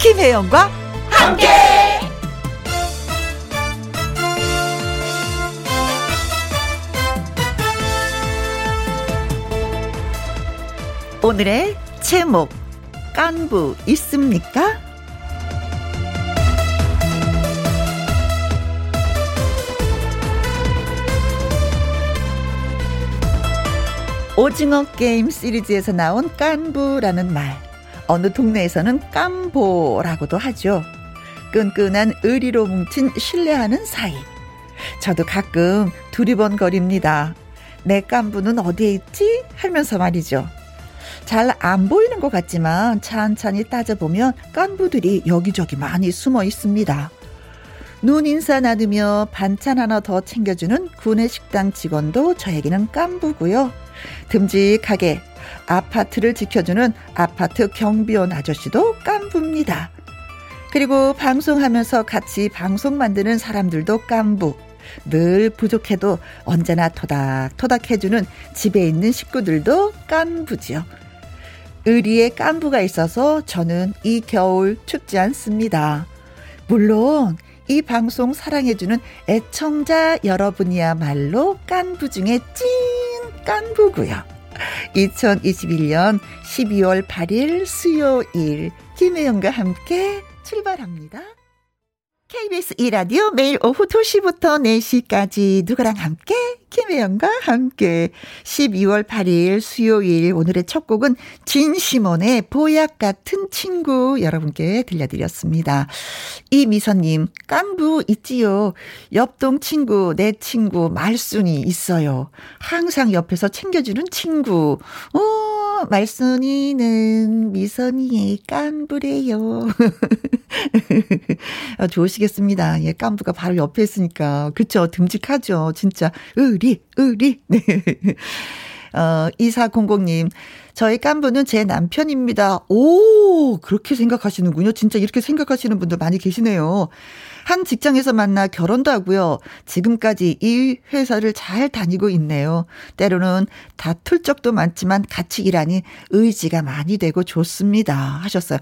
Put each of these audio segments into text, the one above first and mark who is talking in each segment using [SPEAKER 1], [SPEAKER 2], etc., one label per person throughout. [SPEAKER 1] 김혜영과
[SPEAKER 2] 함께
[SPEAKER 1] 오늘의 제목 깐부 있습니까? 오징어 게임 시리즈에서 나온 깐부라는 말. 어느 동네에서는 깐보라고도 하죠. 끈끈한 의리로 뭉친 신뢰하는 사이. 저도 가끔 두리번거립니다. 내 깐부는 어디에 있지? 하면서 말이죠. 잘 안 보이는 것 같지만 찬찬히 따져보면 깐부들이 여기저기 많이 숨어 있습니다. 눈 인사 나누며 반찬 하나 더 챙겨주는 군의 식당 직원도 저에게는 깐부고요. 듬직하게 아파트를 지켜주는 아파트 경비원 아저씨도 깐부입니다. 그리고 방송하면서 같이 방송 만드는 사람들도 깐부. 늘 부족해도 언제나 토닥토닥 해주는 집에 있는 식구들도 깐부지요. 의리의 깐부가 있어서 저는 이 겨울 춥지 않습니다. 물론 이 방송 사랑해주는 애청자 여러분이야말로 깐부 중에 찐 깐부고요. 2021년 12월 8일 수요일 김혜영과 함께 출발합니다. KBS 1라디오 매일 오후 2시부터 4시까지 누구랑 함께 김혜영과 함께 12월 8일 수요일 오늘의 첫 곡은 진시몬의 보약 같은 친구 여러분께 들려드렸습니다. 이미선님 깐부 있지요. 옆동 친구 내 친구 말순이 있어요. 항상 옆에서 챙겨주는 친구. 오 말순이는 미선이의 깐부래요. 아, 좋으시겠습니다. 예, 깐부가 바로 옆에 있으니까. 그쵸. 듬직하죠. 진짜. 의리, 의리. 네. 어, 2400님. 저희 깐부는 제 남편입니다. 오, 그렇게 생각하시는군요. 진짜 이렇게 생각하시는 분들 많이 계시네요. 한 직장에서 만나 결혼도 하고요. 지금까지 이 회사를 잘 다니고 있네요. 때로는 다툴 적도 많지만 같이 일하니 의지가 많이 되고 좋습니다. 하셨어요.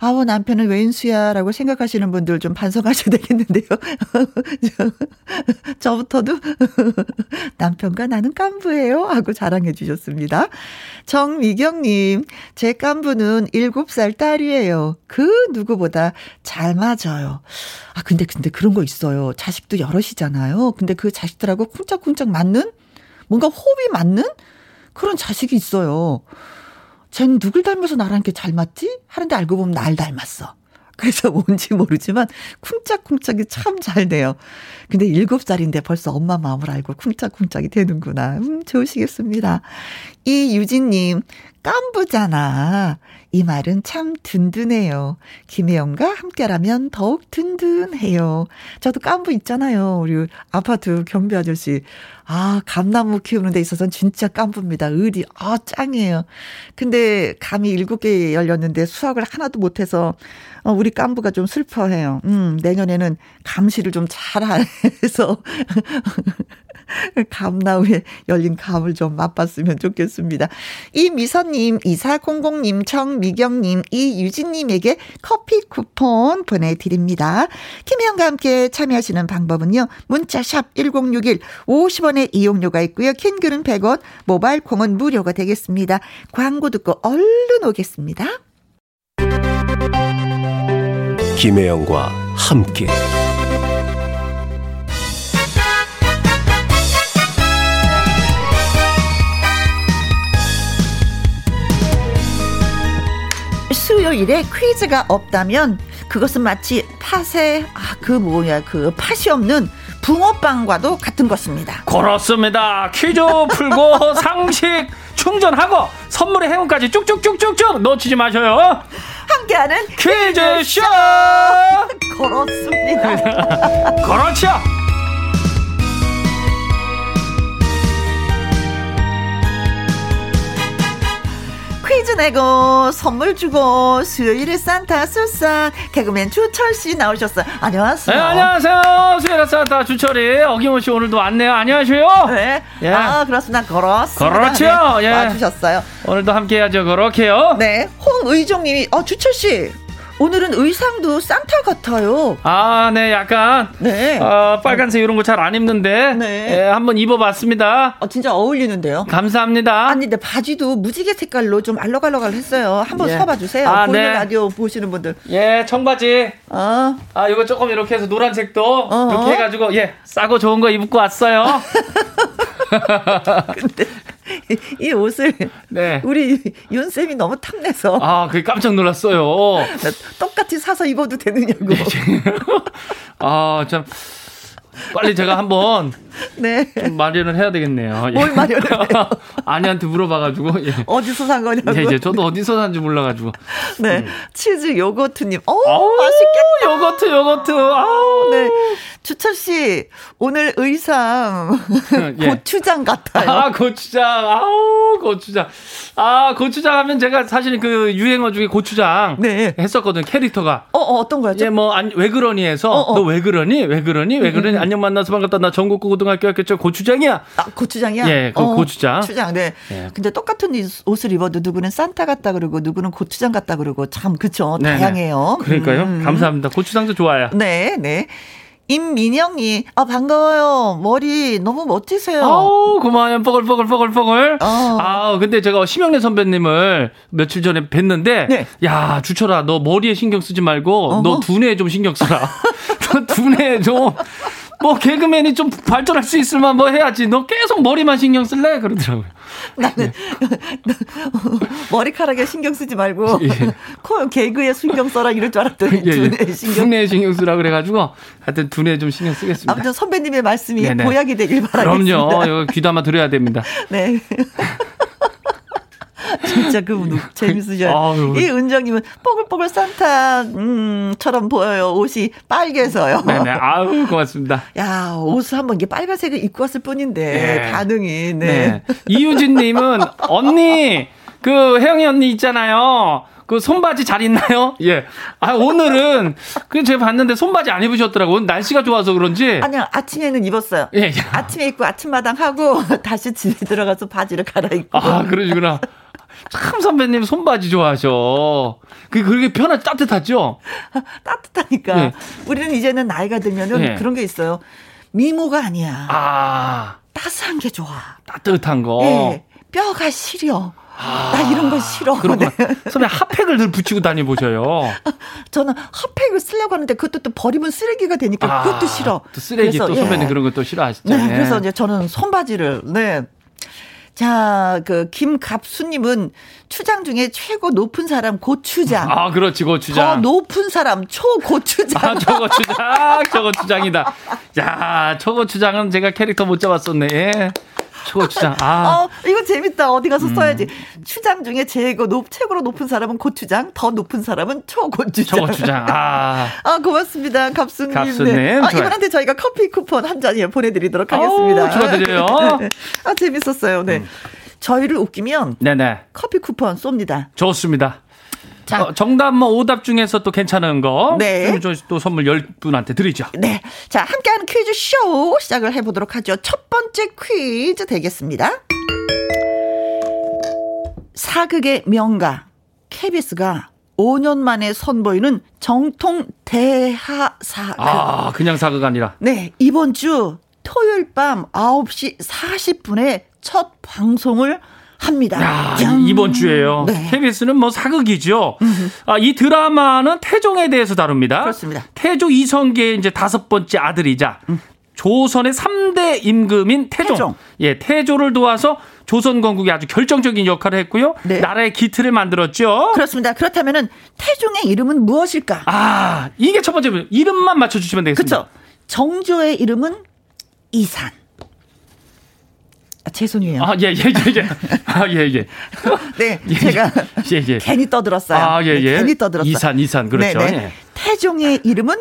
[SPEAKER 1] 아우, 뭐 남편은 웬수야? 라고 생각하시는 분들 좀 반성하셔야 되겠는데요. 저, 저부터도 남편과 나는 깐부예요. 하고 자랑해 주셨습니다. 정미 이경님, 제 깐부는 7살 딸이에요. 그 누구보다 잘 맞아요. 아, 근데, 근데 그런 거 있어요. 자식도 여럿이잖아요. 근데 그 자식들하고 쿵짝쿵짝 맞는? 뭔가 호흡이 맞는? 그런 자식이 있어요. 쟨 누굴 닮아서 나랑 이렇게 잘 맞지? 하는데 알고 보면 날 닮았어. 그래서 뭔지 모르지만 쿵짝쿵짝이 참 잘 돼요. 근데 7살인데 벌써 엄마 마음을 알고 쿵짝쿵짝이 되는구나. 음, 좋으시겠습니다. 이유진님, 깜부잖아. 이 말은 참 든든해요. 김혜영과 함께라면 더욱 든든해요. 저도 깜부 있잖아요. 우리 아파트 경비 아저씨. 아, 감나무 키우는 데 있어서는 진짜 깜부입니다. 의리, 아, 짱이에요. 근데 감이 일곱 개 열렸는데 수학을 하나도 못해서 어, 우리 깜부가 좀 슬퍼해요. 음, 내년에는 감시를 좀 잘해서 감나무에 열린 감을 좀 맛봤으면 좋겠습니다. 이미선님, 이사공공님, 정미경님, 이유진님에게 커피 쿠폰 보내드립니다. 김혜영과 함께 참여하시는 방법은요. 문자샵 1061, 50원의 이용료가 있고요. 캔글은 100원, 모바일 콩은 무료가 되겠습니다. 광고 듣고 얼른 오겠습니다.
[SPEAKER 3] 김혜영과 함께
[SPEAKER 1] 수요일에 퀴즈가 없다면 그것은 마치 팥에 아, 그 뭐야 그 팥이 없는 붕어빵과도 같은 것입니다.
[SPEAKER 4] 그렇습니다. 퀴즈 풀고 상식 충전하고 선물의 행운까지 쭉쭉쭉쭉쭉 놓치지 마셔요.
[SPEAKER 1] 함께하는
[SPEAKER 4] 퀴즈쇼!
[SPEAKER 1] 걸었습니다.
[SPEAKER 4] 그렇죠.
[SPEAKER 1] 퀴즈 내고 선물 주고 수요일에 산타 술상 개그맨 주철 씨 나오셨어요.
[SPEAKER 4] 네,
[SPEAKER 1] 안녕하세요.
[SPEAKER 4] 안녕하세요. 수혜라 산타 주철이 어김없이 오늘도 왔네요. 안녕하세요.
[SPEAKER 1] 네.
[SPEAKER 4] 예.
[SPEAKER 1] 아 그렇습니다. 걸었습니다.
[SPEAKER 4] 걸었죠?
[SPEAKER 1] 네.
[SPEAKER 4] 예.
[SPEAKER 1] 와주셨어요.
[SPEAKER 4] 오늘도 함께하죠. 그렇게요.
[SPEAKER 1] 네. 홍의종님이 어 주철 씨 오늘은 의상도 산타 같아요.
[SPEAKER 4] 아, 네, 약간
[SPEAKER 1] 네.
[SPEAKER 4] 어, 빨간색 이런 거 잘 안 입는데
[SPEAKER 1] 네.
[SPEAKER 4] 예, 한번 입어봤습니다.
[SPEAKER 1] 어, 진짜 어울리는데요.
[SPEAKER 4] 감사합니다.
[SPEAKER 1] 아니 근데 바지도 무지개 색깔로 좀 알록알록을 했어요. 한번
[SPEAKER 4] 예.
[SPEAKER 1] 서봐 주세요.
[SPEAKER 4] 아,
[SPEAKER 1] 보이는
[SPEAKER 4] 네.
[SPEAKER 1] 라디오 보시는 분들.
[SPEAKER 4] 예, 청바지.
[SPEAKER 1] 어.
[SPEAKER 4] 아, 이거 조금 이렇게 해서 노란색도
[SPEAKER 1] 어, 어.
[SPEAKER 4] 이렇게 해가지고 예, 싸고 좋은 거 입고 왔어요.
[SPEAKER 1] 이 옷을
[SPEAKER 4] 네.
[SPEAKER 1] 우리 윤 쌤이 너무 탐내서
[SPEAKER 4] 아, 그 깜짝 놀랐어요. 네,
[SPEAKER 1] 나 똑같이 사서 입어도 되느냐고.
[SPEAKER 4] 아, 참. 빨리 제가 한번
[SPEAKER 1] 네.
[SPEAKER 4] 좀 마련을 해야 되겠네요. 예.
[SPEAKER 1] 뭘 마련을 해요?
[SPEAKER 4] 아니한테 물어봐가지고. 예.
[SPEAKER 1] 어디서 산 거냐고.
[SPEAKER 4] 예, 이제 저도 어디서 산지 몰라가지고.
[SPEAKER 1] 네. 치즈 요거트님. 어
[SPEAKER 4] 아우,
[SPEAKER 1] 맛있겠다.
[SPEAKER 4] 요거트, 요거트. 아우.
[SPEAKER 1] 네. 주철 씨, 오늘 의상
[SPEAKER 4] 예.
[SPEAKER 1] 고추장 같아요.
[SPEAKER 4] 아, 고추장. 아우, 고추장. 아, 고추장 하면 제가 사실 그 유행어 중에 고추장
[SPEAKER 1] 네.
[SPEAKER 4] 했었거든요. 캐릭터가.
[SPEAKER 1] 어, 어, 어떤 거였죠?
[SPEAKER 4] 예, 뭐, 안, 왜 그러니 해서,
[SPEAKER 1] 어, 음, 어.
[SPEAKER 4] 너 왜 그러니? 왜 그러니? 왜 그러니? 안녕 만나서 반갑다. 나 전국구 고등학교 학교죠. 고추장이야.
[SPEAKER 1] 아, 고추장이야?
[SPEAKER 4] 예, 그 고추장.
[SPEAKER 1] 추장, 네.
[SPEAKER 4] 예.
[SPEAKER 1] 근데 똑같은 이- 옷을 입어도 누구는 산타 같다 그러고 누구는 고추장 같다 그러고 참, 그쵸.
[SPEAKER 4] 네, 네.
[SPEAKER 1] 아, 다양해요.
[SPEAKER 4] 그러니까요.
[SPEAKER 1] 음.
[SPEAKER 4] 감사합니다. 고추장도 좋아요.
[SPEAKER 1] 네, 네. 임민영이, 아, 반가워요. 머리 너무 멋지세요.
[SPEAKER 4] 아우 고마워요 뽀글뽀글 뽀글뽀글
[SPEAKER 1] 어.
[SPEAKER 4] 아우 근데 제가 심영래 선배님을 며칠 전에 뵀는데
[SPEAKER 1] 네.
[SPEAKER 4] 야 주철아 너 머리에 신경 쓰지 말고
[SPEAKER 1] 어허.
[SPEAKER 4] 너 두뇌에 좀 신경 써라 너 두뇌에 좀 뭐 개그맨이 좀 발전할 수 있을 만 뭐 해야지 너 계속 머리만 신경 쓸래 그러더라고요
[SPEAKER 1] 나는 머리카락에 신경 쓰지 말고
[SPEAKER 4] 예.
[SPEAKER 1] 코 개그에 신경 써라 이럴 줄 알았더니
[SPEAKER 4] 예, 예.
[SPEAKER 1] 두뇌에 신경
[SPEAKER 4] 두뇌에 신경 쓰라 그래가지고 하여튼 두뇌에 좀 신경 쓰겠습니다
[SPEAKER 1] 아무튼 선배님의 말씀이
[SPEAKER 4] 네네.
[SPEAKER 1] 보약이 되길 바라겠습니다.
[SPEAKER 4] 그럼요 이거 귀담아 들어야 됩니다
[SPEAKER 1] 네. 진짜 그분 웃- 재밌으셔요.
[SPEAKER 4] 아유.
[SPEAKER 1] 이 은정님은 뽀글뽀글 산타 음처럼 보여요. 옷이 빨개서요.
[SPEAKER 4] 네네 아우 고맙습니다
[SPEAKER 1] 야 옷을 한번 이게 빨간색을 입고 왔을 뿐인데
[SPEAKER 4] 네.
[SPEAKER 1] 반응이 네.
[SPEAKER 4] 네. 이유진님은 언니 그 혜영이 언니 있잖아요. 그 손바지 잘 있나요? 예. 아 오늘은 그 제가 봤는데 손바지 안 입으셨더라고. 오늘 날씨가 좋아서 그런지.
[SPEAKER 1] 아니요 네. 아침에는 입었어요.
[SPEAKER 4] 예. 예.
[SPEAKER 1] 아침에 입고 아침마당 하고 다시 집에 들어가서 바지를 갈아입고
[SPEAKER 4] 아 그러시구나. 참 선배님 손바지 좋아하셔. 그 그렇게 편하 따뜻하죠.
[SPEAKER 1] 따뜻하니까
[SPEAKER 4] 네.
[SPEAKER 1] 우리는 이제는 나이가 들면은
[SPEAKER 4] 네.
[SPEAKER 1] 그런 게 있어요. 미모가 아니야.
[SPEAKER 4] 아
[SPEAKER 1] 따스한 게 좋아.
[SPEAKER 4] 따뜻한 거.
[SPEAKER 1] 예. 뼈가 시려. 나 이런 거 싫어.
[SPEAKER 4] 어. 아. 그렇구나.
[SPEAKER 1] 네.
[SPEAKER 4] 선배 핫팩을 늘 붙이고 다니보셔요.
[SPEAKER 1] 저는 핫팩을 쓰려고 하는데 그것도 또 버리면 쓰레기가 되니까
[SPEAKER 4] 아,
[SPEAKER 1] 그것도 싫어.
[SPEAKER 4] 또 쓰레기
[SPEAKER 1] 그래서,
[SPEAKER 4] 또
[SPEAKER 1] 예.
[SPEAKER 4] 선배님 그런 거 또 싫어하시죠.
[SPEAKER 1] 네,
[SPEAKER 4] 예.
[SPEAKER 1] 그래서 이제 저는 손바지를 네. 자, 그 김갑수님은 추장 중에 최고 높은 사람 고추장.
[SPEAKER 4] 아 그렇지 고추장.
[SPEAKER 1] 더 높은 사람 초고추장.
[SPEAKER 4] 아, 저거 추장, 저거 추장이다. 야, 저거 추장은 제가 캐릭터 못 잡았었네. 예. 저거 추장.
[SPEAKER 1] 어,
[SPEAKER 4] 아,
[SPEAKER 1] 이거 재밌다. 어디 가서
[SPEAKER 4] 음.
[SPEAKER 1] 써야지. 추장 중에 최고 높, 최고로 높은 사람은 고추장, 더 높은 사람은 초고추장.
[SPEAKER 4] 저거 추장. 아.
[SPEAKER 1] 아, 고맙습니다. 갑수님.
[SPEAKER 4] 갑수님,
[SPEAKER 1] 아,
[SPEAKER 4] 좋아요.
[SPEAKER 1] 이분한테 저희가 커피 쿠폰 한 잔 예, 보내드리도록 하겠습니다.
[SPEAKER 4] 아우, 축하드려요. 음.
[SPEAKER 1] 아, 재밌었어요. 네. 저희를 웃기면
[SPEAKER 4] 네네.
[SPEAKER 1] 커피 쿠폰 쏩니다.
[SPEAKER 4] 좋습니다.
[SPEAKER 1] 자.
[SPEAKER 4] 어, 정답, 뭐, 오답 중에서 또 괜찮은 거.
[SPEAKER 1] 네.
[SPEAKER 4] 그럼 저희 또 선물 10분한테 드리죠.
[SPEAKER 1] 네. 자, 함께하는 퀴즈쇼 시작을 해보도록 하죠. 첫 번째 퀴즈 되겠습니다. 사극의 명가, KBS가 5년 만에 선보이는 정통 대하 사극.
[SPEAKER 4] 아, 그냥 사극 아니라.
[SPEAKER 1] 네, 이번 주 토요일 밤 9시 40분에 첫 방송을 합니다.
[SPEAKER 4] 야,
[SPEAKER 1] 짠.
[SPEAKER 4] 이- 이번 주에요.
[SPEAKER 1] 네.
[SPEAKER 4] KBS는 뭐 사극이죠. 아, 이 드라마는 태종에 대해서 다룹니다.
[SPEAKER 1] 그렇습니다. 음.
[SPEAKER 4] 태조 이성계의 이제 다섯 번째 아들이자 조선의 3대 임금인 태종.
[SPEAKER 1] 태종.
[SPEAKER 4] 예, 태조를 도와서 조선 건국에 아주 결정적인 역할을 했고요.
[SPEAKER 1] 네.
[SPEAKER 4] 나라의 기틀을 만들었죠.
[SPEAKER 1] 그렇습니다. 그렇다면은 태종의 이름은 무엇일까?
[SPEAKER 4] 아, 이게 첫 번째 문제. 이름만 맞춰 주시면 되겠습니다.
[SPEAKER 1] 그렇죠. 정조의 이름은 이산. 아, 죄송해요.
[SPEAKER 4] 아, 예, 예, 예, 예. 아, 예, 예.
[SPEAKER 1] 네,
[SPEAKER 4] 예,
[SPEAKER 1] 제가
[SPEAKER 4] 예, 예.
[SPEAKER 1] 괜히 떠들었어요.
[SPEAKER 4] 아, 예,
[SPEAKER 1] 네,
[SPEAKER 4] 예.
[SPEAKER 1] 괜히 떠들었어요.
[SPEAKER 4] 이산, 이산. 그렇죠.
[SPEAKER 1] 네, 네.
[SPEAKER 4] 예.
[SPEAKER 1] 태종의 이름은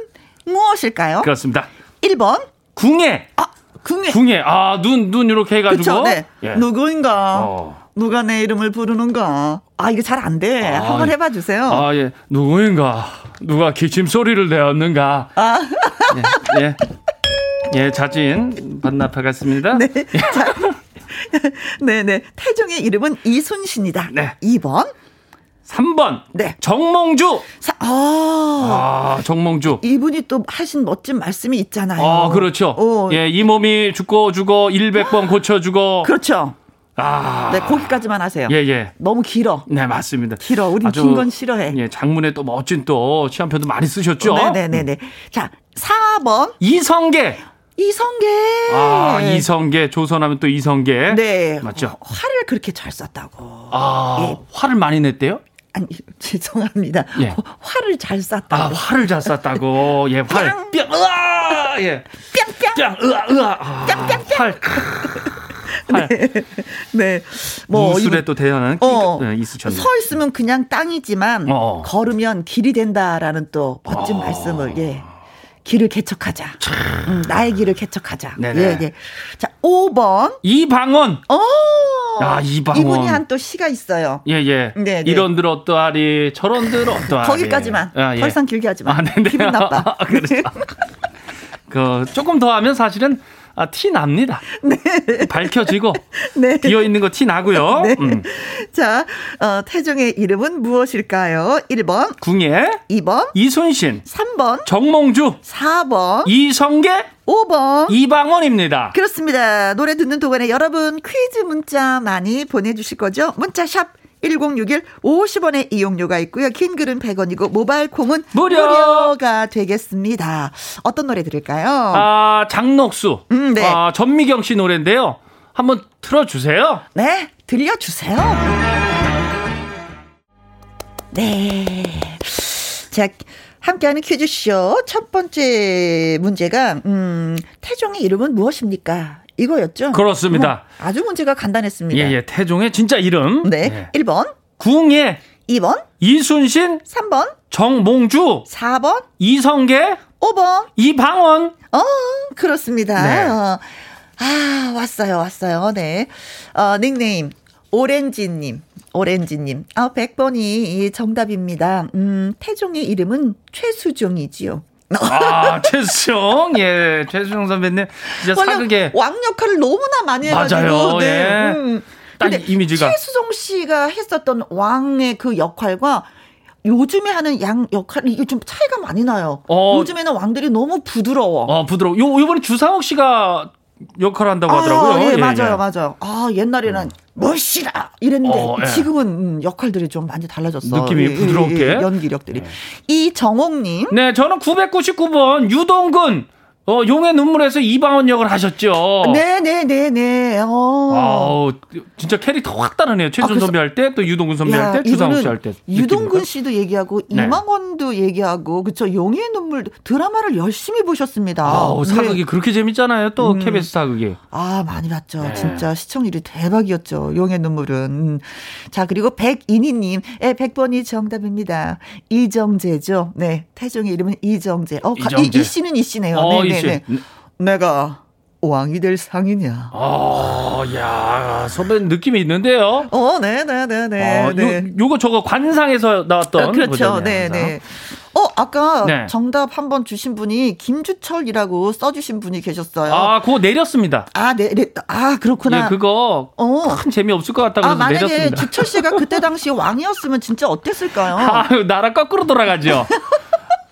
[SPEAKER 1] 무엇일까요?
[SPEAKER 4] 그렇습니다.
[SPEAKER 1] 1번
[SPEAKER 4] 궁예.
[SPEAKER 1] 아, 궁예.
[SPEAKER 4] 궁예. 아, 눈, 눈 이렇게 해 가지고. 예.
[SPEAKER 1] 그쵸, 네. 누구인가?
[SPEAKER 4] 어.
[SPEAKER 1] 누가 내 이름을 부르는가? 아, 이거 잘 안 돼.
[SPEAKER 4] 아,
[SPEAKER 1] 한번 해봐 주세요.
[SPEAKER 4] 아, 예. 누구인가? 누가 기침 소리를 내었는가?
[SPEAKER 1] 아.
[SPEAKER 4] 예. 예. 예, 자진 반납하겠습니다.
[SPEAKER 1] 네. 자, 네네. 태종의 네. 이름은 이순신이다.
[SPEAKER 4] 네.
[SPEAKER 1] 2번.
[SPEAKER 4] 3번.
[SPEAKER 1] 네.
[SPEAKER 4] 정몽주.
[SPEAKER 1] 사, 아,
[SPEAKER 4] 아, 정몽주.
[SPEAKER 1] 이분이 또 하신 멋진 말씀이 있잖아요.
[SPEAKER 4] 아, 그렇죠.
[SPEAKER 1] 어,
[SPEAKER 4] 예, 이 몸이 죽고 죽어 100번 고쳐 죽어.
[SPEAKER 1] 그렇죠.
[SPEAKER 4] 아.
[SPEAKER 1] 네, 거기까지만 하세요.
[SPEAKER 4] 예, 예.
[SPEAKER 1] 너무 길어.
[SPEAKER 4] 네, 맞습니다.
[SPEAKER 1] 길어. 우린
[SPEAKER 4] 아주,
[SPEAKER 1] 긴 건 싫어해. 어,
[SPEAKER 4] 예, 장문에 또 멋진 또 시한편도 많이 쓰셨죠?
[SPEAKER 1] 네네네네. 자, 4번.
[SPEAKER 4] 이성계.
[SPEAKER 1] 이성계.
[SPEAKER 4] 아, 이성계. 조선하면 또 이성계.
[SPEAKER 1] 네.
[SPEAKER 4] 맞죠?
[SPEAKER 1] 어, 화를 그렇게 잘 썼다고.
[SPEAKER 4] 아, 화를 많이 냈대요?
[SPEAKER 1] 아니, 죄송합니다.
[SPEAKER 4] 예.
[SPEAKER 1] 어, 화를 잘 썼다고.
[SPEAKER 4] 아, 화를 잘 쐈다고. 예, 활. 뿅, 으아! 예.
[SPEAKER 1] 뿅뿅.
[SPEAKER 4] 뿅, 으아, 으아. 아, 활. 활.
[SPEAKER 1] 네.
[SPEAKER 4] 무술에
[SPEAKER 1] 이분-
[SPEAKER 4] 또 대단한
[SPEAKER 1] 어,
[SPEAKER 4] 끼가 네, 있으셨네요.
[SPEAKER 1] 서 있으면 그냥 땅이지만
[SPEAKER 4] 어. 아.
[SPEAKER 1] 걸으면 길이 된다라는 또 멋진 말씀을 예. 길을 개척하자. 음, 나의 길을 개척하자.
[SPEAKER 4] 네네.
[SPEAKER 1] 예, 예. 자, 5번.
[SPEAKER 4] 이방원.
[SPEAKER 1] 어.
[SPEAKER 4] 아, 이방원.
[SPEAKER 1] 이분이 한 또 시가 있어요.
[SPEAKER 4] 예, 예.
[SPEAKER 1] 네, 네.
[SPEAKER 4] 이런들 어떠하리, 저런들 어떠하리.
[SPEAKER 1] 거기까지만.
[SPEAKER 4] 아, 예.
[SPEAKER 1] 더 이상 길게 하지 마.
[SPEAKER 4] 아, 네, 네.
[SPEAKER 1] 기분 나빠.
[SPEAKER 4] 아, 그렇죠. 그, 조금 더 하면 사실은 아, 티 납니다. 밝혀지고,
[SPEAKER 1] 네.
[SPEAKER 4] 비어있는 거 티 나고요.
[SPEAKER 1] 네.
[SPEAKER 4] 음.
[SPEAKER 1] 자, 어, 태종의 이름은 무엇일까요? 1번,
[SPEAKER 4] 궁예,
[SPEAKER 1] 2번,
[SPEAKER 4] 이순신,
[SPEAKER 1] 3번,
[SPEAKER 4] 정몽주,
[SPEAKER 1] 4번,
[SPEAKER 4] 이성계,
[SPEAKER 1] 5번.
[SPEAKER 4] 이방원입니다.
[SPEAKER 1] 그렇습니다. 노래 듣는 동안에 여러분 퀴즈 문자 많이 보내주실 거죠? 문자 샵 1061, 50원의 이용료가 있고요. 긴 글은 100원이고, 모바일 콩은
[SPEAKER 4] 무료!
[SPEAKER 1] 가 되겠습니다. 어떤 노래 들을까요?
[SPEAKER 4] 아, 장녹수.
[SPEAKER 1] 음, 네.
[SPEAKER 4] 아, 전미경 씨 노래인데요. 한번 틀어주세요.
[SPEAKER 1] 네, 들려주세요. 네. 자, 함께하는 퀴즈쇼 첫 번째 문제가, 음, 태종의 이름은 무엇입니까? 이거였죠?
[SPEAKER 4] 그렇습니다.
[SPEAKER 1] 어, 아주 문제가
[SPEAKER 4] 예,
[SPEAKER 1] 간단했습니다.
[SPEAKER 4] 예. 태종의 진짜 이름.
[SPEAKER 1] 네.
[SPEAKER 4] 예.
[SPEAKER 1] 일 1번,
[SPEAKER 4] 궁예,
[SPEAKER 1] 2번,
[SPEAKER 4] 이순신,
[SPEAKER 1] 3번,
[SPEAKER 4] 정몽주,
[SPEAKER 1] 4번,
[SPEAKER 4] 이성계,
[SPEAKER 1] 5번.
[SPEAKER 4] 이방원.
[SPEAKER 1] 어, 그렇습니다.
[SPEAKER 4] 네.
[SPEAKER 1] 어, 아, 왔어요, 왔어요. 네. 어, 닉네임, 오렌지님. 오렌지님. 아, 100번이 이 정답입니다. 음, 태종의 이름은 최수종이지요. 어,
[SPEAKER 4] 아, 최수종. 예, 최수종 선배님. 진짜
[SPEAKER 1] 원래
[SPEAKER 4] 사극에.
[SPEAKER 1] 왕 역할을 너무나 많이 해가지고. 네. 음.
[SPEAKER 4] 맞아요, 예. 딱
[SPEAKER 1] 근데
[SPEAKER 4] 이미지가.
[SPEAKER 1] 최수종 씨가 했었던 왕의 그 역할과 요즘에 하는 양 역할이 이게 좀 차이가 많이 나요.
[SPEAKER 4] 어.
[SPEAKER 1] 요즘에는 왕들이 너무 부드러워.
[SPEAKER 4] 어, 부드러워. 요, 요번에 주상욱 씨가 역할 한다고 하더라고요.
[SPEAKER 1] 아, 예,
[SPEAKER 4] 예,
[SPEAKER 1] 맞아요,
[SPEAKER 4] 예.
[SPEAKER 1] 맞아요. 아, 옛날에는 멋이라 이랬는데
[SPEAKER 4] 어, 예.
[SPEAKER 1] 지금은 음, 역할들이 좀 많이 예, 달라졌어.
[SPEAKER 4] 느낌이 부드럽게. 예.
[SPEAKER 1] 연기력들이. 이정옥님,
[SPEAKER 4] 네, 저는 999번 유동근. 어, 용의 눈물에서 이방원 역을 하셨죠.
[SPEAKER 1] 네, 네, 네, 네. 어.
[SPEAKER 4] 어.
[SPEAKER 1] 아,
[SPEAKER 4] 아우 진짜 캐릭터 확 다르네요. 최준
[SPEAKER 1] 그래서-
[SPEAKER 4] 선배 할 때 또 유동근 선배 할 때 주상욱 씨 할 때.
[SPEAKER 1] 유동근
[SPEAKER 4] 느낌인가요?
[SPEAKER 1] 씨도 얘기하고
[SPEAKER 4] 네.
[SPEAKER 1] 이망원도 얘기하고 그쵸 용의 눈물 드라마를 열심히 보셨습니다.
[SPEAKER 4] 아우 사극이
[SPEAKER 1] 네.
[SPEAKER 4] 그렇게 재밌잖아요. 또 KBS 사극이.
[SPEAKER 1] 아 많이 봤죠.
[SPEAKER 4] 네.
[SPEAKER 1] 진짜 시청률이 대박이었죠. 용의 눈물은. 음. 자 그리고 백인희님, 예, 100번이 정답입니다. 이정재죠. 네, 태종의 이름은 이정재. 어, 가- 이,
[SPEAKER 4] 이정재.
[SPEAKER 1] 이 씨는 이 씨네요.
[SPEAKER 4] 어,
[SPEAKER 1] 네,
[SPEAKER 4] 이
[SPEAKER 1] 네,
[SPEAKER 4] 씨.
[SPEAKER 1] 네. 내가 왕이 될 상이냐.
[SPEAKER 4] 아, 야 선배 느낌이 있는데요.
[SPEAKER 1] 어, 네, 네, 네, 네.
[SPEAKER 4] 어,
[SPEAKER 1] 네.
[SPEAKER 4] 요, 요거 저거 관상에서 나왔던
[SPEAKER 1] 아, 그렇죠.
[SPEAKER 4] 버전이에요,
[SPEAKER 1] 네,
[SPEAKER 4] 항상.
[SPEAKER 1] 네. 어, 아까
[SPEAKER 4] 네.
[SPEAKER 1] 정답 한 번 주신 분이 김주철이라고 써주신 분이 계셨어요. 아,
[SPEAKER 4] 아, 그거 내렸습니다.
[SPEAKER 1] 네, 네. 아, 그렇구나.
[SPEAKER 4] 예, 그거
[SPEAKER 1] 어.
[SPEAKER 4] 큰 재미 없을 것 같다
[SPEAKER 1] 아,
[SPEAKER 4] 그래서
[SPEAKER 1] 만약에
[SPEAKER 4] 내렸습니다.
[SPEAKER 1] 주철 씨가 그때 당시 왕이었으면 진짜 어땠을까요?
[SPEAKER 4] 아유, 나라 거꾸로 돌아가죠.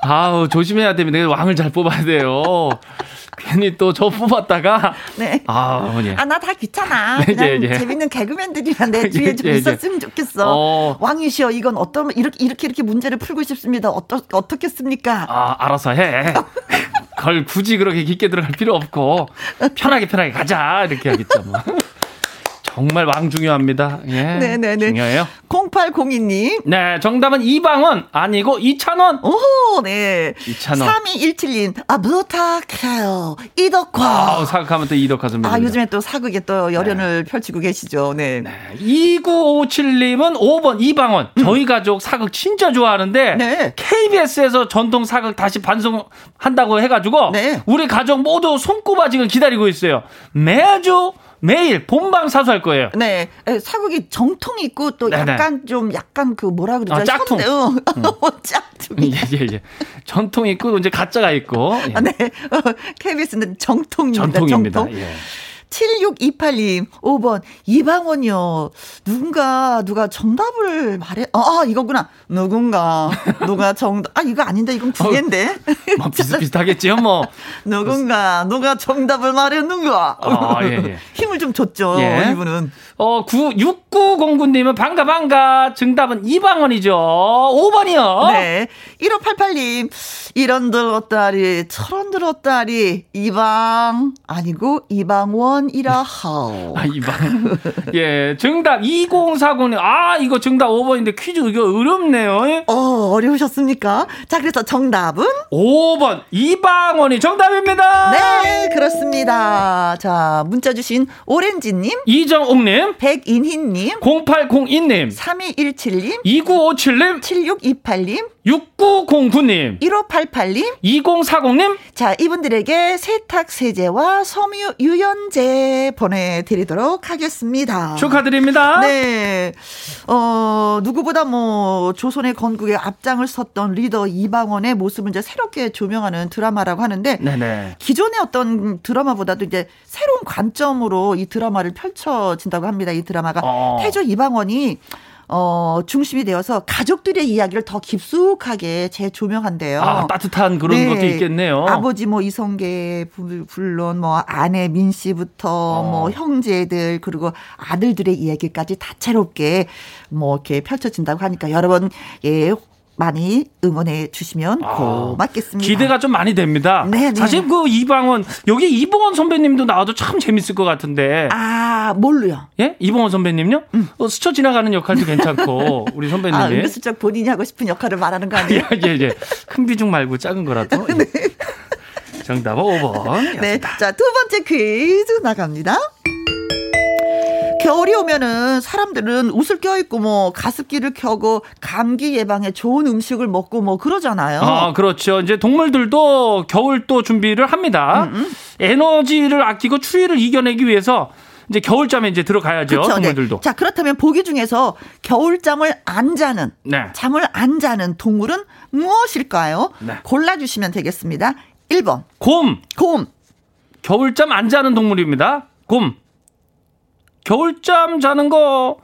[SPEAKER 4] 아우, 조심해야 됩니다. 왕을 잘 뽑아야 돼요. 괜히 또 저 뽑았다가
[SPEAKER 1] 네.
[SPEAKER 4] 아우, 예.
[SPEAKER 1] 아, 나 다 귀찮아.
[SPEAKER 4] 네,
[SPEAKER 1] 그냥
[SPEAKER 4] 예, 예.
[SPEAKER 1] 재밌는 개그맨들이랑 내 주위에 좀
[SPEAKER 4] 예, 예, 예.
[SPEAKER 1] 있었으면 좋겠어.
[SPEAKER 4] 어.
[SPEAKER 1] 왕이시여, 이건 어떤, 이렇게, 이렇게, 이렇게 문제를 풀고 싶습니다. 어떠, 어떻겠습니까?
[SPEAKER 4] 아, 알아서 해. 걸 굳이 그렇게 깊게 들어갈 필요 없고 편하게 편하게 가자 이렇게 하겠죠. 뭐. 정말 왕 중요합니다. 예,
[SPEAKER 1] 네네네.
[SPEAKER 4] 중요해요.
[SPEAKER 1] 0802님.
[SPEAKER 4] 네, 정답은 이방원 아니고 이찬원.
[SPEAKER 1] 오, 네.
[SPEAKER 4] 이찬원.
[SPEAKER 1] 3217님. 아, 부탁해요. 이덕화.
[SPEAKER 4] 아우 생각하면 또 이덕화 선배.
[SPEAKER 1] 아, 요즘에 또 사극에 또 열연을 펼치고 계시죠. 네.
[SPEAKER 4] 2957님은 5번 이방원. 저희 가족 사극 진짜 좋아하는데
[SPEAKER 1] 음. 네.
[SPEAKER 4] KBS에서 전통 사극 다시 반송한다고 해가지고
[SPEAKER 1] 네.
[SPEAKER 4] 우리 가족 모두 손꼽아 지금 기다리고 있어요. 매주 매일 본방 사수할 거예요.
[SPEAKER 1] 네. 에, 사극이 정통이 있고 또
[SPEAKER 4] 네네.
[SPEAKER 1] 약간 좀 약간 그 뭐라 그러죠?
[SPEAKER 4] 아, 짝퉁.
[SPEAKER 1] 현대, 어, 짝퉁.
[SPEAKER 4] 예, 예, 예. 전통 있고, 이제 가짜가 있고. 예.
[SPEAKER 1] 아, 네. 어, KBS는 네. 정통입니다.
[SPEAKER 4] 전통입니다.
[SPEAKER 1] 정통.
[SPEAKER 4] 예.
[SPEAKER 1] 7628님, 5번, 이방원요. 누군가, 누가 정답을 말해, 어, 아, 이거구나. 누군가, 누가 정답, 아, 이거 아닌데, 이건 두
[SPEAKER 4] 어우,
[SPEAKER 1] 개인데.
[SPEAKER 4] 뭐 비슷비슷하겠지요, 뭐.
[SPEAKER 1] 누군가, 누가 정답을 말했는가.
[SPEAKER 4] 아, 예, 예.
[SPEAKER 1] 힘을 좀 줬죠,
[SPEAKER 4] 예.
[SPEAKER 1] 이분은.
[SPEAKER 4] 어, 9, 6909님은 반가, 반가. 정답은 2방원이죠. 5번이요.
[SPEAKER 1] 네. 1588님, 이런 들었다리, 저런 들었다리, 이방, 아니고, 이방원이라 하오.
[SPEAKER 4] 아, 2방. 예, 정답 2049님. 아, 이거 정답 5번인데 퀴즈 이거 어렵네요. 예?
[SPEAKER 1] 어, 어려우셨습니까? 자, 그래서 정답은?
[SPEAKER 4] 5번, 2방원이 정답입니다.
[SPEAKER 1] 네, 그렇습니다. 자, 문자 주신 오렌지님,
[SPEAKER 4] 이정옥님,
[SPEAKER 1] 백인희님,
[SPEAKER 4] 0802님,
[SPEAKER 1] 3217님,
[SPEAKER 4] 2957님,
[SPEAKER 1] 7628님,
[SPEAKER 4] 6909님,
[SPEAKER 1] 1588님.
[SPEAKER 4] 2040님,
[SPEAKER 1] 자, 이분들에게 세탁 세제와 섬유 유연제 보내드리도록 하겠습니다.
[SPEAKER 4] 축하드립니다.
[SPEAKER 1] 아. 네. 어, 누구보다 뭐 조선의 건국에 앞장을 섰던 리더 이방원의 모습을 이제 새롭게 조명하는 드라마라고 하는데
[SPEAKER 4] 네네.
[SPEAKER 1] 기존의 어떤 드라마보다도 이제 새로운 관점으로 이 드라마를 펼쳐진다고 합니다. 이 드라마가
[SPEAKER 4] 어.
[SPEAKER 1] 태조 이방원이 어, 중심이 되어서 가족들의 이야기를 더 깊숙하게 재조명한대요.
[SPEAKER 4] 아, 따뜻한 그런
[SPEAKER 1] 네.
[SPEAKER 4] 것도 있겠네요.
[SPEAKER 1] 아버지 뭐 이성계 부- 물론 뭐 아내 민 씨부터
[SPEAKER 4] 어.
[SPEAKER 1] 뭐 형제들 그리고 아들들의 이야기까지 다채롭게 뭐 이렇게 펼쳐진다고 하니까 여러분 예 많이 응원해 주시면
[SPEAKER 4] 아,
[SPEAKER 1] 고맙겠습니다.
[SPEAKER 4] 기대가 좀 많이 됩니다.
[SPEAKER 1] 네, 네.
[SPEAKER 4] 사실 그 이방원 여기 이봉원 선배님도 나와도 참 재밌을 것 같은데.
[SPEAKER 1] 아 뭘로요?
[SPEAKER 4] 예? 이봉원 선배님요? 어, 스쳐 지나가는 역할도 괜찮고 우리
[SPEAKER 1] 음.
[SPEAKER 4] 선배님.
[SPEAKER 1] 아,
[SPEAKER 4] 이
[SPEAKER 1] 은근슬쩍 본인이 하고 싶은 역할을 말하는 거 아니에요?
[SPEAKER 4] 예, 예, 예. 큰 비중 말고 작은 거라도. 예. 정답은 5번.
[SPEAKER 1] 네. 자, 두 번째 퀴즈 나갑니다. 겨울이 오면은 사람들은 옷을 껴입고 뭐 가습기를 켜고 감기 예방에 좋은 음식을 먹고 뭐 그러잖아요.
[SPEAKER 4] 아, 그렇죠. 이제 동물들도 겨울 또 준비를 합니다.
[SPEAKER 1] 음,
[SPEAKER 4] 에너지를 아끼고 추위를 이겨내기 위해서 이제 겨울잠에 이제 들어가야죠.
[SPEAKER 1] 그쵸, 네.
[SPEAKER 4] 그렇죠. 동물들도.
[SPEAKER 1] 자, 그렇다면 보기 중에서 겨울잠을 안 자는,
[SPEAKER 4] 네.
[SPEAKER 1] 잠을 안 자는 동물은 무엇일까요?
[SPEAKER 4] 네.
[SPEAKER 1] 골라주시면 되겠습니다. 1번,
[SPEAKER 4] 곰.
[SPEAKER 1] 곰.
[SPEAKER 4] 겨울잠 안 자는 동물입니다. 곰. 겨울잠 자는 거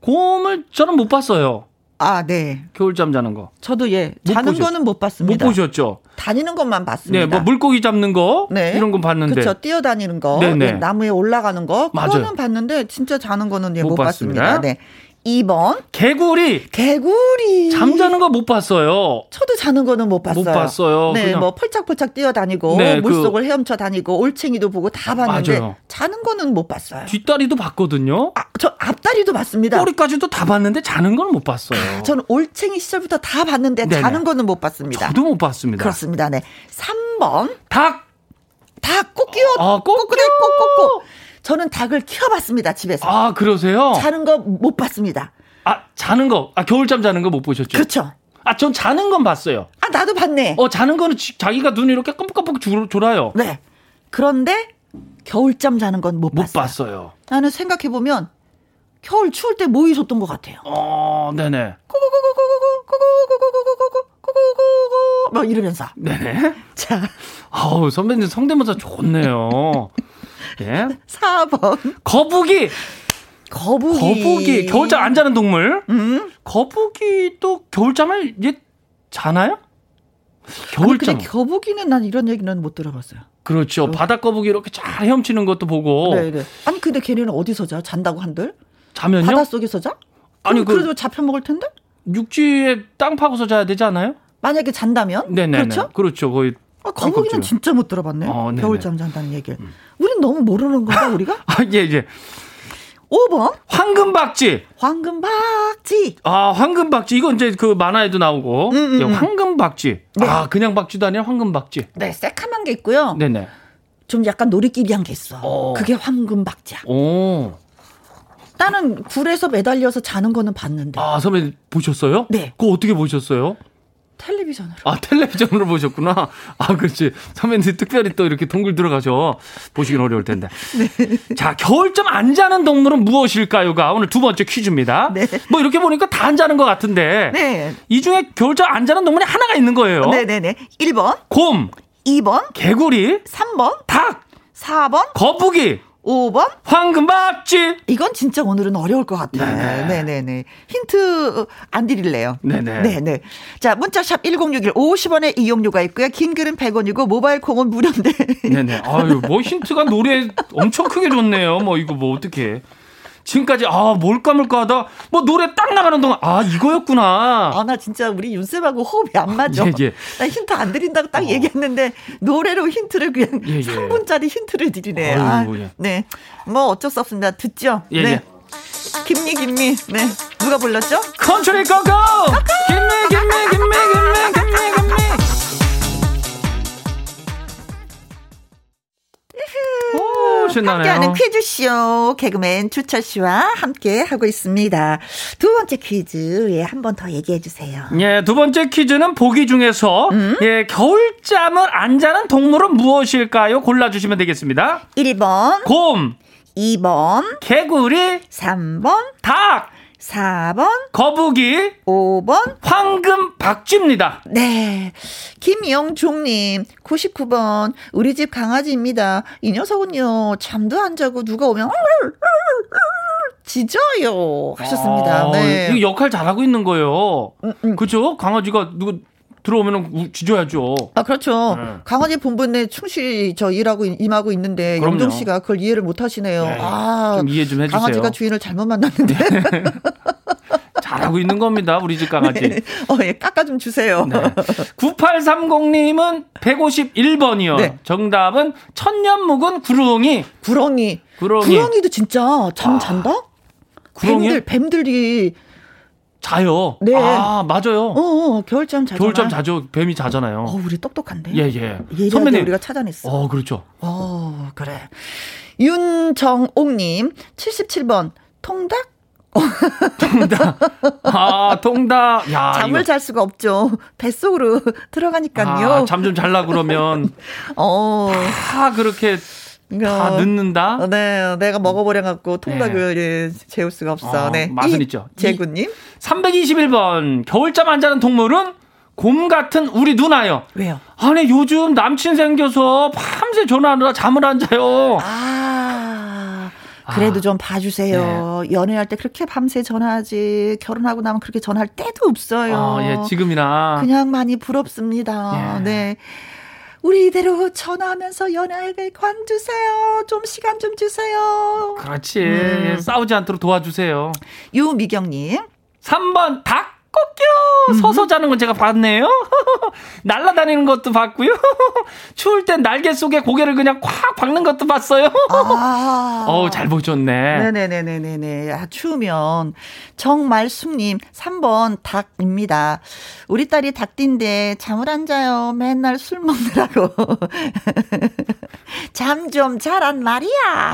[SPEAKER 4] 곰을 저는 못 봤어요.
[SPEAKER 1] 아, 네.
[SPEAKER 4] 겨울잠 자는 거.
[SPEAKER 1] 저도 예.
[SPEAKER 4] 못
[SPEAKER 1] 자는
[SPEAKER 4] 보셨-
[SPEAKER 1] 거는 못
[SPEAKER 4] 못
[SPEAKER 1] 봤습니다.
[SPEAKER 4] 보셨죠?
[SPEAKER 1] 다니는 것만 봤습니다.
[SPEAKER 4] 네, 뭐 물고기 잡는 거
[SPEAKER 1] 네.
[SPEAKER 4] 이런 건 봤는데
[SPEAKER 1] 그렇죠. 뛰어다니는 거,
[SPEAKER 4] 네네.
[SPEAKER 1] 네, 나무에 올라가는 거,
[SPEAKER 4] 맞아요.
[SPEAKER 1] 그거는 봤는데 진짜 자는 거는 예,
[SPEAKER 4] 못
[SPEAKER 1] 못, 봤습니다.
[SPEAKER 4] 봤습니다.
[SPEAKER 1] 네. 2번
[SPEAKER 4] 개구리
[SPEAKER 1] 개구리.
[SPEAKER 4] 잠자는 거 못 봤어요.
[SPEAKER 1] 저도 자는 거는 못 봤어요.
[SPEAKER 4] 못 봤어요.
[SPEAKER 1] 네,
[SPEAKER 4] 그냥-
[SPEAKER 1] 뭐 펄짝펄짝 뛰어다니고
[SPEAKER 4] 네, 그-
[SPEAKER 1] 물속을 헤엄쳐 다니고 올챙이도 보고 다 봤는데
[SPEAKER 4] 맞아요.
[SPEAKER 1] 자는 거는 못 봤어요.
[SPEAKER 4] 뒷다리도 봤거든요.
[SPEAKER 1] 아, 저 앞다리도 봤습니다.
[SPEAKER 4] 꼬리까지도 다 봤는데 자는 건 못 봤어요.
[SPEAKER 1] 저는 올챙이 시절부터 다 봤는데
[SPEAKER 4] 네네.
[SPEAKER 1] 자는 거는 못 봤습니다.
[SPEAKER 4] 저도 못 봤습니다.
[SPEAKER 1] 그렇습니다. 네. 3번
[SPEAKER 4] 닭
[SPEAKER 1] 닭 꼬끼요.
[SPEAKER 4] 아, 꼬끼요.
[SPEAKER 1] 꼬끼네 꼬꼬꼬. 저는 닭을 키워봤습니다 집에서.
[SPEAKER 4] 아, 그러세요?
[SPEAKER 1] 자는 거 못 봤습니다.
[SPEAKER 4] 아, 자는 거. 아, 겨울잠 자는 거 못 보셨죠?
[SPEAKER 1] 그렇죠.
[SPEAKER 4] 아, 전 자는 건 봤어요.
[SPEAKER 1] 아 나도 봤네.
[SPEAKER 4] 어, 자는 거는 지- 자기가 눈이 이렇게 깜빡깜빡 줄- 졸아요.
[SPEAKER 1] 네. 그런데 겨울잠 자는 건 못
[SPEAKER 4] 못
[SPEAKER 1] 봤어요.
[SPEAKER 4] 봤어요.
[SPEAKER 1] 나는 생각해 보면 겨울 추울 때 뭐 있었던 것 같아요.
[SPEAKER 4] 어, 네네.
[SPEAKER 1] 고고고고고고고고고고고고고고고고고고고고고 막 이러면서
[SPEAKER 4] 네네.
[SPEAKER 1] 자
[SPEAKER 4] 아우, 선배님 성대모사 좋네요. 예.
[SPEAKER 1] 4번
[SPEAKER 4] 거북이!
[SPEAKER 1] 거북이
[SPEAKER 4] 거북이.
[SPEAKER 1] 음.
[SPEAKER 4] 겨울잠 안 자는 동물. 거북이도 겨울잠을 얘 자나요?
[SPEAKER 1] 아니,
[SPEAKER 4] 겨울잠.
[SPEAKER 1] 근데 거북이는 난 이런 얘기는 못 들어봤어요.
[SPEAKER 4] 그렇죠. 바다 거북이 이렇게 잘 헤엄치는 것도 보고
[SPEAKER 1] 음. 네, 네. 아니 근데 걔네는 어디서 자? 잔다고 한들?
[SPEAKER 4] 자면요?
[SPEAKER 1] 바닷속에서 자?
[SPEAKER 4] 아니,
[SPEAKER 1] 아니
[SPEAKER 4] 그-
[SPEAKER 1] 그... 그래도 잡혀 먹을 텐데?
[SPEAKER 4] 육지에 땅 파고서 자야 되지 않아요?
[SPEAKER 1] 만약에 잔다면?
[SPEAKER 4] 네네.
[SPEAKER 1] 그렇죠?
[SPEAKER 4] 그렇죠. 거의
[SPEAKER 1] 아, 거북이는
[SPEAKER 4] 아,
[SPEAKER 1] 진짜 못 들어봤네.
[SPEAKER 4] 어, 네네.
[SPEAKER 1] 겨울잠 잔다는 얘기를. 우린 너무 모르는 건가 우리가?
[SPEAKER 4] 아, 예, 예.
[SPEAKER 1] 5번
[SPEAKER 4] 황금박쥐.
[SPEAKER 1] 황금박쥐.
[SPEAKER 4] 아, 황금박쥐. 이건 이제 그 만화에도 나오고.
[SPEAKER 1] 음, 음, 네.
[SPEAKER 4] 예,
[SPEAKER 1] 음.
[SPEAKER 4] 황금박쥐. 아, 그냥 박쥐도 아니라 황금박쥐.
[SPEAKER 1] 네, 새카만 게 있고요.
[SPEAKER 4] 네네.
[SPEAKER 1] 좀 약간 노리끼리한 게 있어.
[SPEAKER 4] 어.
[SPEAKER 1] 그게 황금박쥐야.
[SPEAKER 4] 오.
[SPEAKER 1] 나는 굴에서 매달려서 자는 거는 봤는데
[SPEAKER 4] 아, 선배님 보셨어요?
[SPEAKER 1] 네.
[SPEAKER 4] 그거 어떻게 보셨어요?
[SPEAKER 1] 텔레비전으로.
[SPEAKER 4] 아, 텔레비전으로 보셨구나. 아, 그렇지. 선배님 특별히 또 이렇게 동굴 들어가셔. 보시긴 어려울 텐데.
[SPEAKER 1] 네.
[SPEAKER 4] 자, 겨울잠 안 자는 동물은 무엇일까요?가 오늘 두 번째 퀴즈입니다.
[SPEAKER 1] 네.
[SPEAKER 4] 뭐 이렇게 보니까 다 안 자는 것 같은데.
[SPEAKER 1] 네.
[SPEAKER 4] 이 중에 겨울잠 안 자는 동물이 하나가 있는 거예요.
[SPEAKER 1] 네네네. 1번,
[SPEAKER 4] 곰,
[SPEAKER 1] 2번,
[SPEAKER 4] 개구리,
[SPEAKER 1] 3번,
[SPEAKER 4] 닭,
[SPEAKER 1] 4번,
[SPEAKER 4] 거북이.
[SPEAKER 1] 5번?
[SPEAKER 4] 황금박쥐.
[SPEAKER 1] 이건 진짜 오늘은 어려울 것 같아요.
[SPEAKER 4] 네네.
[SPEAKER 1] 네네. 네 힌트 안 드릴래요.
[SPEAKER 4] 네네.
[SPEAKER 1] 네네. 자, 문자샵 1061 50원의 이용료가 있고요. 긴 글은 100원이고 모바일 콩은 무료인데.
[SPEAKER 4] 네네. 아유, 뭐 힌트가 노래 엄청 크게 줬네요. 뭐 이거 뭐 어떻게. 지금까지 아, 뭘까 뭘까 하다 뭐 노래 딱 나가는 동안 아, 이거였구나.
[SPEAKER 1] 아, 나 진짜 우리 윤쌤하고 호흡이 안 맞아.
[SPEAKER 4] 예, 예. 어.
[SPEAKER 1] 나 힌트 안 드린다고 딱 얘기했는데 노래로 힌트를 그냥
[SPEAKER 4] 예, 예.
[SPEAKER 1] 3분짜리 힌트를 드리네. 아,
[SPEAKER 4] 아이고, 예.
[SPEAKER 1] 네. 뭐 어쩔 수 없습니다. 듣죠?
[SPEAKER 4] 예,
[SPEAKER 1] 네.
[SPEAKER 4] 예.
[SPEAKER 1] 김미, 김미. 네. 누가 불렀죠?
[SPEAKER 4] 컨트리 고고! 김미, 김미, 김미, 김미, 김미, 김미. 오, 신나네요.
[SPEAKER 1] 함께하는 퀴즈쇼 개그맨 주철 씨와 함께 하고 있습니다. 두 번째 퀴즈 예, 한 번 더 얘기해 주세요.
[SPEAKER 4] 예, 두 번째 퀴즈는 보기 중에서
[SPEAKER 1] 음?
[SPEAKER 4] 예, 겨울잠을 안 자는 동물은 무엇일까요? 골라 주시면 되겠습니다.
[SPEAKER 1] 1번,
[SPEAKER 4] 곰,
[SPEAKER 1] 2번,
[SPEAKER 4] 개구리,
[SPEAKER 1] 3번,
[SPEAKER 4] 닭,
[SPEAKER 1] 4번,
[SPEAKER 4] 거북이,
[SPEAKER 1] 5번.
[SPEAKER 4] 황금 박쥐입니다.
[SPEAKER 1] 네. 김영종님, 99번. 우리 집 강아지입니다. 이 녀석은요, 잠도 안 자고 누가 오면, 짖어요. 하셨습니다.
[SPEAKER 4] 아,
[SPEAKER 1] 네.
[SPEAKER 4] 이거 역할 잘하고 있는 거예요.
[SPEAKER 1] 음.
[SPEAKER 4] 그죠? 강아지가 누구 들어오면 우- 짖어야죠.
[SPEAKER 1] 아 그렇죠.
[SPEAKER 4] 네.
[SPEAKER 1] 강아지 본분에 충실히 저 일하고 임- 임하고 있는데
[SPEAKER 4] 그럼요.
[SPEAKER 1] 영종 씨가 그걸 이해를 못 하시네요.
[SPEAKER 4] 네,
[SPEAKER 1] 아
[SPEAKER 4] 좀 이해 좀 해주세요.
[SPEAKER 1] 강아지가 주인을 잘못 만났는데.
[SPEAKER 4] 잘하고 있는 겁니다. 우리 집 강아지.
[SPEAKER 1] 어, 예, 깎아 좀 주세요.
[SPEAKER 4] 네. 9830님은 151번이요.
[SPEAKER 1] 네.
[SPEAKER 4] 정답은 천년 묵은 구릉이.
[SPEAKER 1] 구렁이.
[SPEAKER 4] 구렁이. 아.
[SPEAKER 1] 도 진짜 잠 잔다?
[SPEAKER 4] 구렁이?
[SPEAKER 1] 뱀들 뱀들이
[SPEAKER 4] 자요.
[SPEAKER 1] 네.
[SPEAKER 4] 아, 맞아요.
[SPEAKER 1] 어, 어 겨울잠 자잖아.
[SPEAKER 4] 겨울잠 자죠. 뱀이
[SPEAKER 1] 어
[SPEAKER 4] 자잖아요.
[SPEAKER 1] 우리 똑똑한데.
[SPEAKER 4] 예, 예.
[SPEAKER 1] 예리하게
[SPEAKER 4] 선배님.
[SPEAKER 1] 우리가 찾아냈어.
[SPEAKER 4] 어, 그렇죠.
[SPEAKER 1] 어, 그래. 윤정옥님 77번 통닭
[SPEAKER 4] 통다. 아, 통다. 야,
[SPEAKER 1] 잠을
[SPEAKER 4] 이거.
[SPEAKER 1] 잘 수가 없죠. 뱃속으로 들어가니까요.
[SPEAKER 4] 아, 잠 좀 잘라 그러면
[SPEAKER 1] 어.
[SPEAKER 4] 다 그렇게 다
[SPEAKER 1] 어,
[SPEAKER 4] 늦는다.
[SPEAKER 1] 네, 내가 먹어버려 갖고 통닭을 예, 재울 수가 없어.
[SPEAKER 4] 네. 어,
[SPEAKER 1] 네,
[SPEAKER 4] 맛은 있죠.
[SPEAKER 1] 재구님
[SPEAKER 4] 321번 겨울잠 안 자는 동물은 곰 같은 우리 누나요.
[SPEAKER 1] 왜요?
[SPEAKER 4] 아니 요즘 남친 생겨서 밤새 전화하느라 잠을 안 자요.
[SPEAKER 1] 아, 그래도 좀 봐주세요.
[SPEAKER 4] 네.
[SPEAKER 1] 연애할 때 그렇게 밤새 전화하지 결혼하고 나면 그렇게 전화할 때도 없어요.
[SPEAKER 4] 어, 예, 지금이나
[SPEAKER 1] 그냥 많이 부럽습니다.
[SPEAKER 4] 예.
[SPEAKER 1] 네. 우리 이대로 전화하면서 연애에 관주세요. 좀 시간 좀 주세요.
[SPEAKER 4] 그렇지.
[SPEAKER 1] 음.
[SPEAKER 4] 예, 싸우지 않도록 도와주세요.
[SPEAKER 1] 유미경님.
[SPEAKER 4] 3번
[SPEAKER 1] 음.
[SPEAKER 4] 닭꼬끼요. 서서 자는 건 제가 봤네요. 날아다니는 것도 봤고요. 추울 땐 날개 속에 고개를 그냥 콱 박는 것도 봤어요.
[SPEAKER 1] 아.
[SPEAKER 4] 어우, 잘 보셨네.
[SPEAKER 1] 네네네네네네. 아, 추우면. 정말숙님, 3번 닭입니다. 우리 딸이 닭띠인데 잠을 안 자요. 맨날 술 먹느라고. 잠 좀 자란 말이야.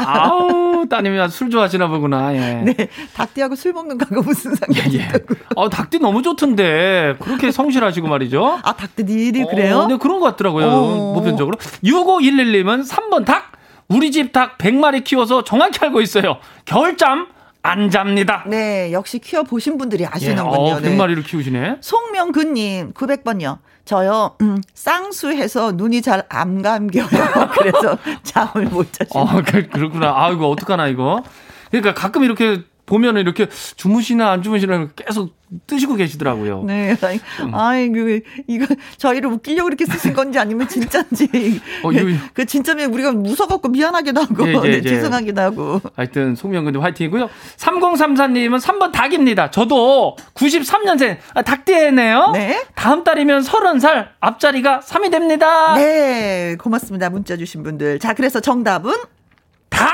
[SPEAKER 4] 아우, 따님이 술 좋아하시나 보구나. 예.
[SPEAKER 1] 네. 닭띠하고 술 먹는 거하고 무슨 상관이
[SPEAKER 4] 예. 아, 닭띠 너무 좋던데. 그렇게 성실하시고 말이죠.
[SPEAKER 1] 아, 닭띠들이 그래요?
[SPEAKER 4] 어, 네, 그런 것 같더라고요.
[SPEAKER 1] 어.
[SPEAKER 4] 보편적으로. 6511님은 3번 닭. 우리 집 닭 100마리 키워서 정확히 알고 있어요. 겨울잠 안 잡니다.
[SPEAKER 1] 네. 역시 키워보신 분들이 아시는군요.
[SPEAKER 4] 어,
[SPEAKER 1] 네.
[SPEAKER 4] 100마리를 키우시네.
[SPEAKER 1] 송명근님 900번요. 저요 음, 쌍수해서 눈이 잘 안 감겨요. 그래서 잠을 못 자시.
[SPEAKER 4] 아, 그- 그렇구나. 아, 이거 어떡하나, 이거. 그러니까 가끔 이렇게 보면 은 이렇게 주무시나 안 주무시나 계속 뜨시고 계시더라고요.
[SPEAKER 1] 네, 아이,
[SPEAKER 4] 음.
[SPEAKER 1] 아이고 이거 저희를 웃기려고 이렇게 쓰신 건지 아니면 진짜인지
[SPEAKER 4] 어, 이거-
[SPEAKER 1] 그 진짜면 우리가 웃어갖고 미안하기도 하고
[SPEAKER 4] 예, 예,
[SPEAKER 1] 네,
[SPEAKER 4] 예.
[SPEAKER 1] 죄송하기도 하고
[SPEAKER 4] 하여튼 송명근님 화이팅이고요. 3034님은 3번 닭입니다. 저도 93년생 아, 닭띠네요.
[SPEAKER 1] 네.
[SPEAKER 4] 다음 달이면 30살 앞자리가 3이 됩니다.
[SPEAKER 1] 네 고맙습니다 문자 주신 분들 자 그래서 정답은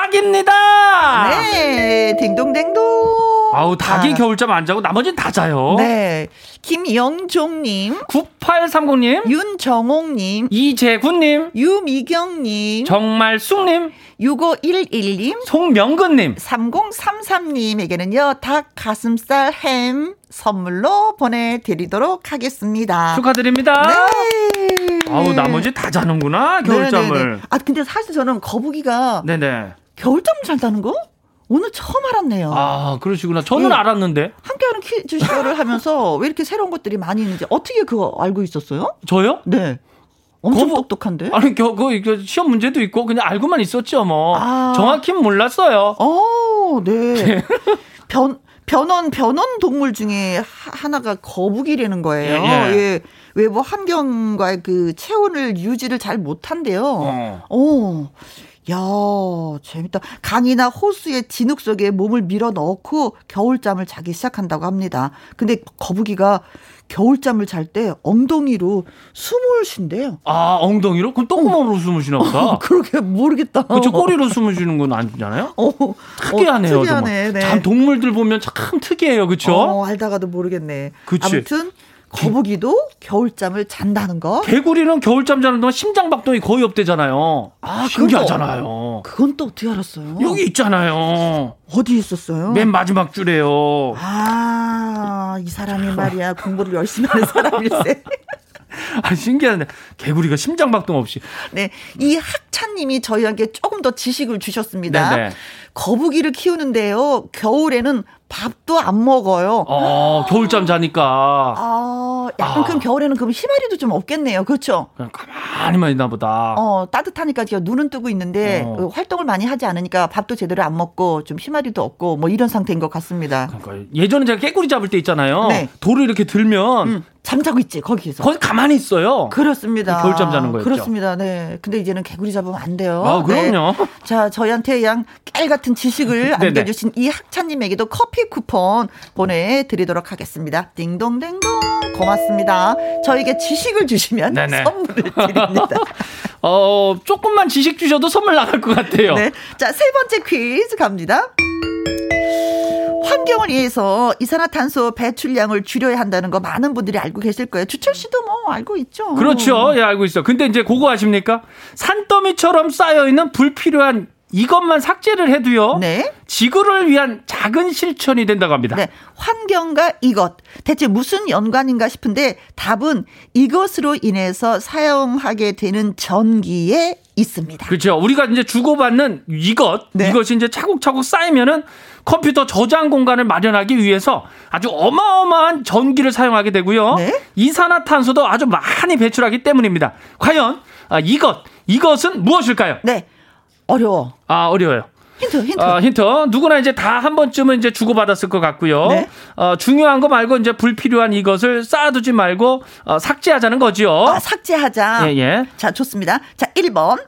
[SPEAKER 4] 닭입니다.
[SPEAKER 1] 네 딩동댕동
[SPEAKER 4] 아. 아우 닭이
[SPEAKER 1] 아,
[SPEAKER 4] 겨울잠 안 자고 나머지는 다 자요.
[SPEAKER 1] 네 김영종님
[SPEAKER 4] 9830님,
[SPEAKER 1] 윤정옥님
[SPEAKER 4] 이재군님,
[SPEAKER 1] 유미경님
[SPEAKER 4] 정말숙님,
[SPEAKER 1] 6511님
[SPEAKER 4] 송명근님.
[SPEAKER 1] 3033님에게는요, 닭 가슴살 햄 선물로 보내드리도록 하겠습니다.
[SPEAKER 4] 축하드립니다.
[SPEAKER 1] 네.
[SPEAKER 4] 아우 나머지 다 자는구나 겨울잠을.
[SPEAKER 1] 네네네. 아, 근데 사실 저는 거북이가
[SPEAKER 4] 네네.
[SPEAKER 1] 겨울잠 잔다는 거? 오늘 처음 알았네요.
[SPEAKER 4] 아 그러시구나. 저는
[SPEAKER 1] 네.
[SPEAKER 4] 알았는데
[SPEAKER 1] 함께하는 퀴즈쇼를 하면서 왜 이렇게 새로운 것들이 많이 있는지 어떻게 그거 알고 있었어요?
[SPEAKER 4] 저요?
[SPEAKER 1] 네. 어? 엄청
[SPEAKER 4] 거부-
[SPEAKER 1] 똑똑한데?
[SPEAKER 4] 아니 겨, 그 이거 시험 문제도 있고 그냥 알고만 있었죠 뭐
[SPEAKER 1] 아.
[SPEAKER 4] 정확히는 몰랐어요.
[SPEAKER 1] 어, 네. 변 변원 변원 동물 중에 하- 하나가 거북이라는 거예요.
[SPEAKER 4] 예,
[SPEAKER 1] 예,
[SPEAKER 4] 예.
[SPEAKER 1] 외부 환경과의 그 체온을 유지를 잘 못한대요.
[SPEAKER 4] 어.
[SPEAKER 1] 오, 야, 재밌다. 강이나 호수의 진흙 속에 몸을 밀어 넣고 겨울잠을 자기 시작한다고 합니다. 근데 거북이가 겨울잠을 잘 때 엉덩이로 숨을 쉰대요.
[SPEAKER 4] 아 엉덩이로? 그럼 똥구멍으로 숨을 쉬나 보다.
[SPEAKER 1] 그러게 모르겠다.
[SPEAKER 4] 아. 그쵸 꼬리로 숨을 쉬는 건 아니잖아요.
[SPEAKER 1] 어,
[SPEAKER 4] 특이하네요
[SPEAKER 1] 어,
[SPEAKER 4] 정말.
[SPEAKER 1] 특이하네. 네.
[SPEAKER 4] 참 동물들 보면 참 특이해요 그쵸?
[SPEAKER 1] 어, 알다가도 모르겠네.
[SPEAKER 4] 그치.
[SPEAKER 1] 아무튼 거북이도 겨울잠을 잔다는 거.
[SPEAKER 4] 개구리는 겨울잠 자는 동안 심장 박동이 거의 없대잖아요.
[SPEAKER 1] 아,
[SPEAKER 4] 신기하잖아요.
[SPEAKER 1] 그건 또 어떻게 알았어요?
[SPEAKER 4] 여기 있잖아요.
[SPEAKER 1] 어디 있었어요?
[SPEAKER 4] 맨 마지막 줄에요.
[SPEAKER 1] 아, 이 사람이 말이야 공부를 열심히 하는 사람일세.
[SPEAKER 4] 아, 신기하네. 개구리가 심장 박동 없이.
[SPEAKER 1] 네, 이 학찬님이 저희에게 조금 더 지식을 주셨습니다.
[SPEAKER 4] 네네.
[SPEAKER 1] 거북이를 키우는데요, 겨울에는 밥도 안 먹어요.
[SPEAKER 4] 어, 겨울잠 자니까
[SPEAKER 1] 아, 약간
[SPEAKER 4] 아.
[SPEAKER 1] 그럼 겨울에는 그럼 희마리도 좀 없겠네요, 그렇죠?
[SPEAKER 4] 그냥 가만히만 있나 보다.
[SPEAKER 1] 어, 따뜻하니까 지금 눈은 뜨고 있는데
[SPEAKER 4] 아. 어.
[SPEAKER 1] 그 활동을 많이 하지 않으니까 밥도 제대로 안 먹고 좀 희마리도 없고 뭐 이런 상태인 것 같습니다.
[SPEAKER 4] 그러니까 예전에 제가 깨구리 잡을 때 있잖아요.
[SPEAKER 1] 네.
[SPEAKER 4] 돌을 이렇게 들면
[SPEAKER 1] 음, 잠자고 있지 거기에서.
[SPEAKER 4] 거기 가만히 있어요.
[SPEAKER 1] 그렇습니다.
[SPEAKER 4] 겨울잠 자는 거였죠.
[SPEAKER 1] 그렇습니다. 네. 근데 이제는 개구리 잡으면 안 돼요.
[SPEAKER 4] 아, 그럼요.
[SPEAKER 1] 네. 자, 저희한테 양 깨알 같은 지식을
[SPEAKER 4] 네네.
[SPEAKER 1] 안겨주신 이 학차님에게도 커피 쿠폰 보내드리도록 하겠습니다. 띵동댕동. 고맙습니다. 저에게 지식을 주시면
[SPEAKER 4] 네네.
[SPEAKER 1] 선물을 드립니다.
[SPEAKER 4] 어, 조금만 지식 주셔도 선물 나갈 것 같아요.
[SPEAKER 1] 네. 자, 세 번째 퀴즈 갑니다. 환경을 위해서 이산화탄소 배출량을 줄여야 한다는 거 많은 분들이 알고 계실 거예요. 주철 씨도 뭐 알고 있죠.
[SPEAKER 4] 그렇죠. 예, 알고 있어. 근데 이제 그거 아십니까? 산더미처럼 쌓여있는 불필요한 이것만 삭제를 해도요.
[SPEAKER 1] 네.
[SPEAKER 4] 지구를 위한 작은 실천이 된다고 합니다.
[SPEAKER 1] 네. 환경과 이것. 대체 무슨 연관인가 싶은데 답은 이것으로 인해서 사용하게 되는 전기에 있습니다.
[SPEAKER 4] 그렇죠. 우리가 이제 주고받는 이것,
[SPEAKER 1] 네.
[SPEAKER 4] 이것이 이제 차곡차곡 쌓이면은 컴퓨터 저장 공간을 마련하기 위해서 아주 어마어마한 전기를 사용하게 되고요.
[SPEAKER 1] 네.
[SPEAKER 4] 이산화탄소도 아주 많이 배출하기 때문입니다. 과연 아, 이것, 이것은 무엇일까요?
[SPEAKER 1] 네. 어려워.
[SPEAKER 4] 아, 어려워요.
[SPEAKER 1] 힌트, 힌트.
[SPEAKER 4] 아, 힌트. 누구나 이제 다 한 번쯤은 이제 주고받았을 것 같고요.
[SPEAKER 1] 네.
[SPEAKER 4] 어, 중요한 거 말고 이제 불필요한 이것을 쌓아두지 말고 어, 삭제하자는 거지요.
[SPEAKER 1] 아, 삭제하자.
[SPEAKER 4] 예, 예.
[SPEAKER 1] 자, 좋습니다. 자, 1번.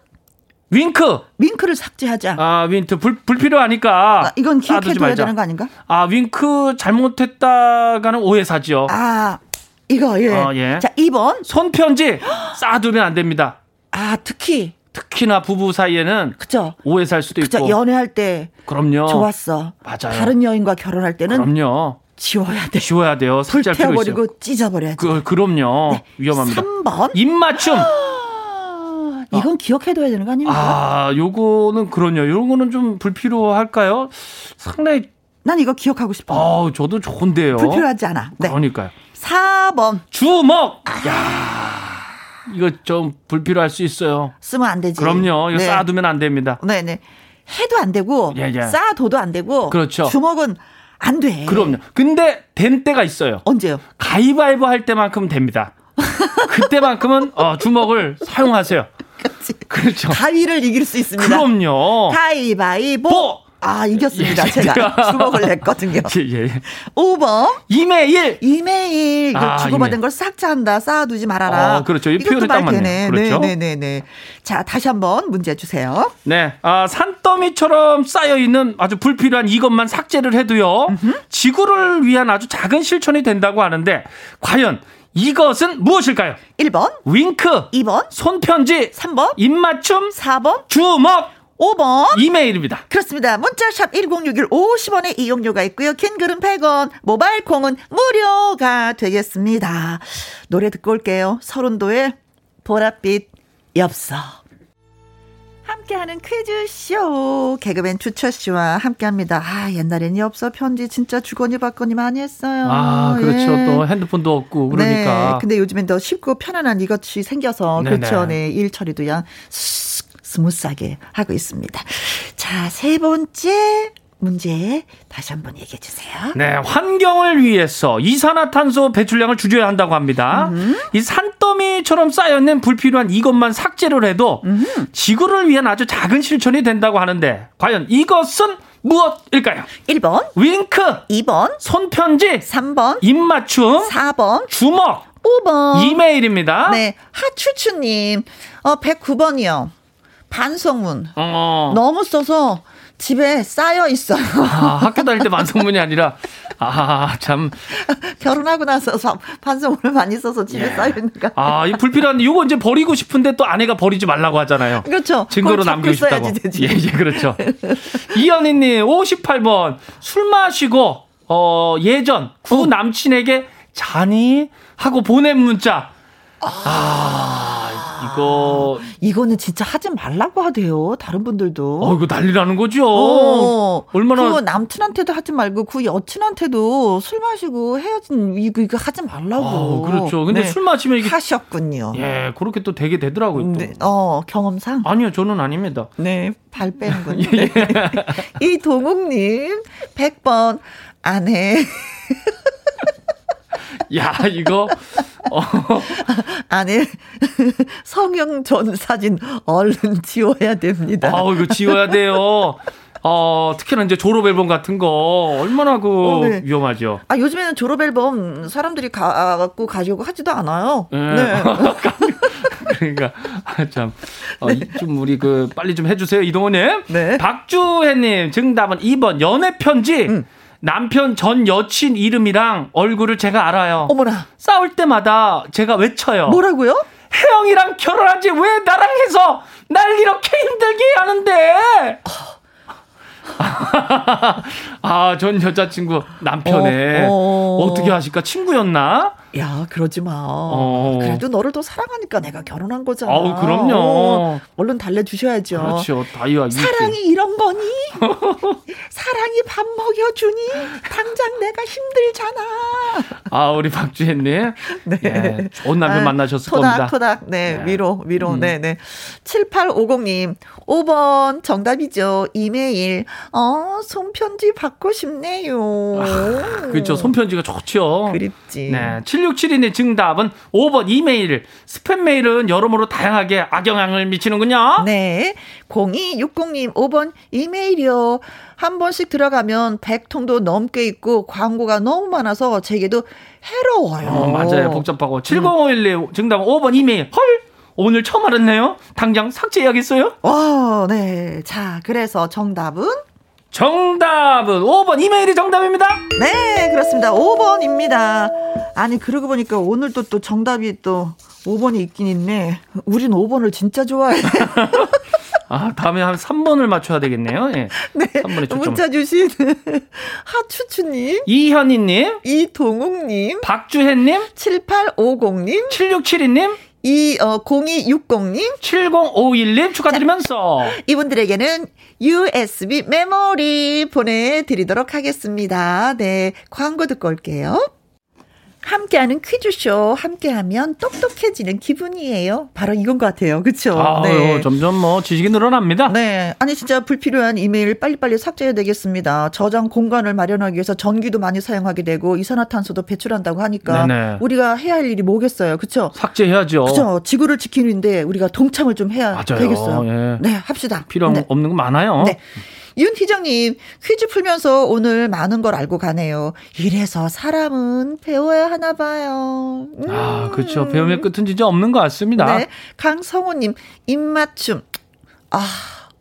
[SPEAKER 4] 윙크.
[SPEAKER 1] 윙크를 삭제하자. 아,
[SPEAKER 4] 아, 윙크 불, 불필요하니까.
[SPEAKER 1] 이건
[SPEAKER 4] 쌓아두지
[SPEAKER 1] 기억해둬야
[SPEAKER 4] 말자.
[SPEAKER 1] 되는 거 아닌가?
[SPEAKER 4] 아, 윙크 잘못했다가는 오해사지요.
[SPEAKER 1] 아, 이거, 예.
[SPEAKER 4] 어, 예.
[SPEAKER 1] 자, 2번.
[SPEAKER 4] 손편지 쌓아두면 안 됩니다.
[SPEAKER 1] 아, 특히.
[SPEAKER 4] 특히나 부부 사이에는
[SPEAKER 1] 그죠?
[SPEAKER 4] 오해살 수도
[SPEAKER 1] 그죠?
[SPEAKER 4] 있고.
[SPEAKER 1] 연애할 때
[SPEAKER 4] 그럼요.
[SPEAKER 1] 좋았어.
[SPEAKER 4] 맞아요.
[SPEAKER 1] 다른 여인과 결혼할 때는
[SPEAKER 4] 그럼요.
[SPEAKER 1] 지워야 돼.
[SPEAKER 4] 지워야 돼요. 삭제할 필요 있어요.
[SPEAKER 1] 불태워버리고 네. 찢어버려야 돼.
[SPEAKER 4] 그, 그럼요. 위험합니다.
[SPEAKER 1] 3번.
[SPEAKER 4] 입맞춤.
[SPEAKER 1] 아, 이건 기억해둬야 되는 거 아닙니까?
[SPEAKER 4] 아, 요거는 그럼요. 요거는 좀 불필요할까요? 상당히,
[SPEAKER 1] 난 이거 기억하고 싶어.
[SPEAKER 4] 아우, 저도 좋은데요.
[SPEAKER 1] 불필요하지 않아. 네.
[SPEAKER 4] 그러니까요.
[SPEAKER 1] 4번
[SPEAKER 4] 주먹! 야 이거 좀 불필요할 수 있어요.
[SPEAKER 1] 쓰면 안 되지.
[SPEAKER 4] 그럼요. 이거
[SPEAKER 1] 네.
[SPEAKER 4] 쌓아두면 안 됩니다.
[SPEAKER 1] 네네. 해도 안 되고
[SPEAKER 4] 예, 예.
[SPEAKER 1] 쌓아둬도 안 되고
[SPEAKER 4] 그렇죠.
[SPEAKER 1] 주먹은 안 돼.
[SPEAKER 4] 그럼요. 근데 된 때가 있어요.
[SPEAKER 1] 언제요?
[SPEAKER 4] 가위바위보 할 때만큼 됩니다. 그때만큼은 어, 주먹을 사용하세요.
[SPEAKER 1] 그치.
[SPEAKER 4] 그렇죠.
[SPEAKER 1] 가위를 이길 수 있습니다.
[SPEAKER 4] 그럼요.
[SPEAKER 1] 가위바위보.
[SPEAKER 4] 어. 보!
[SPEAKER 1] 아 이겼습니다.
[SPEAKER 4] 예,
[SPEAKER 1] 제가
[SPEAKER 4] 제가.
[SPEAKER 1] 주먹을 냈거든요.
[SPEAKER 4] 예, 예. 예.
[SPEAKER 1] 5번
[SPEAKER 4] 이메일!
[SPEAKER 1] 이메일 이거
[SPEAKER 4] 아,
[SPEAKER 1] 주고받은
[SPEAKER 4] 이메일.
[SPEAKER 1] 걸 삭제한다 쌓아두지 말아라.
[SPEAKER 4] 어, 그렇죠. 이
[SPEAKER 1] 이것도
[SPEAKER 4] 표현이
[SPEAKER 1] 말
[SPEAKER 4] 딱 맞네요.
[SPEAKER 1] 되네.
[SPEAKER 4] 그렇죠.
[SPEAKER 1] 네네네네. 자 다시 한번 문제 주세요.
[SPEAKER 4] 네. 아, 산더미처럼 쌓여있는 아주 불필요한 이것만 삭제를 해도요. 지구를 위한 아주 작은 실천이 된다고 하는데, 과연 이것은 무엇일까요?
[SPEAKER 1] 1번,
[SPEAKER 4] 윙크,
[SPEAKER 1] 2번,
[SPEAKER 4] 손편지,
[SPEAKER 1] 3번,
[SPEAKER 4] 입맞춤,
[SPEAKER 1] 4번,
[SPEAKER 4] 주먹,
[SPEAKER 1] 5번.
[SPEAKER 4] 이메일입니다.
[SPEAKER 1] 그렇습니다. 문자샵 1061 50원의 이용료가 있고요. 긴 글은 100원, 모바일 콩은 무료가 되겠습니다. 노래 듣고 올게요. 서른도의 보랏빛 엽서. 함께하는 퀴즈쇼 개그맨 주철 씨와 함께합니다. 아 옛날엔 엽서 편지 진짜 주거니 받거니 많이 했어요.
[SPEAKER 4] 아, 그렇죠.
[SPEAKER 1] 예.
[SPEAKER 4] 또 핸드폰도 없고, 그러니까.
[SPEAKER 1] 네, 근데 요즘엔 더 쉽고 편안한 이것이 생겨서
[SPEAKER 4] 네네.
[SPEAKER 1] 그렇죠. 네, 일 처리도 양 스무스하게 하고 있습니다. 자, 세 번째 문제 다시 한번 얘기해 주세요.
[SPEAKER 4] 네, 환경을 위해서 이산화탄소 배출량을 줄여야 한다고 합니다. 이 산더미처럼 쌓여있는 불필요한 이것만 삭제를 해도 지구를 위한 아주 작은 실천이 된다고 하는데 과연 이것은 무엇일까요?
[SPEAKER 1] 1번,
[SPEAKER 4] 윙크,
[SPEAKER 1] 2번,
[SPEAKER 4] 손편지,
[SPEAKER 1] 3번,
[SPEAKER 4] 입맞춤,
[SPEAKER 1] 4번,
[SPEAKER 4] 주먹,
[SPEAKER 1] 5번.
[SPEAKER 4] 이메일입니다.
[SPEAKER 1] 어. 네, 하추추님, 어, 109번이요. 반성문.
[SPEAKER 4] 어,
[SPEAKER 1] 너무 써서 집에 쌓여 있어요.
[SPEAKER 4] 아, 학교 다닐 때 만성문이 아니라 아, 참.
[SPEAKER 1] 결혼하고 나서 사- 반성문을 많이 써서 집에 쌓여 있는 거.
[SPEAKER 4] 아, 이 불필요한 요거 이제 버리고 싶은데 또 아내가 버리지 말라고 하잖아요.
[SPEAKER 1] 그렇죠. 그걸
[SPEAKER 4] 증거로
[SPEAKER 1] 자꾸
[SPEAKER 4] 남기고 싶다고.
[SPEAKER 1] 써야지 되지.
[SPEAKER 4] 예, 예, 그렇죠. 이현희님, 58번. 술 마시고, 어, 예전, 구 남친에게 자니? 하고 보낸 문자. 아, 이거,
[SPEAKER 1] 이거는 진짜 하지 말라고 하대요. 다른 분들도.
[SPEAKER 4] 어, 이거 난리라는 거죠.
[SPEAKER 1] 어,
[SPEAKER 4] 얼마나.
[SPEAKER 1] 그 남친한테도 하지 말고 그 여친한테도 술 마시고 헤어진 이거 이거 하지 말라고.
[SPEAKER 4] 어, 그렇죠. 근데
[SPEAKER 1] 네.
[SPEAKER 4] 술 마시면 이게,
[SPEAKER 1] 하셨군요.
[SPEAKER 4] 예, 그렇게 또 되게 되더라고요. 또.
[SPEAKER 1] 네, 어 경험상.
[SPEAKER 4] 아니요, 예, 저는 아닙니다.
[SPEAKER 1] 네, 발 빼는군요. 네.
[SPEAKER 4] 예.
[SPEAKER 1] 이 동욱님 100번 아내
[SPEAKER 4] 야, 이거, 어,
[SPEAKER 1] 아내 성형 전 사진 얼른 지워야 됩니다.
[SPEAKER 4] 아우 이거 지워야 돼요. 어 특히나 이제 졸업 앨범 같은 거 얼마나 그
[SPEAKER 1] 어, 네.
[SPEAKER 4] 위험하죠.
[SPEAKER 1] 아 요즘에는 졸업 앨범 사람들이 가- 갖고 가려고 하지도 않아요.
[SPEAKER 4] 예.
[SPEAKER 1] 네.
[SPEAKER 4] 그러니까 아, 참. 어, 좀 우리 그 빨리 좀 해주세요 이동호님.
[SPEAKER 1] 네.
[SPEAKER 4] 박주혜님 정답은 2번 연애 편지.
[SPEAKER 1] 음.
[SPEAKER 4] 남편 전 여친 이름이랑 얼굴을 제가 알아요.
[SPEAKER 1] 어머나
[SPEAKER 4] 싸울 때마다 제가 외쳐요.
[SPEAKER 1] 뭐라고요?
[SPEAKER 4] 혜영이랑 결혼한 지 왜 나랑 해서 날 이렇게 힘들게 하는데? 아, 전 여자친구 남편에
[SPEAKER 1] 어, 어.
[SPEAKER 4] 어, 떻게 하실까? 친구였나?
[SPEAKER 1] 야 그러지 마.
[SPEAKER 4] 어.
[SPEAKER 1] 그래도 너를 더 사랑하니까 내가 결혼한 거잖아.
[SPEAKER 4] 아우, 그럼요.
[SPEAKER 1] 어, 얼른 달래주셔야죠.
[SPEAKER 4] 그렇죠. 다이아 이게.
[SPEAKER 1] 사랑이 이런 거니? 사랑이 밥 먹여주니? 당장 내가 힘들잖아.
[SPEAKER 4] 아, 우리 박주혜님.
[SPEAKER 1] 네.
[SPEAKER 4] 예, 좋은 남편
[SPEAKER 1] 아,
[SPEAKER 4] 만나셨을
[SPEAKER 1] 토닥,
[SPEAKER 4] 겁니다.
[SPEAKER 1] 토닥, 네,
[SPEAKER 4] 네.
[SPEAKER 1] 위로, 위로, 네, 네. 7850님, 5번 정답이죠. 이메일. 어, 손편지 받고 싶네요. 어,
[SPEAKER 4] 그렇죠. 손편지가 좋죠.
[SPEAKER 1] 그립지.
[SPEAKER 4] 네. 7672님 정답은 5번 이메일. 스팸 메일은 여러모로 다양하게 악영향을 미치는군요.
[SPEAKER 1] 네. 0260님 5번 이메일이요. 한 번씩 들어가면 100통도 넘게 있고 광고가 너무 많아서 제게도 해로워요.
[SPEAKER 4] 어, 맞아요. 복잡하고.
[SPEAKER 1] 음.
[SPEAKER 4] 7051님 정답은 5번 이메일. 헐! 오늘 처음 알았네요. 당장 삭제해야겠어요?
[SPEAKER 1] 와, 네. 자, 그래서 정답은
[SPEAKER 4] 정답은 5번 이메일이 정답입니다.
[SPEAKER 1] 네, 그렇습니다. 5번입니다. 아니, 그러고 보니까 오늘 또, 또 정답이 또 5번이 있긴 있네. 우린 5번을 진짜 좋아해.
[SPEAKER 4] 아, 다음에 한 3번을 맞춰야 되겠네요. 예.
[SPEAKER 1] 네.
[SPEAKER 4] 3번에 초점.
[SPEAKER 1] 문자 주신 하추추님,
[SPEAKER 4] 이현희님,
[SPEAKER 1] 이동욱님,
[SPEAKER 4] 박주혜님,
[SPEAKER 1] 7850님,
[SPEAKER 4] 7672님,
[SPEAKER 1] 이, 어, 0260님,
[SPEAKER 4] 7051님 축하드리면서
[SPEAKER 1] 이분들에게는 USB 메모리 보내드리도록 하겠습니다. 네, 광고 듣고 올게요. 함께하는 퀴즈쇼 함께하면 똑똑해지는 기분이에요. 바로 이건 것 같아요. 그렇죠?
[SPEAKER 4] 아유, 점점 뭐 지식이 늘어납니다.
[SPEAKER 1] 네. 아니, 진짜 불필요한 이메일 빨리빨리 삭제해야 되겠습니다. 저장 공간을 마련하기 위해서 전기도 많이 사용하게 되고, 이산화탄소도 배출한다고 하니까,
[SPEAKER 4] 네네.
[SPEAKER 1] 우리가 해야 할 일이 뭐겠어요. 그쵸?
[SPEAKER 4] 삭제해야죠.
[SPEAKER 1] 그쵸? 지구를 지키는데, 우리가 동참을 좀 해야
[SPEAKER 4] 맞아요.
[SPEAKER 1] 되겠어요.
[SPEAKER 4] 예.
[SPEAKER 1] 네, 합시다.
[SPEAKER 4] 필요한
[SPEAKER 1] 네.
[SPEAKER 4] 거 없는 거 많아요.
[SPEAKER 1] 네. 윤희정님, 퀴즈 풀면서 오늘 많은 걸 알고 가네요. 이래서 사람은 배워야 하나 봐요. 음.
[SPEAKER 4] 아, 그렇죠. 배움의 아. 끝은 진짜 없는 것 같습니다.
[SPEAKER 1] 네. 강성호님, 입맞춤. 아,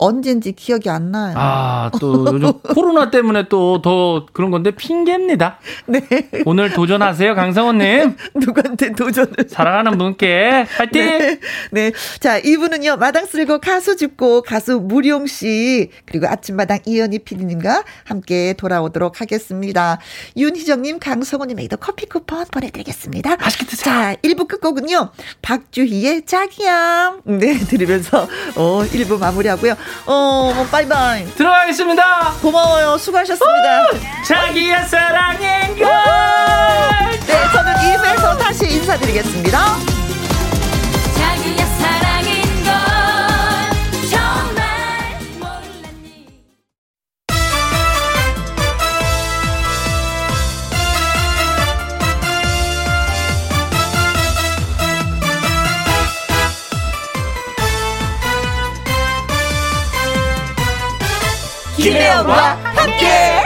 [SPEAKER 1] 언젠지 기억이 안 나요.
[SPEAKER 4] 아, 또 요즘 코로나 때문에 또 더 그런 건데 핑계입니다.
[SPEAKER 1] 네.
[SPEAKER 4] 오늘 도전하세요, 강성원님.
[SPEAKER 1] 누구한테 도전을.
[SPEAKER 4] 사랑하는 분께 파이팅!
[SPEAKER 1] 네. 네. 자, 이분은요, 마당 쓸고 가수 짚고 가수 무룡 씨, 그리고 아침마당 이현희 PD님과 함께 돌아오도록 하겠습니다. 윤희정님, 강성호님에게도 커피 쿠폰 보내드리겠습니다.
[SPEAKER 4] 맛있게 드세요.
[SPEAKER 1] 자, 1부 끝곡은요, 박주희의 짝이야. 네, 들으면서, 어, 1부 마무리하고요. 어, 뭐, 빠이빠이.
[SPEAKER 4] 들어가겠습니다.
[SPEAKER 1] 고마워요. 수고하셨습니다. 네,
[SPEAKER 4] 자기야 사랑인 걸.
[SPEAKER 1] 네, 저는 2부에서 다시 인사드리겠습니다.
[SPEAKER 2] 자기야 사랑인 걸 정말 몰랐니
[SPEAKER 1] 김혜영과 함께.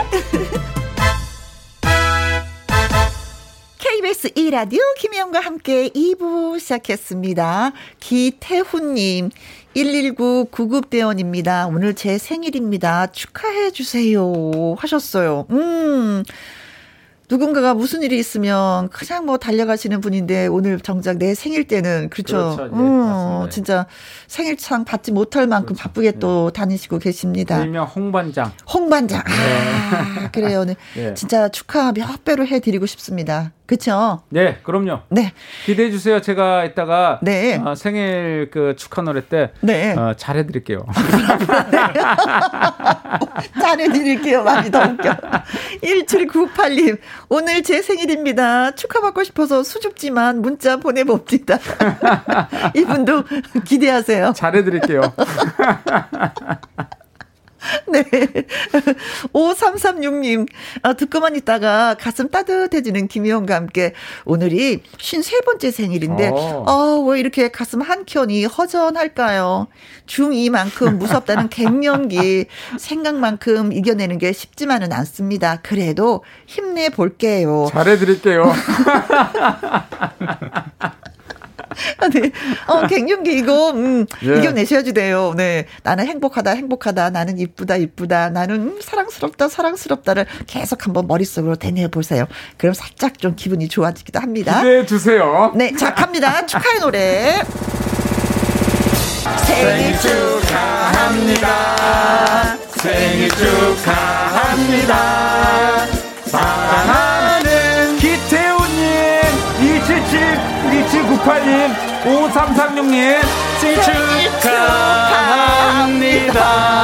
[SPEAKER 1] KBS 1라디오 김혜영과 함께 2부 시작했습니다. 기태훈님, 119 구급대원입니다. 오늘 제 생일입니다. 축하해주세요. 하셨어요. 음. 누군가가 무슨 일이 있으면 그냥 뭐 달려가시는 분인데 오늘 정작 내 생일 때는 그렇죠.
[SPEAKER 4] 그렇죠. 예, 맞습니다. 그렇죠.
[SPEAKER 1] 음,
[SPEAKER 4] 예.
[SPEAKER 1] 진짜 생일상 받지 못할 만큼 바쁘게 또
[SPEAKER 4] 예.
[SPEAKER 1] 다니시고 계십니다.
[SPEAKER 4] 일명 홍반장.
[SPEAKER 1] 홍반장. 아, 그래요. 네.
[SPEAKER 4] 예.
[SPEAKER 1] 진짜 축하 몇 배로 해드리고 싶습니다. 그쵸?
[SPEAKER 4] 네, 그럼요.
[SPEAKER 1] 네.
[SPEAKER 4] 기대해 주세요. 제가 이따가
[SPEAKER 1] 네.
[SPEAKER 4] 어, 생일 그 축하 노래 때
[SPEAKER 1] 네.
[SPEAKER 4] 어, 잘해드릴게요.
[SPEAKER 1] 잘해드릴게요. 많이 더 웃겨. 1798님, 오늘 제 생일입니다. 축하받고 싶어서 수줍지만 문자 보내봅니다. 이분도 기대하세요.
[SPEAKER 4] 잘해드릴게요.
[SPEAKER 1] 네. 5336님, 아, 듣고만 있다가 가슴 따뜻해지는 김희원과 함께 오늘이 53번째 생일인데,
[SPEAKER 4] 오.
[SPEAKER 1] 어, 왜 이렇게 가슴 한 켠이 허전할까요? 중2만큼 무섭다는 갱년기, 생각만큼 이겨내는 게 쉽지만은 않습니다. 그래도 힘내볼게요.
[SPEAKER 4] 잘해드릴게요.
[SPEAKER 1] 아, 네. 어, 갱년기 이거, 음,
[SPEAKER 4] 예.
[SPEAKER 1] 이겨내셔야지 돼요. 네. 나는 행복하다, 행복하다, 나는 이쁘다, 이쁘다, 나는 음, 사랑스럽다, 사랑스럽다를 계속 한번 머릿속으로 되뇌어보세요. 그럼 살짝 좀 기분이 좋아지기도 합니다.
[SPEAKER 4] 기대해 주세요.
[SPEAKER 1] 네, 자, 갑니다. 축하의 노래. 생일 축하합니다.
[SPEAKER 4] 생일 축하합니다. 사랑하는 기태우님, 2777, 2798님, 5336님, 생일 축하합니다.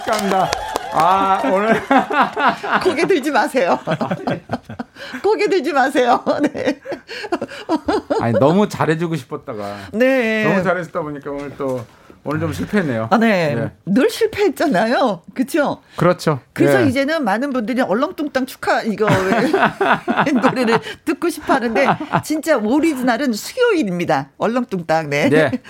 [SPEAKER 4] 축하합니다. 아, 오늘.
[SPEAKER 1] 고개 들지 마세요. 고개 들지 마세요. 네.
[SPEAKER 4] 아니, 너무 잘해주고 싶었다가.
[SPEAKER 1] 네.
[SPEAKER 4] 너무 잘했다 보니까 오늘 또, 오늘 좀 실패했네요.
[SPEAKER 1] 아, 네.
[SPEAKER 4] 네.
[SPEAKER 1] 늘 실패했잖아요. 그쵸?
[SPEAKER 4] 그렇죠.
[SPEAKER 1] 그래서
[SPEAKER 4] 예.
[SPEAKER 1] 이제는 많은 분들이 얼렁뚱땅 축하 이거 노래를 듣고 싶어 하는데 진짜 오리지널은 수요일입니다. 얼렁뚱땅. 네.
[SPEAKER 4] 네.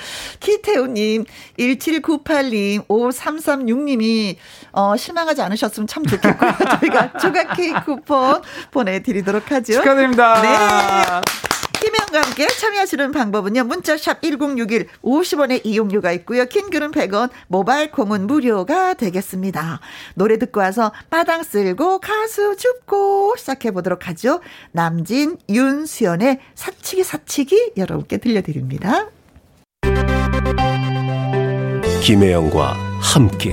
[SPEAKER 1] 키태우 님, 1798님, 5336님이 어 실망하지 않으셨으면 참 좋겠고요. 저희가 조각 케이크 쿠폰 보내 드리도록 하죠.
[SPEAKER 4] 축하드립니다.
[SPEAKER 1] 네. 김혜영과 함께 참여하시는 방법은요. 문자샵 1061 50원의 이용료가 있고요. 킹글은 100원, 모바일 콩은 무료가 되겠습니다. 노래 듣고 와서 마당 쓸고 가수 줍고 시작해 보도록 하죠. 남진, 윤수연의 사치기 사치기 여러분께 들려드립니다.
[SPEAKER 3] 김혜영과 함께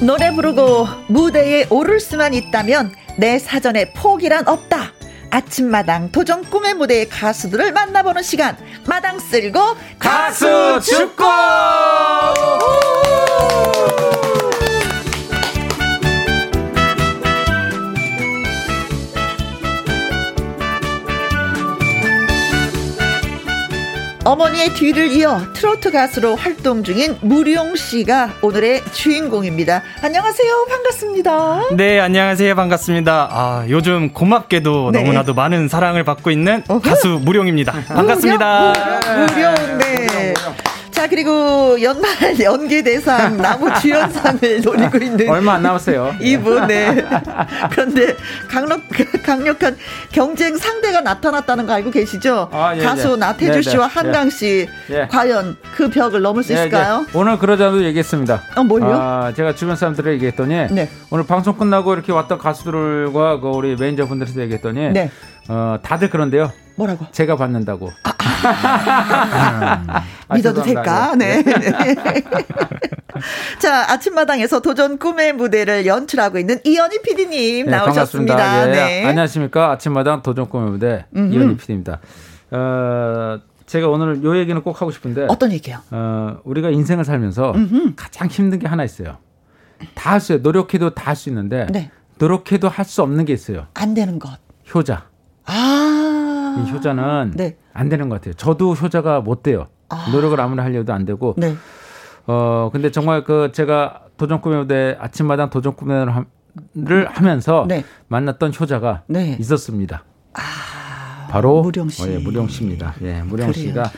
[SPEAKER 1] 노래 부르고 무대에 오를 수만 있다면 내 사전에 포기란 없다. 아침마당 도전 꿈의 무대의 가수들을 만나보는 시간. 마당 쓸고
[SPEAKER 4] 가수 축구!
[SPEAKER 1] 어머니의 뒤를 이어 트로트 가수로 활동 중인 무룡 씨가 오늘의 주인공입니다. 안녕하세요. 반갑습니다.
[SPEAKER 5] 네, 안녕하세요. 반갑습니다. 아, 요즘 고맙게도
[SPEAKER 1] 네.
[SPEAKER 5] 너무나도 많은 사랑을 받고 있는
[SPEAKER 1] 어허.
[SPEAKER 5] 가수 무룡입니다. 반갑습니다.
[SPEAKER 1] 무룡, 무룡, 네. 자, 그리고 연말 연기대상 나무 주연상을 노리고 있는
[SPEAKER 4] 얼마 안 남았어요.
[SPEAKER 1] 네.
[SPEAKER 4] 예,
[SPEAKER 1] 이분, 네. 그런데 강력, 강력한 경쟁 상대가 나타났다는 거 알고 계시죠?
[SPEAKER 4] 아, 예,
[SPEAKER 1] 가수
[SPEAKER 4] 예.
[SPEAKER 1] 나태주
[SPEAKER 4] 네,
[SPEAKER 1] 씨와
[SPEAKER 4] 네,
[SPEAKER 1] 한강 씨,
[SPEAKER 4] 예.
[SPEAKER 1] 과연 그 벽을 넘을 수
[SPEAKER 4] 예,
[SPEAKER 1] 있을까요?
[SPEAKER 4] 예. 오늘 그러자도 얘기했습니다.
[SPEAKER 1] 어, 뭘요?
[SPEAKER 4] 아, 제가 주변 사람들을 얘기했더니
[SPEAKER 1] 네.
[SPEAKER 4] 오늘 방송 끝나고 이렇게 왔던 가수들과 그 우리 매니저분들한테 얘기했더니
[SPEAKER 1] 네.
[SPEAKER 4] 어, 다들 그런데요.
[SPEAKER 1] 뭐라고?
[SPEAKER 4] 제가 받는다고. 아,
[SPEAKER 1] 아, 믿어도
[SPEAKER 4] 죄송합니다.
[SPEAKER 1] 될까? 네. 자, 아침마당에서 도전 꿈의 무대를 연출하고 있는 이현희 PD님
[SPEAKER 4] 예,
[SPEAKER 1] 나오셨습니다.
[SPEAKER 4] 반갑습니다. 예,
[SPEAKER 1] 네.
[SPEAKER 4] 안녕하십니까. 아침마당 도전 꿈의 무대 이현희 PD입니다. 어, 제가 오늘 요 얘기는 꼭 하고 싶은데
[SPEAKER 1] 어떤 얘기요?
[SPEAKER 4] 어, 우리가 인생을 살면서 가장 힘든 게 하나 있어요. 다 할 수 있어요. 노력해도 다 할 수 있는데
[SPEAKER 1] 네.
[SPEAKER 4] 노력해도 할 수 없는 게 있어요.
[SPEAKER 1] 안 되는 것.
[SPEAKER 4] 효자.
[SPEAKER 1] 아.
[SPEAKER 4] 이 효자는
[SPEAKER 1] 네.
[SPEAKER 4] 안 되는 것 같아요. 저도 효자가 못 돼요. 노력을 아무리 하려도 안 되고.
[SPEAKER 1] 네.
[SPEAKER 4] 어 근데 정말 그 제가 도전 꿈의 무대 아침마당 도전 꿈의 무대를 함- 를 하면서
[SPEAKER 1] 네.
[SPEAKER 4] 만났던 효자가
[SPEAKER 1] 네. 아,
[SPEAKER 4] 있었습니다. 바로
[SPEAKER 1] 무령 씨.
[SPEAKER 4] 어, 예, 무령 씨입니다. 예,
[SPEAKER 1] 그래요.
[SPEAKER 4] 무령 씨가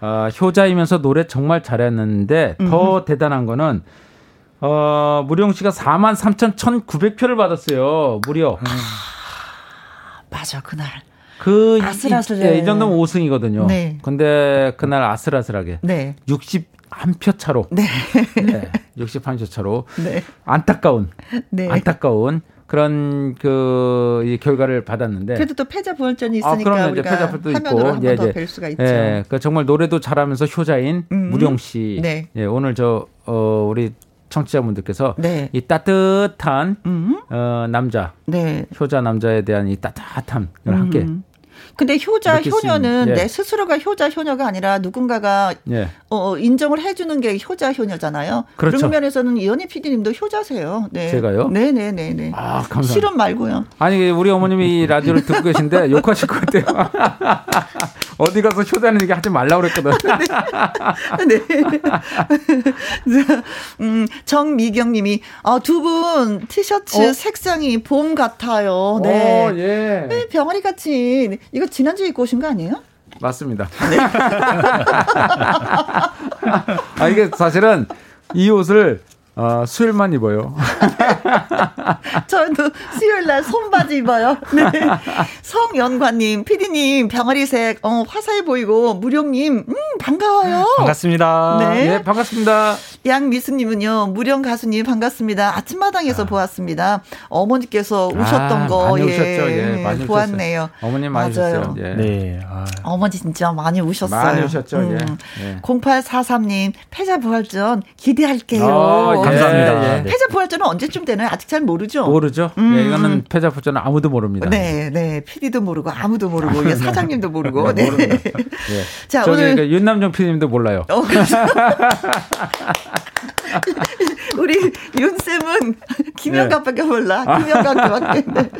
[SPEAKER 4] 어, 효자이면서 노래 정말 잘했는데 더 대단한 거는 어, 무령 씨가 4만 3,1,900표를 받았어요. 무려.
[SPEAKER 1] 아. 맞아, 그날.
[SPEAKER 4] 그 이-
[SPEAKER 1] 아슬아슬해.
[SPEAKER 4] 이, 예, 이 정도면 5승이거든요.
[SPEAKER 1] 네.
[SPEAKER 4] 근데 그날 아슬아슬하게
[SPEAKER 1] 네.
[SPEAKER 4] 61표 차로.
[SPEAKER 1] 네.
[SPEAKER 4] 네. 61표 차로.
[SPEAKER 1] 네.
[SPEAKER 4] 안타까운
[SPEAKER 1] 네.
[SPEAKER 4] 안타까운 그런 그이 결과를 받았는데
[SPEAKER 1] 그래도 또 패자 부활전이
[SPEAKER 4] 아,
[SPEAKER 1] 있으니까
[SPEAKER 4] 그럼요. 이제
[SPEAKER 1] 우리가
[SPEAKER 4] 패자풀도 있고.
[SPEAKER 1] 화면으로 한
[SPEAKER 4] 예,
[SPEAKER 1] 번 더
[SPEAKER 4] 예.
[SPEAKER 1] 뵐 수가 있죠.
[SPEAKER 4] 예, 그 정말 노래도 잘하면서 효자인
[SPEAKER 1] 음.
[SPEAKER 4] 무령 씨.
[SPEAKER 1] 네.
[SPEAKER 4] 예, 오늘 저 어, 우리 청취자분들께서
[SPEAKER 1] 네. 음.
[SPEAKER 4] 이 따뜻한 어, 남자
[SPEAKER 1] 네.
[SPEAKER 4] 효자 남자에 대한 이 따뜻함을
[SPEAKER 1] 음.
[SPEAKER 4] 함께
[SPEAKER 1] 근데 효자
[SPEAKER 4] 느낄 수 있는,
[SPEAKER 1] 효녀는
[SPEAKER 4] 예.
[SPEAKER 1] 내 스스로가 효자 효녀가 아니라 누군가가
[SPEAKER 4] 예.
[SPEAKER 1] 어, 인정을 해주는 게 효자 효녀잖아요.
[SPEAKER 4] 그렇죠.
[SPEAKER 1] 런 면에서는 이현희 PD님도 효자세요. 네.
[SPEAKER 4] 제가요?
[SPEAKER 1] 네네네네.
[SPEAKER 4] 아, 감사합니다.
[SPEAKER 1] 실험 말고요.
[SPEAKER 4] 아니 우리 어머님이 이 라디오를 듣고 계신데 욕하실 것 같아요. 어디 가서 효자는 얘기 하지 말라 그랬거든.
[SPEAKER 1] 네. 자, 음, 정미경님이 아, 두 분 티셔츠 색상이 봄 같아요. 네.
[SPEAKER 4] 오, 어? 예.
[SPEAKER 1] 네, 병아리 같이 이거 지난주에 입고 오신 거 아니에요?
[SPEAKER 4] 맞습니다.
[SPEAKER 1] 네.
[SPEAKER 4] 아 이게 사실은 이 옷을 어, 수일만 입어요.
[SPEAKER 1] 저도 수요일 날 손바지 입어요. 네. 성연관님, 피디님, 병아리색 어, 화사해 보이고 무룡님, 음 반가워요.
[SPEAKER 5] 반갑습니다.
[SPEAKER 1] 네.
[SPEAKER 4] 예, 반갑습니다.
[SPEAKER 1] 양미수님은요, 무령 가수님 반갑습니다. 아침마당에서 보았습니다. 어머니께서 우셨던
[SPEAKER 4] 아,
[SPEAKER 1] 거, 예,
[SPEAKER 4] 많이 우셨죠. 예, 많이
[SPEAKER 1] 보았네요.
[SPEAKER 4] 우셨어요. 어머님 많이
[SPEAKER 1] 맞아요.
[SPEAKER 4] 우셨어요. 예.
[SPEAKER 5] 네. 아,
[SPEAKER 1] 어머니 진짜 많이 우셨어요.
[SPEAKER 4] 많이 우셨죠, 예. 예.
[SPEAKER 1] 0843님, 패자부활전 기대할게요.
[SPEAKER 4] 아, 예,
[SPEAKER 5] 감사합니다.
[SPEAKER 4] 예.
[SPEAKER 5] 네.
[SPEAKER 1] 패자부활전은 언제쯤 되나요? 아직 잘 모르죠?
[SPEAKER 4] 모르죠? 예, 이거는 패자 포자는 아무도 모릅니다.
[SPEAKER 1] 어. 음. 네, 네. PD도 모르고, 아무도 모르고, 예, 사장님도 모르고. 네.
[SPEAKER 4] 예.
[SPEAKER 1] 자,
[SPEAKER 4] 저기
[SPEAKER 1] 아, 오늘.
[SPEAKER 4] 그 윤남정 PD님도 몰라요.
[SPEAKER 1] 어, 그래서 우리 윤쌤은 김영갑밖에 몰라. 김영갑밖에. 네.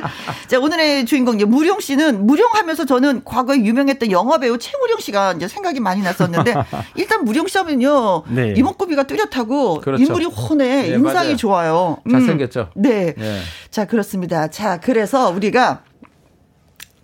[SPEAKER 1] 자, 오늘의 주인공, 이제 무룡 씨는, 무룡 하면서 저는 과거에 유명했던 영화배우 최무룡 씨가 이제 생각이 많이 났었는데, 일단 무룡 씨 하면요.
[SPEAKER 5] 네.
[SPEAKER 1] 이목구비가 뚜렷하고,
[SPEAKER 4] 그렇죠.
[SPEAKER 1] 인물이 훤해,
[SPEAKER 4] 예,
[SPEAKER 1] 인상이
[SPEAKER 4] 맞아요.
[SPEAKER 1] 좋아요. 음.
[SPEAKER 4] 잘생겼죠?
[SPEAKER 1] 네.
[SPEAKER 4] 예.
[SPEAKER 1] 자, 그렇습니다. 자, 그래서 우리가,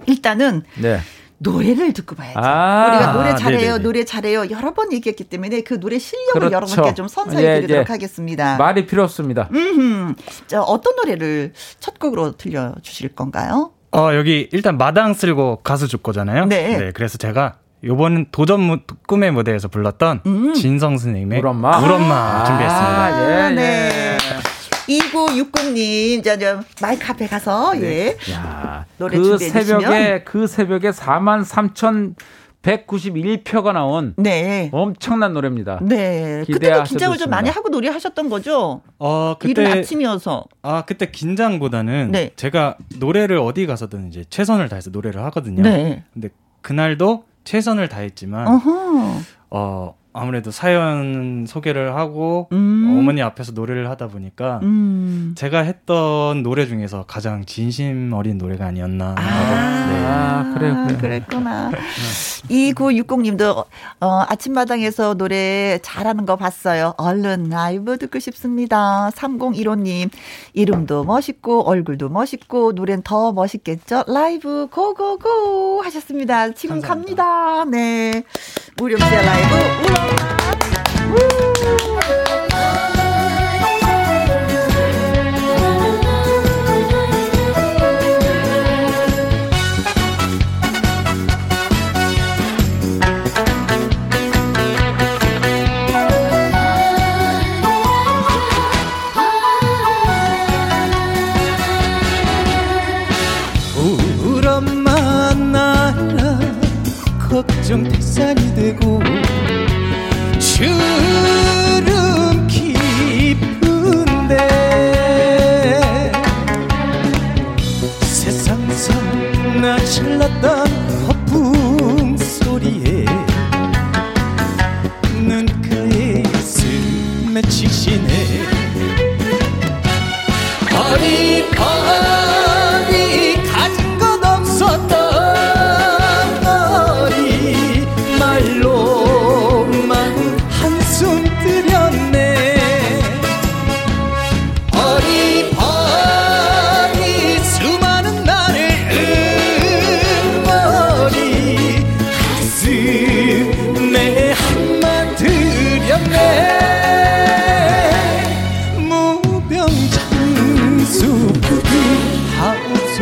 [SPEAKER 1] 일단은
[SPEAKER 4] 네.
[SPEAKER 1] 노래를 듣고 봐야죠.
[SPEAKER 4] 아,
[SPEAKER 1] 우리가 노래 잘해요,
[SPEAKER 5] 네네네.
[SPEAKER 1] 노래 잘해요 여러 번 얘기했기 때문에 그 노래 실력을
[SPEAKER 4] 그렇죠.
[SPEAKER 1] 여러분께 좀 선사해
[SPEAKER 4] 예,
[SPEAKER 1] 드리도록
[SPEAKER 4] 예.
[SPEAKER 1] 하겠습니다.
[SPEAKER 4] 말이 필요 없습니다.
[SPEAKER 1] 음, 자, 어떤 노래를 첫 곡으로 들려주실 건가요?
[SPEAKER 5] 어, 여기 일단 마당 쓸고 가수 줄 거잖아요.
[SPEAKER 1] 네.
[SPEAKER 5] 그래서 제가 요번 도전 무, 꿈의 무대에서 불렀던
[SPEAKER 1] 음.
[SPEAKER 5] 진성 선생님의
[SPEAKER 4] 우리 네. 엄마.
[SPEAKER 5] 우엄마 준비했습니다.
[SPEAKER 4] 아, 예, 예.
[SPEAKER 1] 네. 2960님, 자, 저 마이크 앞에 가서,
[SPEAKER 4] 네.
[SPEAKER 1] 예.
[SPEAKER 4] 야,
[SPEAKER 1] 노래
[SPEAKER 4] 그
[SPEAKER 1] 준비해 주시면.
[SPEAKER 4] 새벽에 그 새벽에 4만 3,191표가 나온
[SPEAKER 1] 네.
[SPEAKER 4] 엄청난 노래입니다.
[SPEAKER 1] 네. 그때도 긴장을 좀
[SPEAKER 4] 기대하셔도
[SPEAKER 1] 많이
[SPEAKER 4] 좋습니다.
[SPEAKER 1] 하고 노래하셨던 거죠?
[SPEAKER 5] 어,
[SPEAKER 1] 이른
[SPEAKER 5] 그때
[SPEAKER 1] 아침이어서.
[SPEAKER 5] 아, 그때 긴장보다는
[SPEAKER 1] 네.
[SPEAKER 5] 제가 노래를 어디 가서든 이제 최선을 다해서
[SPEAKER 4] 네.
[SPEAKER 5] 노래를 하거든요.
[SPEAKER 1] 네. 어?
[SPEAKER 5] 근데 그날도 최선을 다했지만
[SPEAKER 1] 어허.
[SPEAKER 5] 어, 아무래도 사연 소개를 하고
[SPEAKER 1] 음.
[SPEAKER 5] 어머니 앞에서 노래를 하다 보니까
[SPEAKER 1] 음.
[SPEAKER 5] 제가 했던 노래 중에서 가장 진심 어린 노래가 아니었나.
[SPEAKER 4] 아, 그래요, 그래요.
[SPEAKER 1] 그랬구나. 2960님도 어, 아침마당에서 노래 잘하는 거 봤어요. 얼른 라이브 듣고 싶습니다. 3015님 이름도 멋있고 얼굴도 멋있고 노래는 더 멋있겠죠. 라이브 고고고 하셨습니다. 지금 갑니다. 네. 무료 시대 라이브 우와.
[SPEAKER 6] 우울함만 나라 걱정 태산이 되고 주름 깊은데 세상사 나 질렀던 허풍 소리에 눈가에 스매치시네 어디
[SPEAKER 5] 아,
[SPEAKER 6] 어디 가진 것 없었던 너희 말로만 한숨 들였네 어디 어디 수많은 나를 응원이 가슴에 한만 들였네 무병장수 구하소서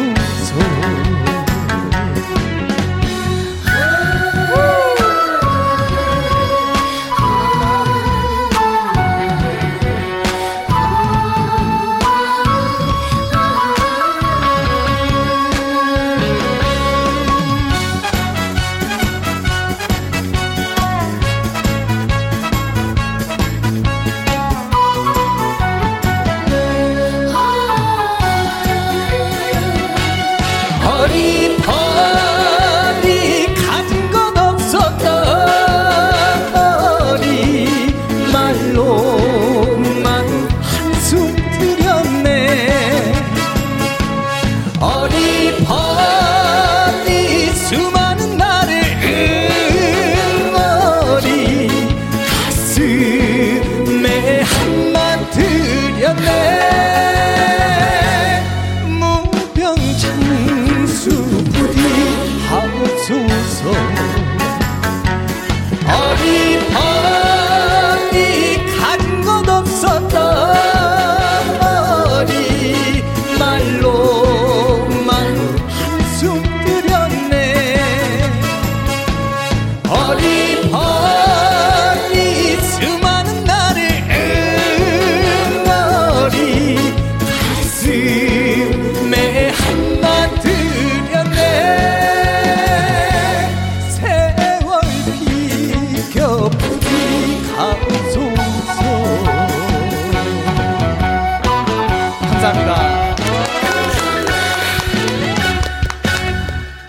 [SPEAKER 6] 어리 어리 가진 것 없었던 어리 말로만 한숨 들였네 어리 어리 수많은 나를 응어리 가슴에 한만 들였네 무병장수 부디 하옵소서 어디 어디 가진 것 없었던 어디 말로만 한숨 들였네 어리 어리 수많은 나를 응어리 가슴에 한번 들였네 세월 비겨 부디 가소서 감사합니다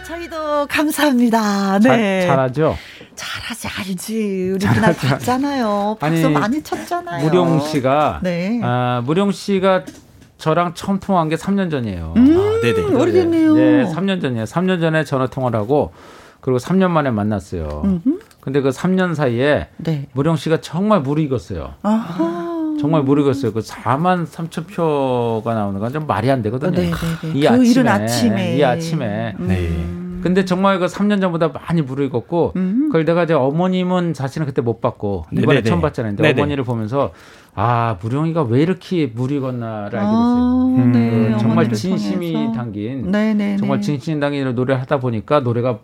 [SPEAKER 1] 저희도 감사합니다. 네.
[SPEAKER 4] 잘, 잘하죠.
[SPEAKER 1] 잘하지 알지. 우리 그날 봤잖아요. 박수
[SPEAKER 4] 아니,
[SPEAKER 1] 많이 쳤잖아요.
[SPEAKER 4] 무룡 씨가
[SPEAKER 1] 네.
[SPEAKER 4] 아, 무룡 씨가 저랑 처음 통화한 게 3년 전이에요.
[SPEAKER 5] 아, 네네.
[SPEAKER 1] 음, 오래됐네요.
[SPEAKER 4] 네, 3년 전이에요. 3년 전에 전화 통화를 하고 그리고 3년 만에 만났어요. 근데 그 3년 사이에
[SPEAKER 1] 네.
[SPEAKER 4] 무령 씨가 정말 무르익었어요.
[SPEAKER 1] 아하.
[SPEAKER 4] 정말 무르익었어요. 그 4만 3천 표가 나오는 건 좀 말이 안 되거든요.
[SPEAKER 1] 네, 네, 네. 그 이른 아침에. 음.
[SPEAKER 4] 이 아침에.
[SPEAKER 5] 네.
[SPEAKER 4] 근데 정말 그 3년 전보다 많이 무르익었고
[SPEAKER 1] 음.
[SPEAKER 4] 그걸 내가 이제 어머님은 사실은 그때 못 봤고 이번에
[SPEAKER 5] 네네네.
[SPEAKER 4] 처음 봤잖아요. 근데
[SPEAKER 5] 네네.
[SPEAKER 4] 어머니를 보면서 아 무령이가 왜 이렇게 무르익었나를 알게 됐어요. 그
[SPEAKER 1] 아,
[SPEAKER 5] 음,
[SPEAKER 1] 네,
[SPEAKER 5] 정말
[SPEAKER 4] 정말
[SPEAKER 1] 어머니를
[SPEAKER 4] 진심이
[SPEAKER 1] 통해서.
[SPEAKER 4] 담긴
[SPEAKER 1] 네네네.
[SPEAKER 4] 정말 진심 당인으로 노래를 하다 보니까 노래가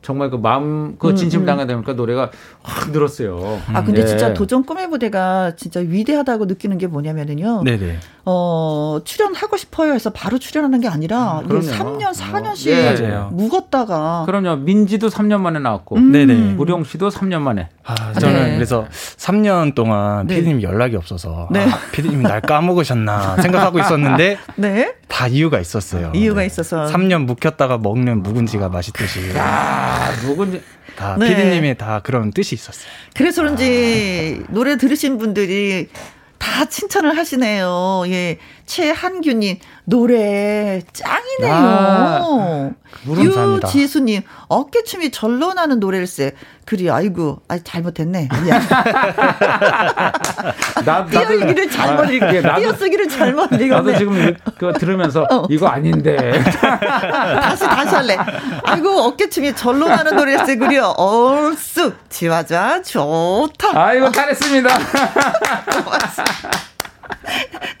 [SPEAKER 4] 정말 그 마음 그 진심 당하다 보니까 노래가 확 늘었어요.
[SPEAKER 1] 아 근데
[SPEAKER 4] 예.
[SPEAKER 1] 진짜 도전 꿈의 무대가 진짜 위대하다고 느끼는 게 뭐냐면은요.
[SPEAKER 5] 네네.
[SPEAKER 1] 어, 출연하고 싶어요 해서 바로 출연하는 게 아니라 이게
[SPEAKER 4] 음, 그럼요. 네.
[SPEAKER 1] 3년, 4년씩
[SPEAKER 7] 예.
[SPEAKER 5] 맞아요.
[SPEAKER 1] 묵었다가
[SPEAKER 4] 그럼요. 민지도 3년 만에 나왔고
[SPEAKER 1] 음.
[SPEAKER 5] 네네.
[SPEAKER 4] 무령 씨도 3년 만에.
[SPEAKER 5] 아, 저는
[SPEAKER 1] 네.
[SPEAKER 5] 그래서 3년 동안
[SPEAKER 1] 네.
[SPEAKER 5] 피디님 연락이 없어서
[SPEAKER 1] 네.
[SPEAKER 5] 아, 피디님 날 까먹으셨나 생각하고 있었는데
[SPEAKER 1] 네.
[SPEAKER 5] 다 이유가
[SPEAKER 4] 아,
[SPEAKER 5] 있었어요.
[SPEAKER 4] 네.
[SPEAKER 5] 네.
[SPEAKER 1] 이유가 있어서.
[SPEAKER 5] 3년 묵혔다가 먹는 묵은지가 맛있듯이
[SPEAKER 4] 아, 누군지
[SPEAKER 5] 다
[SPEAKER 1] 네.
[SPEAKER 5] 피디님의 다 그런 뜻이 있었어요.
[SPEAKER 1] 그래서 그런지 노래 들으신 분들이 다 칭찬을 하시네요. 예. 최한규님, 노래 짱이네요.
[SPEAKER 5] 아, 물음 감사합니다.
[SPEAKER 1] 유지수님, 어깨춤이 절로 나는 노래일세. 그리, 아이고, 아 잘못했네. 야,
[SPEAKER 4] 나 나도
[SPEAKER 1] 띄어쓰기를 잘못 읽,
[SPEAKER 4] 예, 나도-
[SPEAKER 1] 띄어쓰기를 어. 잘못
[SPEAKER 4] 나도
[SPEAKER 1] 읽었네.
[SPEAKER 4] 지금 그 들으면서 이거 아닌데.
[SPEAKER 1] 다시, 다시 할래. 아이고, 어깨춤이 절로 나는 노래일세. 그리, 얼쑤, 지화자, 좋다.
[SPEAKER 4] 아이고 잘했습니다.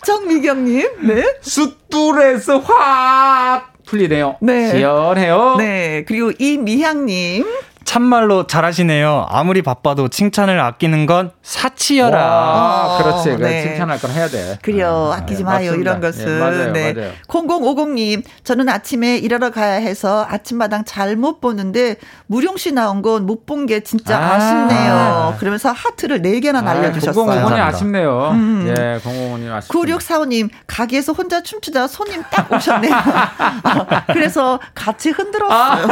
[SPEAKER 1] 정미경님, 네.
[SPEAKER 4] 숫돌에서 확 풀리네요.
[SPEAKER 1] 네.
[SPEAKER 4] 시원해요.
[SPEAKER 1] 네. 그리고 이미향님.
[SPEAKER 5] 참말로 잘하시네요. 아무리 바빠도 칭찬을 아끼는 건 사치여라.
[SPEAKER 4] 와,
[SPEAKER 1] 어,
[SPEAKER 4] 그렇지. 그
[SPEAKER 1] 네.
[SPEAKER 4] 칭찬할 건 해야 돼.
[SPEAKER 1] 그래요. 아끼지
[SPEAKER 4] 예,
[SPEAKER 1] 마요.
[SPEAKER 4] 맞습니다.
[SPEAKER 1] 이런 것은.
[SPEAKER 4] 예, 맞아요,
[SPEAKER 1] 네.
[SPEAKER 4] 맞아요.
[SPEAKER 1] 0050님, 저는 아침에 일하러 가야 해서 아침마당 잘 못 보는데 무룡 씨 나온 건 못 본 게 진짜
[SPEAKER 4] 아.
[SPEAKER 1] 아~ 쉽네요 그러면서 하트를 4개나 날려주셨어요. 음.
[SPEAKER 4] 005님
[SPEAKER 5] 감사합니다.
[SPEAKER 4] 아, 아쉽네요. 예, 005님 아쉽네요.
[SPEAKER 1] 9645님, 가게에서 혼자 춤추다 손님 딱 오셨네요. 아, 그래서 같이 흔들었어요.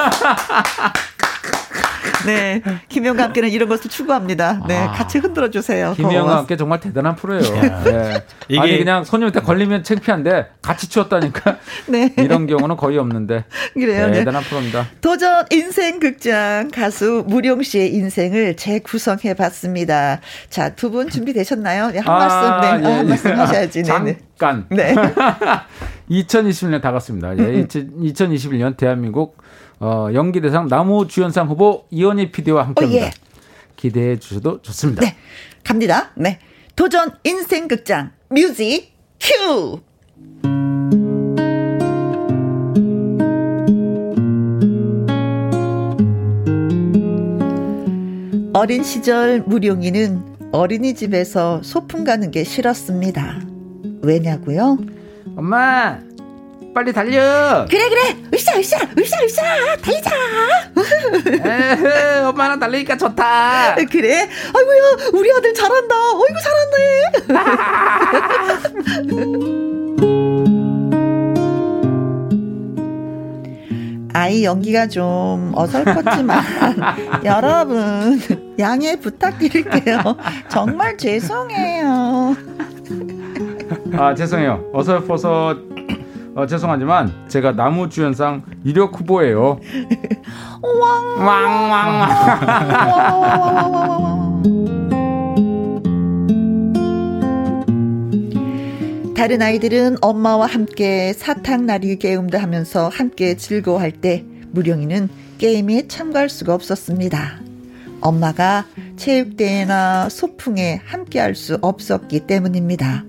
[SPEAKER 1] 네. 김영과 함께는 이런 것을 추구합니다. 네.
[SPEAKER 4] 아.
[SPEAKER 1] 같이 흔들어주세요.
[SPEAKER 4] 김희영과
[SPEAKER 1] 고마웠어요.
[SPEAKER 4] 함께 정말 대단한 프로예요. 예.
[SPEAKER 5] 이게-
[SPEAKER 4] 아니 그냥 손님한테 걸리면 창피한데 같이 추웠다니까
[SPEAKER 1] 네.
[SPEAKER 4] 이런 경우는 거의 없는데
[SPEAKER 1] 그래요, 네.
[SPEAKER 4] 대단한 프로입니다.
[SPEAKER 1] 도전 인생 극장 가수 무룡 씨의 인생을 재구성해 봤습니다. 자, 두 분 준비되셨나요? 예, 한 말씀, 네. 아, 한 말씀 하셔야지. 네, 네.
[SPEAKER 4] 잠깐.
[SPEAKER 1] 네.
[SPEAKER 4] 2021년 다가왔습니다.
[SPEAKER 1] 음.
[SPEAKER 4] 예, 2021년 대한민국 어, 연기대상 나무주연상 후보 이현희 PD와 함께합니다.
[SPEAKER 1] 오, 예.
[SPEAKER 4] 기대해 주셔도 좋습니다.
[SPEAKER 1] 네. 갑니다. 네. 도전 인생 극장 뮤직 큐! 어린 시절 무룡이는 어린이집에서 소풍 가는 게 싫었습니다. 왜냐고요?
[SPEAKER 4] 엄마 빨리 달려.
[SPEAKER 1] 그래 그래 으쌰 으쌰 으쌰 으쌰 달리자
[SPEAKER 4] 에헤, 엄마랑 달리니까 좋다.
[SPEAKER 1] 아, 그래 아이고야 우리 아들 잘한다 어이구 잘한다 아이 연기가 좀 어설펐지만 여러분 양해 부탁드릴게요 정말 죄송해요
[SPEAKER 4] 아 죄송해요. 어설퍼서 어, 죄송하지만 제가 나무주연상 유력 후보예요. 왕왕왕.
[SPEAKER 1] 다른 아이들은 엄마와 함께 사탕 나리 게임도 하면서 함께 즐거워할 때 무령이는 게임에 참가할 수가 없었습니다. 엄마가 체육대회나 소풍에 함께할 수 없었기 때문입니다.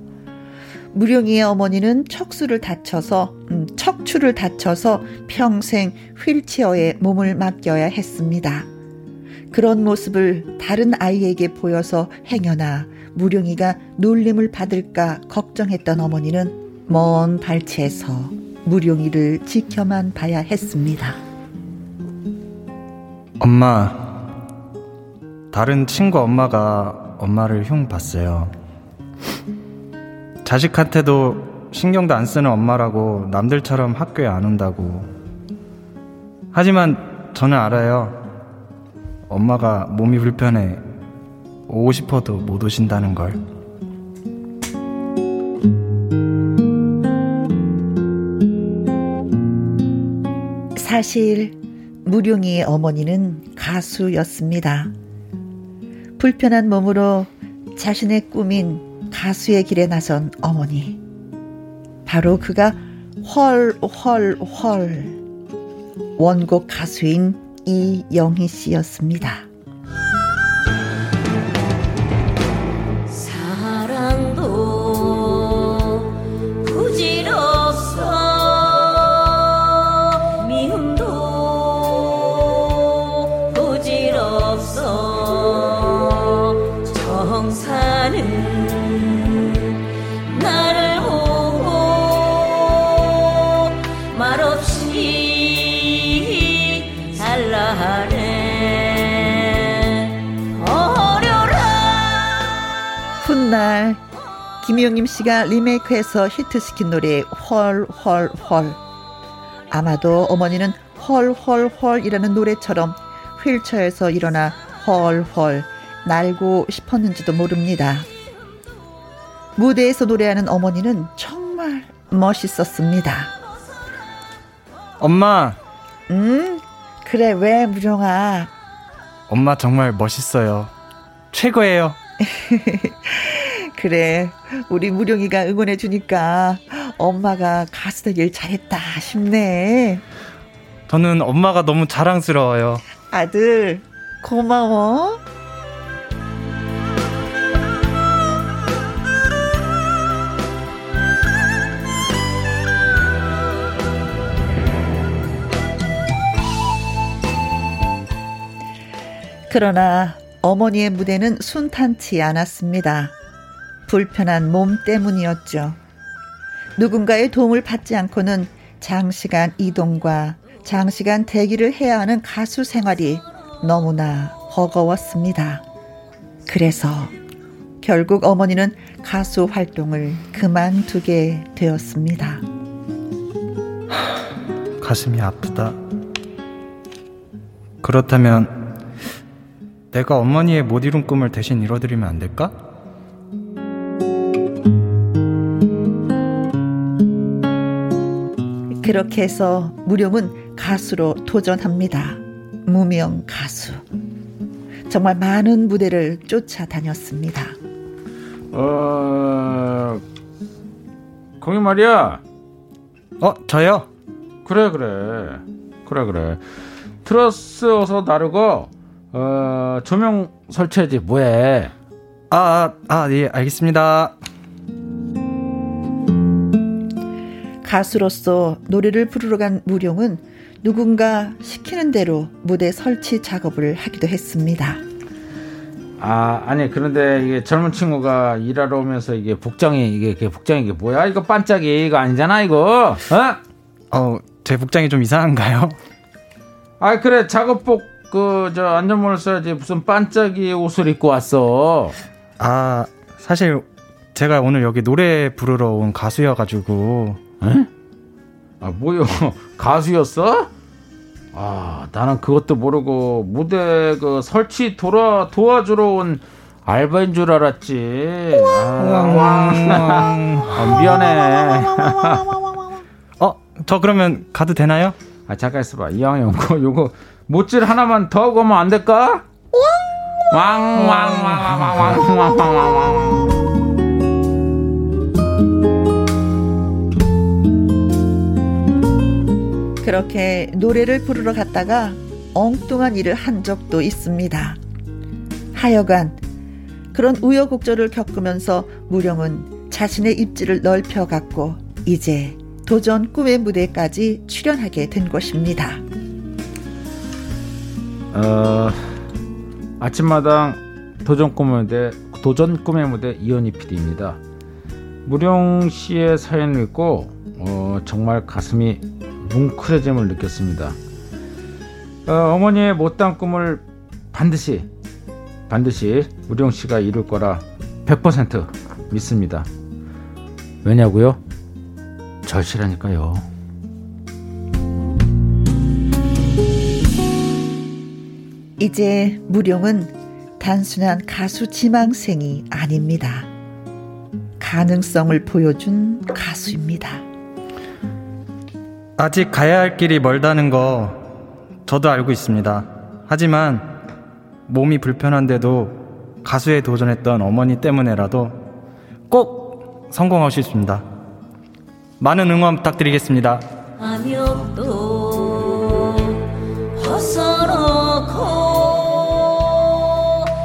[SPEAKER 1] 무령이의 어머니는 척수를 다쳐서 음, 척추를 다쳐서 평생 휠체어에 몸을 맡겨야 했습니다. 그런 모습을 다른 아이에게 보여서 행여나 무령이가 놀림을 받을까 걱정했던 어머니는 먼 발치에서 무령이를 지켜만 봐야 했습니다.
[SPEAKER 5] 엄마. 다른 친구 엄마가 엄마를 흉 봤어요. 자식한테도 신경도 안 쓰는 엄마라고 남들처럼 학교에 안 온다고. 하지만 저는 알아요. 엄마가 몸이 불편해 오고 싶어도 못 오신다는 걸.
[SPEAKER 1] 사실 무룡이의 어머니는 가수였습니다. 불편한 몸으로 자신의 꿈인 가수의 길에 나선 어머니. 바로 그가 헐, 헐, 헐. 원곡 가수인 이영희 씨였습니다.
[SPEAKER 6] 사랑도 부질없어 미움도 부질없어 정사는 나를 호
[SPEAKER 1] 김희영님 씨가 리메이크해서 히트시킨 노래 헐헐헐 아마도 어머니는 헐헐헐이라는 노래처럼 휠체어에서 일어나 헐헐 날고 싶었는지도 모릅니다. 무대에서 노래하는 어머니는 정말 멋있었습니다.
[SPEAKER 5] 엄마,
[SPEAKER 1] 음 그래 왜 무령아
[SPEAKER 5] 엄마 정말 멋있어요. 최고예요.
[SPEAKER 1] 그래 우리 무령이가 응원해 주니까 엄마가 가수들 일 잘했다 싶네
[SPEAKER 5] 저는 엄마가 너무 자랑스러워요.
[SPEAKER 1] 아들 고마워 그러나 어머니의 무대는 순탄치 않았습니다. 불편한 몸 때문이었죠. 누군가의 도움을 받지 않고는 장시간 이동과 장시간 대기를 해야 하는 가수 생활이 너무나 버거웠습니다. 그래서 결국 어머니는 가수 활동을 그만두게 되었습니다.
[SPEAKER 5] 가슴이 아프다. 그렇다면 내가 어머니의 못 이룬 꿈을 대신 이뤄드리면 안 될까?
[SPEAKER 1] 그렇게 해서 무룡은 가수로 도전합니다. 무명 가수. 정말 많은 무대를 쫓아다녔습니다.
[SPEAKER 4] 어, 거기 말이야.
[SPEAKER 5] 어, 저요?
[SPEAKER 4] 그래 그래 그래 그래 트러스 어서 나르고 어, 조명 설치해지 뭐해
[SPEAKER 5] 아, 아, 아, 예, 알겠습니다.
[SPEAKER 1] 가수로서 노래를 부르러 간 무룡은 누군가 시키는 대로 무대 설치 작업을 하기도 했습니다.
[SPEAKER 4] 아 아니 그런데 이게 젊은 친구가 일하러 오면서 이게 복장이 이게, 이게 복장이 이게 뭐야 이거 반짝이 이거 아니잖아 이거 어?
[SPEAKER 5] 어, 제 복장이 좀 이상한가요?
[SPEAKER 4] 아 그래 작업복 그 저 안전모를 써야지 무슨 반짝이 옷을 입고 왔어
[SPEAKER 5] 아, 사실 제가 오늘 여기 노래 부르러 온 가수여가지고
[SPEAKER 4] 아 뭐요 가수였어? 아 나는 그것도 모르고 무대 그 설치 돌아 도와주러 온 알바인 줄 알았지. 아, 아, 미안해.
[SPEAKER 5] 음. 어, 저 그러면 가도 되나요?
[SPEAKER 4] 아 잠깐 있어봐 이왕 요거 요거 못질 하나만 더 하고 하면 안 될까? 왕왕왕왕왕왕왕왕왕
[SPEAKER 1] 그렇게 노래를 부르러 갔다가 엉뚱한 일을 한 적도 있습니다. 하여간 그런 우여곡절을 겪으면서 무령은 자신의 입지를 넓혀갔고 이제 도전 꿈의 무대까지 출연하게 된 것입니다.
[SPEAKER 4] 어, 아침마당 도전 꿈의 무대 도전 꿈의 무대 이현희 PD입니다. 무령 씨의 사연을 읽고 어, 정말 가슴이 뭉클해짐을 느꼈습니다. 어, 머니의 못난 꿈을 반드시 반드시 무령 씨가 이룰 거라 100% 믿습니다. 왜냐고요? 절실하니까요.
[SPEAKER 1] 이제 무룡은 단순한 가수 지망생이 아닙니다. 가능성을 보여준 가수입니다.
[SPEAKER 5] 아직 가야 할 길이 멀다는 거 저도 알고 있습니다. 하지만 몸이 불편한데도 가수에 도전했던 어머니 때문에라도 꼭 성공할 수 있습니다. 많은 응원 부탁드리겠습니다.
[SPEAKER 6] 암역도 벗어놓고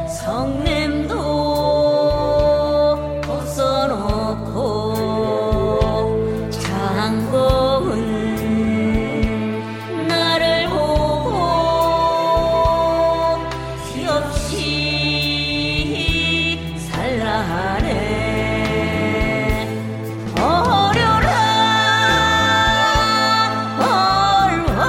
[SPEAKER 6] 성냄도 벗어놓고 장공은 나를 보고 티없이 살라하네 어려라 얼원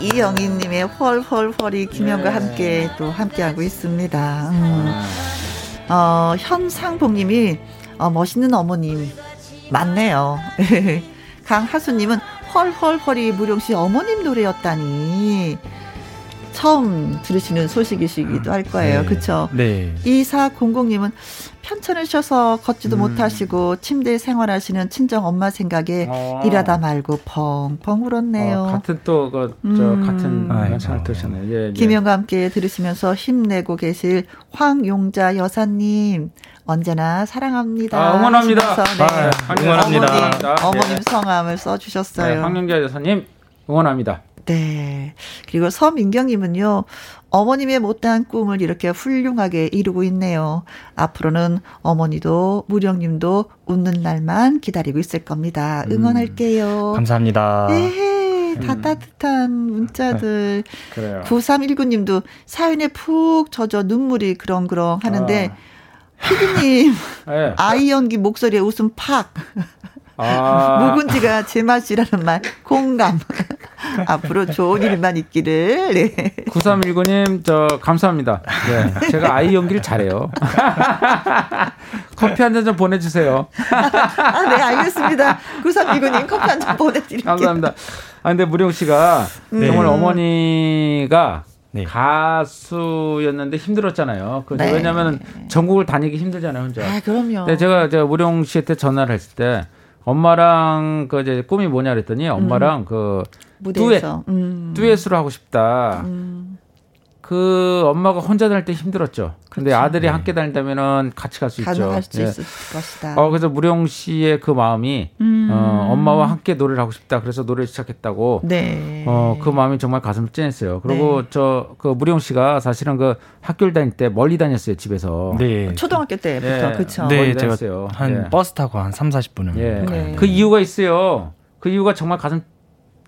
[SPEAKER 1] 이정희님의 헐헐헐이 김영과 함께 또 함께하고 있습니다. 음. 어, 현상복님이 어, 멋있는 어머님 맞네요. 강하수님은 헐헐헐이 무룡씨 어머님 노래였다니 처음 들으시는 소식이시기도 할 거예요. 그렇죠?
[SPEAKER 4] 네.
[SPEAKER 1] 2400님은 편찮을 쉬어서 걷지도
[SPEAKER 4] 음.
[SPEAKER 1] 못하시고 침대 생활하시는 친정 엄마 생각에
[SPEAKER 4] 어.
[SPEAKER 1] 네, 일하다 말고 펑펑 울었네요.
[SPEAKER 4] 어, 같은 또, 그, 저,
[SPEAKER 1] 음.
[SPEAKER 4] 같은,
[SPEAKER 5] 아이고.
[SPEAKER 4] 잘 드셨네요. 예, 예.
[SPEAKER 1] 김영과 함께 들으시면서 힘내고 계실 황용자 여사님 언제나 사랑합니다.
[SPEAKER 4] 아, 응원합니다.
[SPEAKER 1] 하시면서, 네.
[SPEAKER 5] 아, 응원합니다.
[SPEAKER 1] 어머님,
[SPEAKER 4] 아,
[SPEAKER 1] 어머님
[SPEAKER 4] 예.
[SPEAKER 1] 성함을
[SPEAKER 4] 네,
[SPEAKER 1] 써주셨어요. 네,
[SPEAKER 4] 황영자 여사님, 응원합니다.
[SPEAKER 1] 그리고 서민경님은요, 어머님의 못다한 꿈을 이렇게 훌륭하게 이루고 있네요. 앞으로는 어머니도 무령님도 웃는 날만 기다리고 있을 겁니다. 응원할게요.
[SPEAKER 5] 음. 감사합니다. 음.
[SPEAKER 1] 네, 다 따뜻한 문자들.
[SPEAKER 5] 아, 네.
[SPEAKER 4] 그래요.
[SPEAKER 1] 9319님도 사연에 푹 젖어 눈물이 그렁그렁 하는데
[SPEAKER 4] 아.
[SPEAKER 1] 피디님
[SPEAKER 4] 예.
[SPEAKER 1] 아이연기 목소리에 웃음 팍
[SPEAKER 4] 아,
[SPEAKER 1] 묵은지가 제맛이라는 말 공감 앞으로 좋은 일만 있기를 네.
[SPEAKER 4] 9319님, 저, 감사합니다. 네. 제가 아이 연기를 잘해요. 커피 한 잔 좀 보내주세요.
[SPEAKER 1] 아, 네 알겠습니다 9319님 커피 한 잔 보내드릴게요
[SPEAKER 4] 감사합니다. 아, 근데 무령 씨가
[SPEAKER 1] 음.
[SPEAKER 4] 정말
[SPEAKER 1] 네.
[SPEAKER 4] 어머니가
[SPEAKER 5] 네.
[SPEAKER 4] 가수였는데 힘들었잖아요. 그
[SPEAKER 1] 네.
[SPEAKER 4] 왜냐면 전국을 다니기 힘들잖아요, 혼자.
[SPEAKER 1] 아 그럼요
[SPEAKER 4] 근데 네, 제가 제가 무령 씨한테 전화를 했을 때 엄마랑 그 이제 꿈이 뭐냐 그랬더니 엄마랑 그
[SPEAKER 1] 음. 무대에서 음.
[SPEAKER 4] 듀엣으로 하고 싶다. 그 엄마가 혼자 다닐 때 힘들었죠. 근데 아들이 함께 다닌다면은 같이 갈 수 있죠.
[SPEAKER 1] 그렇죠. 가능할 수
[SPEAKER 4] 예.
[SPEAKER 1] 있을 것이다
[SPEAKER 4] 어, 그래서 무령 씨의 그 마음이 어, 엄마와 함께 노래를 하고 싶다. 그래서 노래를 시작했다고.
[SPEAKER 1] 네
[SPEAKER 4] 어, 그 마음이 정말 가슴 찡했어요. 그리고 저 그 무령 씨가 사실은 그 학교를 다닐 때 멀리 다녔어요, 집에서.
[SPEAKER 5] 네.
[SPEAKER 1] 초등학교 때부터
[SPEAKER 4] 예.
[SPEAKER 1] 그쵸
[SPEAKER 4] 네.
[SPEAKER 5] 네,
[SPEAKER 4] 거의
[SPEAKER 5] 제가
[SPEAKER 4] 다녔어요.
[SPEAKER 5] 한
[SPEAKER 4] 예.
[SPEAKER 5] 버스 타고 한 3, 40분을
[SPEAKER 4] 예.
[SPEAKER 1] 네.
[SPEAKER 4] 그 이유가 있어요. 그 이유가 정말 가슴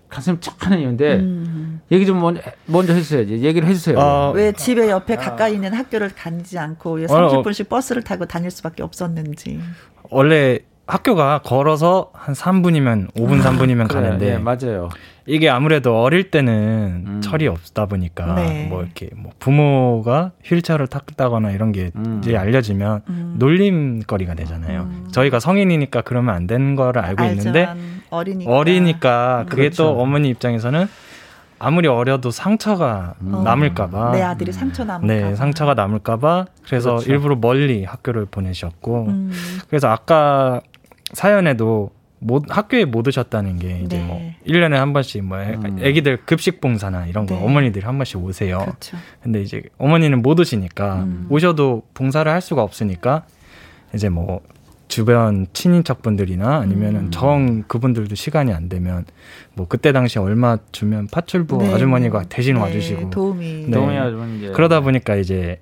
[SPEAKER 4] 가슴 착하는 이유인데
[SPEAKER 1] 음.
[SPEAKER 4] 얘기 좀 먼저, 먼저 해주셔야지. 얘기를 해주세요.
[SPEAKER 5] 어,
[SPEAKER 1] 왜 집에 옆에 가까이 있는 학교를 다니지 않고 왜
[SPEAKER 5] 어, 어.
[SPEAKER 1] 30분씩 버스를 타고 다닐 수밖에 없었는지.
[SPEAKER 5] 원래 학교가 걸어서 한 3분이면 5분 3분이면
[SPEAKER 4] 그래,
[SPEAKER 5] 가는데
[SPEAKER 4] 예, 맞아요.
[SPEAKER 5] 이게 아무래도 어릴 때는
[SPEAKER 4] 음.
[SPEAKER 5] 철이 없다 보니까
[SPEAKER 1] 네.
[SPEAKER 5] 뭐 이렇게 뭐 부모가 휠체어를 탔다거나 이런 게
[SPEAKER 4] 음.
[SPEAKER 5] 이제 알려지면 놀림거리가 되잖아요. 저희가 성인이니까 그러면 안 되는 거를 알고 있는데
[SPEAKER 1] 알지만 어리니까.
[SPEAKER 5] 어리니까 그게
[SPEAKER 4] 그렇죠.
[SPEAKER 5] 또 어머니 입장에서는 아무리 어려도 상처가
[SPEAKER 4] 음.
[SPEAKER 5] 남을까봐
[SPEAKER 1] 어. 내 아들이 상처 남을까.
[SPEAKER 5] 네,
[SPEAKER 1] 봐.
[SPEAKER 5] 상처가 남을까봐 그래서
[SPEAKER 4] 그렇죠.
[SPEAKER 5] 일부러 멀리 학교를 보내셨고
[SPEAKER 1] 음,
[SPEAKER 5] 그래서 아까 사연에도 못, 학교에 못 오셨다는 게 이제
[SPEAKER 1] 네.
[SPEAKER 5] 뭐 1년에 한 번씩 뭐 애- 애기들 급식 봉사나 이런 거
[SPEAKER 1] 네.
[SPEAKER 5] 어머니들이 한 번씩 오세요.
[SPEAKER 1] 그렇죠. 음.
[SPEAKER 5] 근데 이제 어머니는 못 오시니까 오셔도 봉사를 할 수가 없으니까 이제 뭐 주변 친인척분들이나
[SPEAKER 1] 음.
[SPEAKER 5] 아니면은 정 그분들도 시간이 안 되면 뭐 그때 당시 얼마 주면 파출부
[SPEAKER 1] 네.
[SPEAKER 5] 아주머니가 대신
[SPEAKER 1] 네,
[SPEAKER 5] 와주시고
[SPEAKER 1] 도움이.
[SPEAKER 5] 네.
[SPEAKER 4] 동의 아주머니 이제
[SPEAKER 5] 그러다 보니까 이제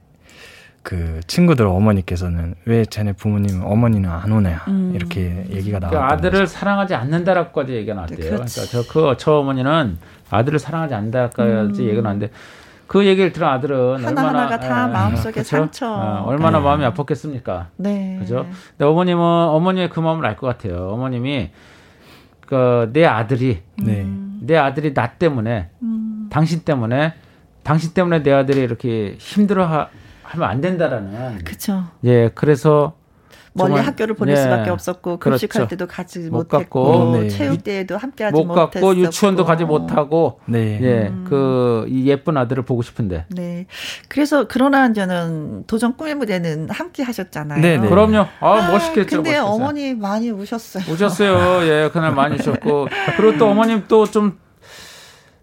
[SPEAKER 5] 그 친구들 어머니께서는 왜 쟤네 부모님 어머니는 안 오냐 이렇게 얘기가
[SPEAKER 4] 그
[SPEAKER 5] 나왔던
[SPEAKER 4] 아들을 사랑하지 않는다라고까지 얘기가 나왔대요.
[SPEAKER 1] 네,
[SPEAKER 4] 그러니까
[SPEAKER 1] 그렇지.
[SPEAKER 4] 저 그 저 어머니는 아들을 사랑하지 않는다까지 얘기가 나왔는데 그 얘기를 들은 아들은
[SPEAKER 1] 음. 하나하나가
[SPEAKER 4] 얼마나 예,
[SPEAKER 1] 다 마음속에
[SPEAKER 4] 그쵸?
[SPEAKER 1] 상처.
[SPEAKER 4] 어, 얼마나
[SPEAKER 5] 네.
[SPEAKER 4] 마음이 아팠겠습니까?
[SPEAKER 1] 네.
[SPEAKER 4] 그죠? 근데 어머님은 어머니의 그 마음을 알 것 같아요. 어머님이 그 내 아들이
[SPEAKER 5] 네.
[SPEAKER 4] 내 아들이 나 때문에 당신 때문에 당신 때문에 내 아들이 이렇게 힘들어 하, 하면 안 된다라는
[SPEAKER 1] 그렇죠.
[SPEAKER 4] 예 그래서
[SPEAKER 1] 멀리
[SPEAKER 4] 정말,
[SPEAKER 1] 학교를 보낼
[SPEAKER 4] 예,
[SPEAKER 1] 수밖에 없었고 급식할
[SPEAKER 4] 그렇죠.
[SPEAKER 1] 때도 가지
[SPEAKER 4] 못
[SPEAKER 1] 못했고
[SPEAKER 4] 갔고,
[SPEAKER 5] 네.
[SPEAKER 1] 체육 대회도 함께하지
[SPEAKER 4] 못 갔고
[SPEAKER 1] 못했었고. 음.
[SPEAKER 4] 유치원도 가지 못하고
[SPEAKER 5] 네.
[SPEAKER 4] 예그 이 예쁜 아들을 보고 싶은데
[SPEAKER 1] 네. 그래서 그러나 이제는 도전 꿈의 무대는 함께 하셨잖아요.
[SPEAKER 5] 네, 네.
[SPEAKER 4] 그럼요 아 멋있겠죠
[SPEAKER 1] 근데
[SPEAKER 4] 멋있겠어요.
[SPEAKER 1] 어머니 많이 우셨어요.
[SPEAKER 4] 오셨어요 예 그날 많이 오셨고 그리고 또 어머님 또 좀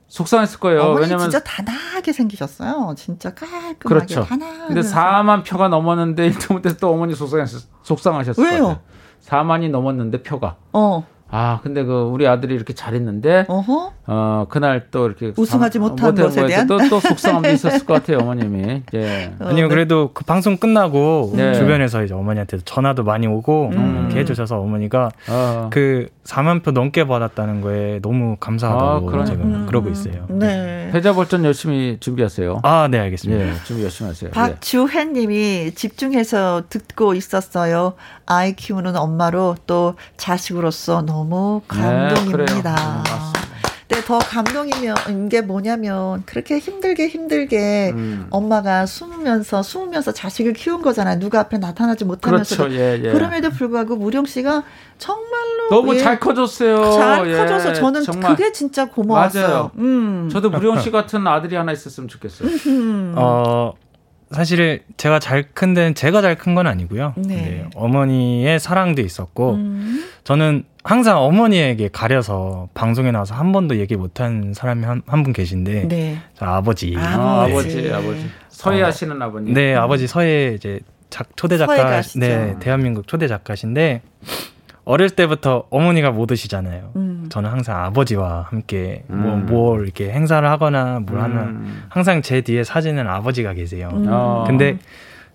[SPEAKER 4] 속상했을 거예요
[SPEAKER 1] 어머니
[SPEAKER 4] 왜냐면
[SPEAKER 1] 진짜 단아하게 생기셨어요. 진짜 깔끔하게
[SPEAKER 4] 그렇죠
[SPEAKER 1] 단아하면서.
[SPEAKER 4] 근데 4만 표가 넘었는데 인터넷에서 또 어머니 속상했, 속상하셨을
[SPEAKER 1] 왜요?
[SPEAKER 4] 거예요 4만이 넘었는데 표가
[SPEAKER 1] 어,
[SPEAKER 4] 아, 근데 그 우리 아들이 이렇게 잘했는데 어,
[SPEAKER 1] 어허.
[SPEAKER 4] 그날 또 이렇게
[SPEAKER 1] 우승하지
[SPEAKER 4] 사-
[SPEAKER 1] 못한 것에 대한?
[SPEAKER 4] 또또 속상함이 있었을 것 같아요, 어머님이. 예.
[SPEAKER 5] 아니면 그래도 그 방송 끝나고
[SPEAKER 4] 네. 음.
[SPEAKER 5] 주변에서 이제 어머니한테 전화도 많이 오고 이렇게 해주셔서 어머니가
[SPEAKER 4] 어.
[SPEAKER 5] 그 4만 표 넘게 받았다는 거에 너무
[SPEAKER 4] 아,
[SPEAKER 5] 감사하다고
[SPEAKER 4] 그러네.
[SPEAKER 5] 지금 그러고 있어요.
[SPEAKER 1] 네.
[SPEAKER 4] 패자벌전 열심히 준비하세요.
[SPEAKER 5] 아, 네, 알겠습니다.
[SPEAKER 4] 예, 준비 열심히 하세요. 예.
[SPEAKER 1] 박주혜 님이 집중해서 듣고 있었어요. 아이 키우는 엄마로 또 자식으로서 너무
[SPEAKER 4] 네, 그래요.
[SPEAKER 1] 감동입니다.
[SPEAKER 4] 음, 맞습니다.
[SPEAKER 1] 근데 더 감동이면 게 뭐냐면 그렇게 힘들게 힘들게
[SPEAKER 8] 음.
[SPEAKER 4] 음.
[SPEAKER 1] 엄마가 숨으면서 숨으면서 자식을 키운 거잖아요. 누가 앞에 나타나지 못하면서
[SPEAKER 8] 그렇죠. 예, 예.
[SPEAKER 1] 그럼에도 불구하고 무령 씨가 정말로
[SPEAKER 8] 너무
[SPEAKER 1] 예,
[SPEAKER 8] 잘 커졌어요.
[SPEAKER 1] 잘
[SPEAKER 8] 예,
[SPEAKER 1] 커져서 저는
[SPEAKER 8] 정말.
[SPEAKER 1] 그게 진짜 고마웠어요.
[SPEAKER 8] 맞아요.
[SPEAKER 1] 음.
[SPEAKER 8] 저도 무령 씨 같은 아들이 하나 있었으면 좋겠어요.
[SPEAKER 5] 어, 사실 제가 잘 큰 데는 제가 잘 큰 건 아니고요.
[SPEAKER 1] 네.
[SPEAKER 5] 네, 어머니의 사랑도 있었고
[SPEAKER 1] 음.
[SPEAKER 5] 저는 항상 어머니에게 가려서 방송에 나와서 한 번도 얘기 못한 사람이 한 분 계신데
[SPEAKER 1] 네.
[SPEAKER 5] 저 아버지.
[SPEAKER 8] 아,
[SPEAKER 1] 아버지.
[SPEAKER 8] 아버지, 아버지. 서예하시는 아버님.
[SPEAKER 5] 네, 아버지 서예 이제 작 초대
[SPEAKER 1] 서예
[SPEAKER 5] 작가
[SPEAKER 1] 가시죠.
[SPEAKER 5] 네, 대한민국 초대 작가신데 어릴 때부터 어머니가 못 오시잖아요.
[SPEAKER 1] 음.
[SPEAKER 5] 저는 항상 아버지와 함께 뭐,
[SPEAKER 8] 음.
[SPEAKER 5] 뭘 이렇게 행사를 하거나 뭘 하나
[SPEAKER 8] 음.
[SPEAKER 5] 항상 제 뒤에 사진은 아버지가 계세요.
[SPEAKER 1] 음.
[SPEAKER 8] 어.
[SPEAKER 5] 근데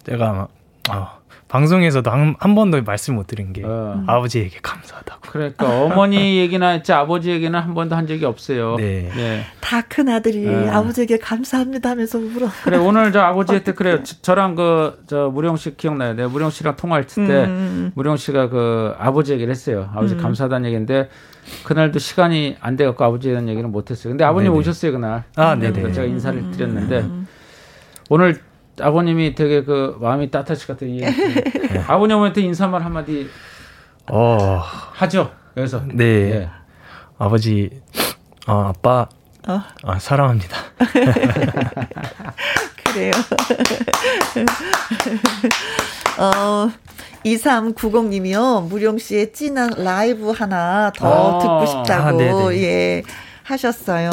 [SPEAKER 5] 제가 막, 아, 방송에서도 한, 한 번도 말씀 못 드린 게
[SPEAKER 8] 어.
[SPEAKER 5] 아버지에게 감사하다고.
[SPEAKER 8] 그러니까 어머니 얘기나 제 아버지 얘기는 한 번도 한 적이 없어요.
[SPEAKER 5] 네.
[SPEAKER 8] 예.
[SPEAKER 1] 다 큰 아들이
[SPEAKER 8] 네.
[SPEAKER 1] 아버지에게 감사합니다 하면서 울어.
[SPEAKER 8] 그래 오늘 저 아버지 혜택 그래요. 저- 저랑 그 저 무령 씨 기억나요. 내가 무령 씨랑 통화할 때
[SPEAKER 1] 음.
[SPEAKER 8] 무령 씨가 그 아버지 얘기를 했어요. 아버지 감사하다는 얘기인데 그날도 시간이 안 돼갖고 아버지에 대한 얘기는 못했어요. 근데 아버님
[SPEAKER 5] 네네.
[SPEAKER 8] 오셨어요 그날.
[SPEAKER 5] 아,
[SPEAKER 8] 그래서
[SPEAKER 5] 네네.
[SPEAKER 8] 제가
[SPEAKER 1] 음,
[SPEAKER 8] 인사를 드렸는데 오늘 아버님이 되게 그 마음이 따뜻하실 것 같아요. 예. 아버님한테 인사말 한마디
[SPEAKER 5] 어,
[SPEAKER 8] 하죠. 여기서.
[SPEAKER 5] 네.
[SPEAKER 8] 예.
[SPEAKER 5] 아버지, 어, 아빠,
[SPEAKER 1] 어.
[SPEAKER 5] 아, 사랑합니다.
[SPEAKER 1] 그래요. 어, 2390님이요. 무룡 씨의 진한 라이브 하나 더
[SPEAKER 8] 아,
[SPEAKER 1] 듣고 싶다고,
[SPEAKER 5] 아, 네네.
[SPEAKER 1] 예, 하셨어요.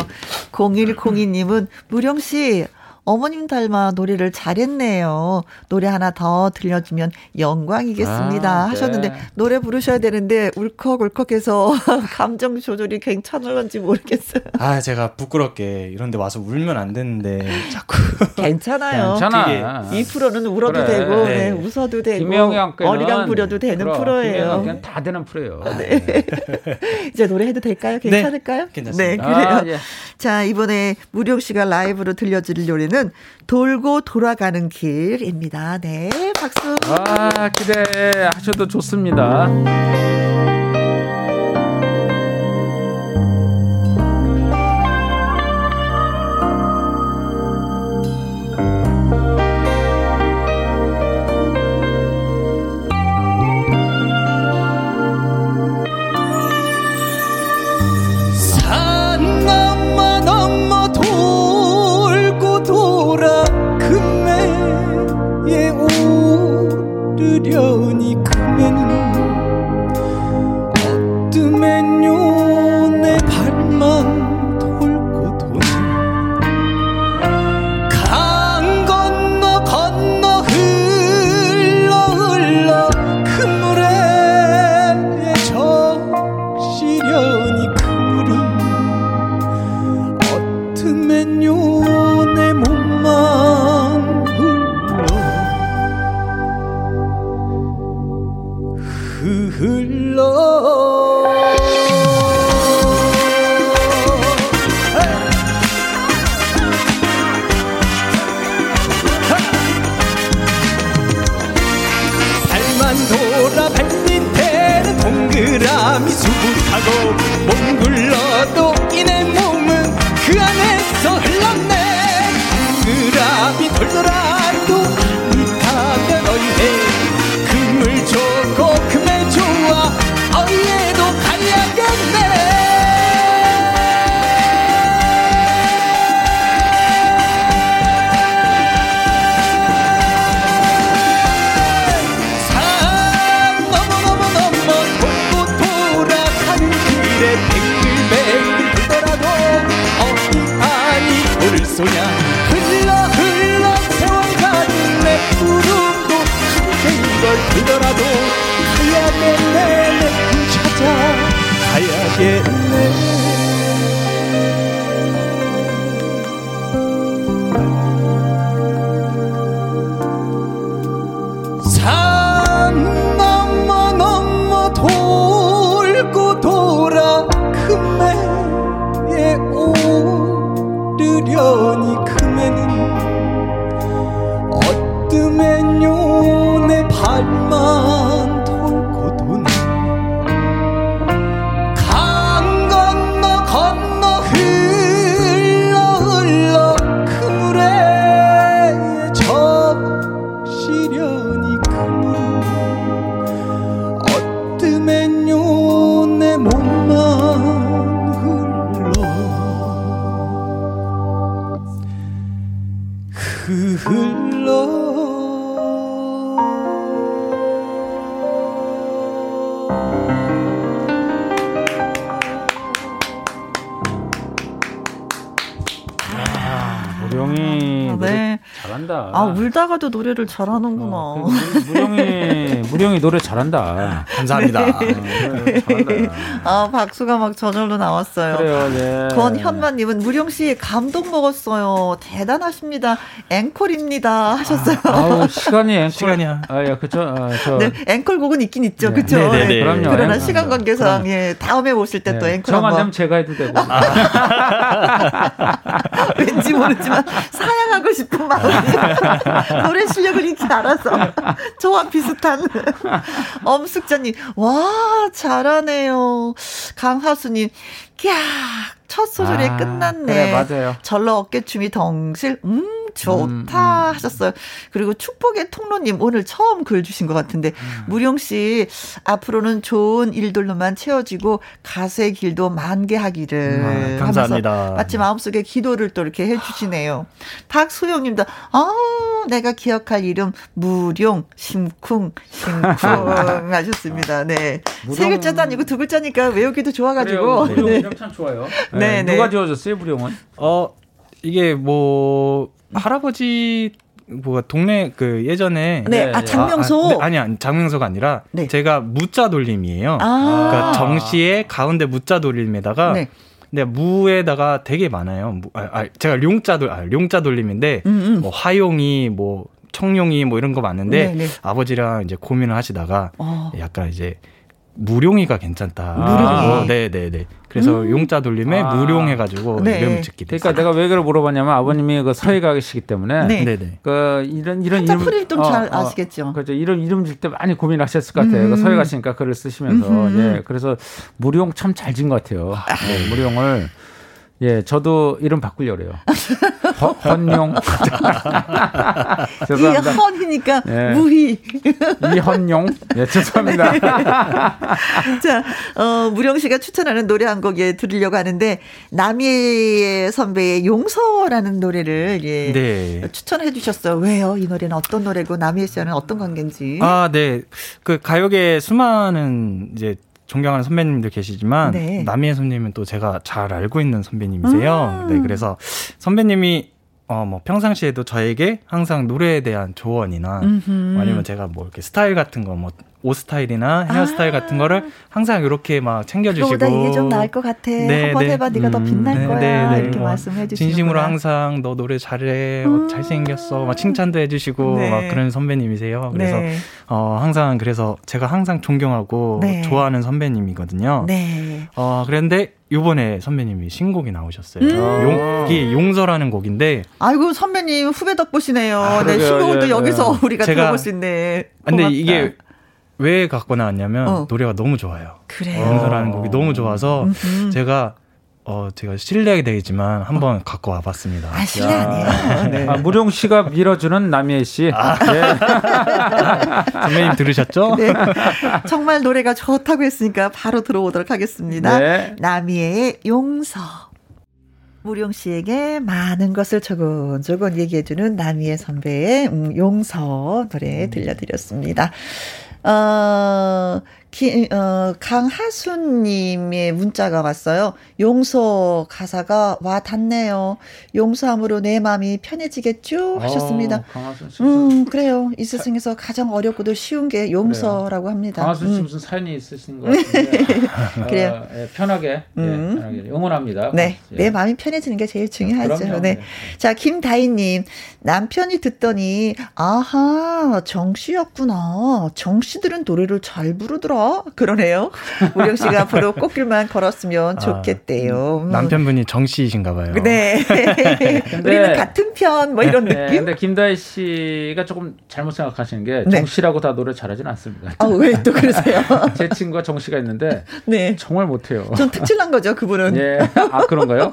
[SPEAKER 1] 0102님은, 무룡 씨, 어머님 닮아 노래를 잘했네요. 노래 하나 더 들려주면 영광이겠습니다.
[SPEAKER 8] 아, 네.
[SPEAKER 1] 하셨는데, 노래 부르셔야 되는데, 울컥울컥해서 감정 조절이 괜찮을런지 모르겠어요.
[SPEAKER 5] 아, 제가 부끄럽게 이런데 와서 울면 안 되는데 자꾸.
[SPEAKER 1] 괜찮아요.
[SPEAKER 8] 괜찮아.
[SPEAKER 1] 이 프로는 울어도
[SPEAKER 8] 그래.
[SPEAKER 1] 되고 네,
[SPEAKER 5] 네.
[SPEAKER 1] 웃어도 되고
[SPEAKER 8] 김영양 그
[SPEAKER 1] 어리광 부려도 되는 프로예요. 아, 네,
[SPEAKER 8] 그냥 다 되는 프로예요.
[SPEAKER 1] 이제 노래해도 될까요? 괜찮을까요?
[SPEAKER 5] 괜찮습니다.
[SPEAKER 1] 네, 그래요.
[SPEAKER 8] 아, 예.
[SPEAKER 1] 자, 이번에 무룡 씨가 라이브로 들려드릴 노래는 돌고 돌아가는 길입니다. 네, 박수.
[SPEAKER 8] 아 기대하셔도 좋습니다.
[SPEAKER 6] 산 넘어 넘어 돌고 돌아 금매에 오르려니 금매는 어둠에요 내 발만 돌고 도네 강 건너 건너 흘러 흘러 그 물에 적시려니 그 물은 어둠엔 요내 몸만 흘러 흘러 발만 돌아 발 밑에는 동그라미 수북하고 몸 굴러도 이내 몸은 그 안에서 흘렀네 동그라미 돌더라도 이타면 어이해 금물 좋고 금에 좋아 어이해도 가야겠네 산 넘어 넘어 넘어 돌고 돌아가는 길에 뱅글뱅글 돌더라도 어디아니 돌을 쏘냐 흘러 흘러 세월이 가는 내 구름도 함께 이걸 들더라도 가야겠네 내 찾아 가야겠네 산 넘어 넘어 돌고 돌아 금매에 오르려니 금에는 어둠엔 요내 발만 돌고 도네 강 건너 건너 흘
[SPEAKER 9] 그 흘러
[SPEAKER 4] 무령이
[SPEAKER 1] 아,
[SPEAKER 4] 노래
[SPEAKER 1] 네.
[SPEAKER 4] 잘한다.
[SPEAKER 1] 아, 뭐. 울다가도 노래를 잘하는구나.
[SPEAKER 4] 어, 그 무- 무령이 무령이 노래 잘한다.
[SPEAKER 5] 감사합니다.
[SPEAKER 1] 네.
[SPEAKER 4] 잘한다.
[SPEAKER 1] 아, 박수가 막 저절로 나왔어요.
[SPEAKER 4] 그래요, 예.
[SPEAKER 1] 권현만님은 무령 씨 감동 먹었어요. 대단하십니다. 앵콜입니다. 하셨어요.
[SPEAKER 4] 아우 시간이 앵콜.
[SPEAKER 5] 시간이야.
[SPEAKER 4] 아, 예, 그쵸. 아, 저
[SPEAKER 1] 네, 앵콜곡은 있긴 있죠,
[SPEAKER 4] 네.
[SPEAKER 1] 그렇죠.
[SPEAKER 5] 네, 네, 네.
[SPEAKER 4] 그럼요.
[SPEAKER 1] 그러나
[SPEAKER 4] 앵콜.
[SPEAKER 1] 시간 관계상 예 다음에 오실 때 또
[SPEAKER 4] 예,
[SPEAKER 1] 앵콜
[SPEAKER 4] 정안
[SPEAKER 1] 한번 아,
[SPEAKER 4] 되면 제가 해도 되고.
[SPEAKER 1] 왠지 모르지만 사양하고 싶은 마음이 노래 실력을 익히 알아서 저와 비슷한 엄숙자님 와 잘하네요. 강하수님 캬. 첫 소절에
[SPEAKER 4] 아,
[SPEAKER 1] 끝났네.
[SPEAKER 4] 그래, 맞아요.
[SPEAKER 1] 절로 어깨춤이 덩실. 음, 좋다. 하셨어요. 그리고 축복의 통로님, 오늘 처음 글 주신 것 같은데, 무룡 씨, 앞으로는 좋은 일들로만 채워지고, 가수의 길도 만개하기를. 하면서
[SPEAKER 5] 감사합니다.
[SPEAKER 1] 마치 마음속에 기도를 또 이렇게 해주시네요. 박소영 님도, 아, 내가 기억할 이름, 무룡, 심쿵, 심쿵. 하셨습니다. 네. 세
[SPEAKER 4] 무룡.
[SPEAKER 1] 글자도 아니고 두 글자니까 외우기도 좋아가지고.
[SPEAKER 4] 무령
[SPEAKER 1] 네.
[SPEAKER 4] 이름 참 좋아요.
[SPEAKER 1] 네,
[SPEAKER 4] 예,
[SPEAKER 1] 네.
[SPEAKER 4] 누가 지어줬어요, 무령은?
[SPEAKER 5] 어 이게 뭐 할아버지 뭐가 동네 그 예전에
[SPEAKER 1] 네,
[SPEAKER 4] 네,
[SPEAKER 1] 아,
[SPEAKER 4] 네.
[SPEAKER 1] 장명소.
[SPEAKER 5] 아, 니 아니 장명소가 아니라
[SPEAKER 1] 네.
[SPEAKER 5] 제가 무자 돌림이에요.
[SPEAKER 1] 아.
[SPEAKER 5] 그러니까 정씨의 가운데 무자 돌림에다가
[SPEAKER 1] 네.
[SPEAKER 5] 근데 무에다가 되게 많아요. 무- 아, 아, 제가 룡자 돌, 아, 룡자 돌림인데
[SPEAKER 1] 음, 음.
[SPEAKER 5] 뭐 화용이 뭐 청룡이 뭐 이런 거 많은데
[SPEAKER 1] 네, 네.
[SPEAKER 5] 아버지랑 이제 고민을 하시다가
[SPEAKER 1] 어.
[SPEAKER 5] 약간 이제 무룡이가 괜찮다.
[SPEAKER 1] 아. 무룡이.
[SPEAKER 5] 네네네. 그래서 용자 돌림에
[SPEAKER 4] 아.
[SPEAKER 5] 무룡 해가지고
[SPEAKER 1] 음. 네.
[SPEAKER 5] 이름 짓게
[SPEAKER 4] 그러니까
[SPEAKER 5] 됐어요.
[SPEAKER 4] 내가 왜 그걸 물어봤냐면 아버님이 그 서예가시기 때문에
[SPEAKER 1] 네.
[SPEAKER 5] 네네.
[SPEAKER 4] 그 이런 이런
[SPEAKER 1] 한자
[SPEAKER 4] 이름 어,
[SPEAKER 1] 풀이를 좀잘 아시겠죠. 음.
[SPEAKER 4] 그렇죠. 이름 이름 질 때 많이 고민하셨을 것 같아요. 그 서예 가시니까 글을 쓰시면서 예. 그래서 무룡 참 잘 지은 것 같아요. 예, 무룡을 예, 저도 이름 바꾸려고 해요. 헌- 헌용.
[SPEAKER 5] 예,
[SPEAKER 1] 이게
[SPEAKER 4] 죄송합니다.
[SPEAKER 1] 헌이니까
[SPEAKER 4] 네.
[SPEAKER 1] 무희.
[SPEAKER 4] 이헌용. 예, 죄송합니다.
[SPEAKER 1] 네. 자, 어, 무령 씨가 추천하는 노래 한 곡 예, 들으려고 하는데, 남예 선배의 용서라는 노래를 예,
[SPEAKER 5] 네.
[SPEAKER 1] 추천해 주셨어요. 왜요? 이 노래는 어떤 노래고, 남예 씨와는 어떤 관계인지.
[SPEAKER 5] 아, 네. 그 가요계 수많은 이제 존경하는 선배님들 계시지만
[SPEAKER 1] 네.
[SPEAKER 5] 남희애 선배님은 또 제가 잘 알고 있는 선배님이세요.
[SPEAKER 1] 음.
[SPEAKER 5] 네, 그래서 선배님이 어 뭐 평상시에도 저에게 항상 노래에 대한 조언이나
[SPEAKER 1] 음.
[SPEAKER 5] 아니면 제가 뭐 이렇게 스타일 같은 거 뭐 옷 스타일이나 헤어스타일 같은 거를 항상 이렇게 막 챙겨주시고
[SPEAKER 1] 아. 그거보다 이게 좀 나을 것 같아.
[SPEAKER 5] 네,
[SPEAKER 1] 한번
[SPEAKER 5] 네.
[SPEAKER 1] 해봐. 네가 더 빛날
[SPEAKER 5] 네,
[SPEAKER 1] 거야.
[SPEAKER 5] 네, 네.
[SPEAKER 1] 이렇게
[SPEAKER 5] 뭐
[SPEAKER 1] 말씀해 주시는
[SPEAKER 5] 진심으로 항상 너 노래 잘해 어, 잘생겼어 막 칭찬도 해주시고
[SPEAKER 1] 음. 네.
[SPEAKER 5] 막 그런 선배님이세요 그래서
[SPEAKER 1] 네.
[SPEAKER 5] 어 항상 그래서 제가 항상 존경하고
[SPEAKER 1] 네.
[SPEAKER 5] 좋아하는 선배님이거든요
[SPEAKER 1] 네.
[SPEAKER 5] 어 그런데 요번에 선배님이 신곡이 나오셨어요
[SPEAKER 4] 음.
[SPEAKER 5] 용, 이게 용서라는 곡인데
[SPEAKER 1] 아이고 선배님 후배 덕분이네요.
[SPEAKER 5] 아,
[SPEAKER 1] 네,
[SPEAKER 4] 그러게요.
[SPEAKER 1] 신곡을 또
[SPEAKER 4] 예,
[SPEAKER 1] 여기서
[SPEAKER 4] 예.
[SPEAKER 1] 우리가
[SPEAKER 5] 제가-
[SPEAKER 1] 들어볼 수 있네.
[SPEAKER 5] 아, 근데
[SPEAKER 1] 고맙다.
[SPEAKER 5] 이게 왜 갖고 나왔냐면
[SPEAKER 1] 어.
[SPEAKER 5] 노래가 너무 좋아요
[SPEAKER 1] 그래요.
[SPEAKER 5] 용서라는 곡이 너무 좋아서 제가 어 제가 실례가 되겠지만 한번 갖고 와봤습니다
[SPEAKER 1] 어. 아 실례 아니에요. 네. 아.
[SPEAKER 4] 아, 무룡 씨가 밀어주는 남예 씨. 예.
[SPEAKER 5] 선배님 들으셨죠?
[SPEAKER 1] 네. 정말 노래가 좋다고 했으니까 바로 들어오도록 하겠습니다.
[SPEAKER 4] 네.
[SPEAKER 1] 남이의 용서. 무룡 씨에게 많은 것을 조곤조곤 얘기해주는 남이의 선배의 음, 용서 노래
[SPEAKER 4] 음.
[SPEAKER 1] 들려드렸습니다. 어, 기, 어, 강하수님의 문자가 왔어요. 용서 가사가 와 닿네요. 용서함으로 내 마음이 편해지겠죠? 하셨습니다.
[SPEAKER 4] 어, 강하순 씨.
[SPEAKER 1] 음, 그래요. 이 세상에서 가장 어렵고도 쉬운 게 용서라고 합니다.
[SPEAKER 4] 강하순 씨
[SPEAKER 1] 음.
[SPEAKER 4] 무슨 사연이 있으신 것 같은데. 어,
[SPEAKER 1] 그래요.
[SPEAKER 4] 예, 편하게, 예,
[SPEAKER 1] 음.
[SPEAKER 4] 편하게 응원합니다.
[SPEAKER 1] 네.
[SPEAKER 4] 예.
[SPEAKER 1] 내 마음이 편해지는 게 제일 중요하죠.
[SPEAKER 4] 그럼요.
[SPEAKER 1] 네.
[SPEAKER 4] 네.
[SPEAKER 1] 자, 김다희님. 남편이 듣더니, 아하, 정씨였구나. 정씨들은 노래를 잘 부르더라. 그러네요. 우령 씨가 앞으로 꽃길만 걸었으면
[SPEAKER 4] 아,
[SPEAKER 1] 좋겠대요. 음.
[SPEAKER 5] 남편분이 정씨이신가 봐요.
[SPEAKER 1] 네. 우리는 같은 편, 뭐 이런
[SPEAKER 4] 네,
[SPEAKER 1] 느낌?
[SPEAKER 4] 근데 김다희 씨가 조금 잘못 생각하시는 게
[SPEAKER 1] 네.
[SPEAKER 4] 정씨라고 다 노래 잘하진 않습니다.
[SPEAKER 1] 아, 왜 또 그러세요?
[SPEAKER 4] 제 친구가 정씨가 있는데
[SPEAKER 1] 네.
[SPEAKER 4] 정말 못해요.
[SPEAKER 1] 좀 특출난 거죠, 그분은.
[SPEAKER 4] 예, 아 그런가요?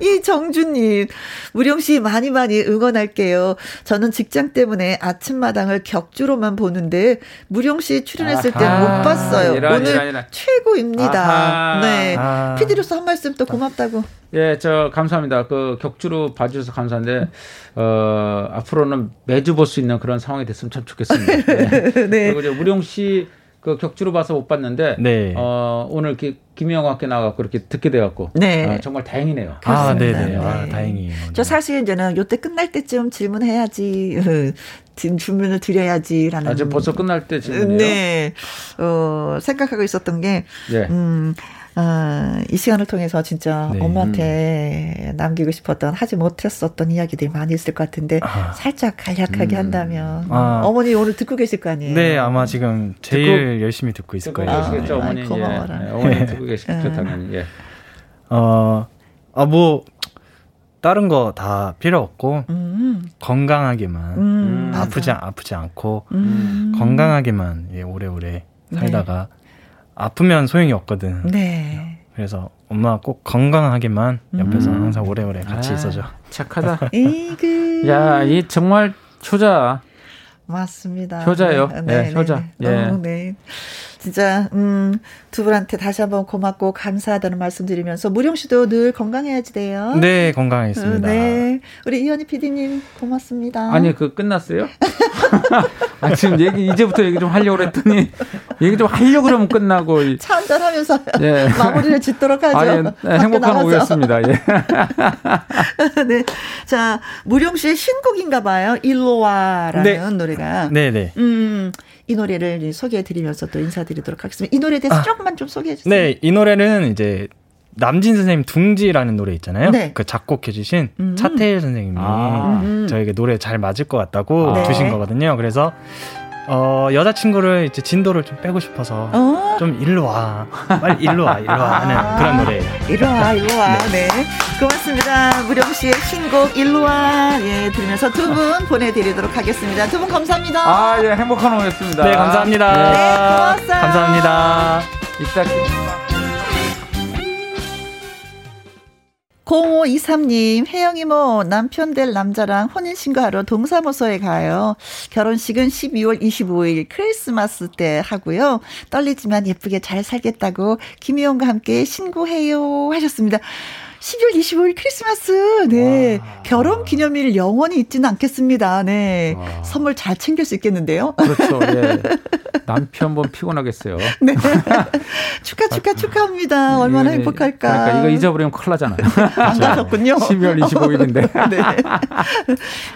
[SPEAKER 1] 이 정준님, 무령 씨 많이 많이 응원할게요. 저는 직장 때문에 아침마당을 격주로만 보는데 무령 씨 출연했을 때 못 바빴어요.
[SPEAKER 4] 이런,
[SPEAKER 1] 오늘
[SPEAKER 4] 이런, 이런.
[SPEAKER 1] 최고입니다.
[SPEAKER 4] 아하.
[SPEAKER 1] 네.
[SPEAKER 5] 아.
[SPEAKER 1] 피디로서 한 말씀 또 고맙다고.
[SPEAKER 4] 예, 저 감사합니다. 그 격주로 봐주셔서 감사한데 어 앞으로는 매주 볼 수 있는 그런 상황이 됐으면 참 좋겠습니다. 예.
[SPEAKER 1] 네.
[SPEAKER 4] 그리고 이제 우룡 씨 그 격주로 봐서 못 봤는데
[SPEAKER 1] 예.
[SPEAKER 5] 네.
[SPEAKER 4] 어 오늘 이렇게 김영호 학교 나가고 이렇게 듣게 돼갖고
[SPEAKER 1] 네.
[SPEAKER 4] 아, 정말 다행이네요.
[SPEAKER 5] 아,
[SPEAKER 1] 그렇습니다.
[SPEAKER 5] 네네. 아,
[SPEAKER 1] 네.
[SPEAKER 5] 다행이에요.
[SPEAKER 1] 저 사실 이제는 요때 끝날 때쯤 질문해야지 지금 질문을 드려야지라는.
[SPEAKER 4] 아주 벌써 끝날 때 질문이에요.
[SPEAKER 1] 음. 네, 어, 생각하고 있었던 게,
[SPEAKER 4] 예.
[SPEAKER 1] 음, 아, 이 시간을 통해서 진짜
[SPEAKER 5] 네.
[SPEAKER 1] 엄마한테 남기고 싶었던, 하지 못했었던 이야기들이 많이 있을 것 같은데, 살짝 간략하게 한다면,
[SPEAKER 5] 아.
[SPEAKER 1] 어머니 오늘 듣고 계실 거 아니에요?
[SPEAKER 5] 네, 아마 지금 제일 열심히 듣고 있을
[SPEAKER 4] 듣고
[SPEAKER 5] 거예요.
[SPEAKER 4] 계시겠죠
[SPEAKER 1] 아,
[SPEAKER 4] 어머니.
[SPEAKER 1] 고마워라.
[SPEAKER 4] 예. 예, 어머니 듣고 계시겠죠 당연히. 예.
[SPEAKER 5] 어, 아, 뭐, 다른 거 다 필요 없고,
[SPEAKER 1] 음,
[SPEAKER 5] 건강하게만,
[SPEAKER 1] 음, 맞아.
[SPEAKER 5] 아프지, 않- 아프지 않고,
[SPEAKER 1] 음,
[SPEAKER 5] 건강하게만, 예, 오래오래 살다가, 아프면 소용이 없거든.
[SPEAKER 1] 네.
[SPEAKER 5] 그래서 엄마 꼭 건강하게만 옆에서
[SPEAKER 1] 음.
[SPEAKER 5] 항상 오래오래 같이
[SPEAKER 4] 아,
[SPEAKER 5] 있어줘.
[SPEAKER 4] 착하다.
[SPEAKER 1] 이그
[SPEAKER 4] 야, 이 정말 효자.
[SPEAKER 1] 맞습니다.
[SPEAKER 4] 효자예요. 예, 효자.
[SPEAKER 1] 네.
[SPEAKER 4] 예.
[SPEAKER 1] 어, 네. 진짜 음, 두 분한테 다시 한번 고맙고 감사하다는 말씀드리면서 무룡 씨도 늘 건강해야지 돼요.
[SPEAKER 5] 네,
[SPEAKER 1] 어,
[SPEAKER 5] 건강하겠습니다.
[SPEAKER 1] 네. 우리 이현희 PD님 고맙습니다.
[SPEAKER 4] 아니 그 끝났어요? 아 지금 얘기 이제부터 얘기 좀 하려고 그랬더니 얘기 좀 하려고 그러면 끝나고 이-
[SPEAKER 1] 차 한잔하면서
[SPEAKER 4] 예.
[SPEAKER 1] 마무리를 짓도록 하죠.
[SPEAKER 4] 아, 예,
[SPEAKER 1] 밖에
[SPEAKER 4] 행복한
[SPEAKER 1] 나가서.
[SPEAKER 4] 오후였습니다. 예.
[SPEAKER 1] 네. 자, 무룡 씨의 신곡인가 봐요. 일로와라는
[SPEAKER 5] 네.
[SPEAKER 1] 노래가.
[SPEAKER 5] 네네.
[SPEAKER 1] 음, 이 노래를 소개해드리면서 또 인사드리도록 하겠습니다. 이 노래에
[SPEAKER 4] 아.
[SPEAKER 1] 대해서 조금만 좀 소개해주세요.
[SPEAKER 5] 네, 이 노래는 이제 남진 선생님 둥지라는 노래 있잖아요.
[SPEAKER 1] 네.
[SPEAKER 5] 그 작곡해 주신
[SPEAKER 1] 음.
[SPEAKER 5] 차태일 선생님이
[SPEAKER 4] 아.
[SPEAKER 1] 음.
[SPEAKER 5] 저에게 노래 잘 맞을 것 같다고
[SPEAKER 1] 아. 네.
[SPEAKER 5] 주신 거거든요. 그래서 어, 여자친구를 이제 진도를 좀 빼고 싶어서
[SPEAKER 1] 어,
[SPEAKER 5] 좀 일로 와. 빨리 일로 와. 일로 와 하는
[SPEAKER 1] 아.
[SPEAKER 5] 그런 노래예요.
[SPEAKER 1] 일로와 일로와 네. 고맙습니다 무령 씨의 신곡 일로와 예 들으면서 두 분 보내드리도록 하겠습니다 두 분 감사합니다
[SPEAKER 4] 아, 예, 행복한 오후였습니다.
[SPEAKER 5] 네, 감사합니다.
[SPEAKER 1] 네, 고맙습니다.
[SPEAKER 5] 감사합니다.
[SPEAKER 4] 예, 이따 뵙-
[SPEAKER 1] 0523님, 혜영 이모, 뭐 남편 될 남자랑 혼인신고하러 동사무소에 가요. 결혼식은 12월 25일 크리스마스 때 하고요. 떨리지만 예쁘게 잘 살겠다고 김희영과 함께 신고해요. 하셨습니다. 12월 25일 크리스마스, 네. 결혼 기념일 영원히 잊지는 않겠습니다. 네. 선물 잘 챙길 수 있겠는데요.
[SPEAKER 4] 그렇죠. 예. 남편분 피곤하겠어요.
[SPEAKER 1] 네. 축하, 축하, 축하합니다. 아, 얼마나
[SPEAKER 4] 예, 예.
[SPEAKER 1] 행복할까.
[SPEAKER 4] 그러니까 이거 잊어버리면 큰일 나잖아요.
[SPEAKER 1] 안 가셨군요.
[SPEAKER 4] 12월 25일인데.
[SPEAKER 1] 네.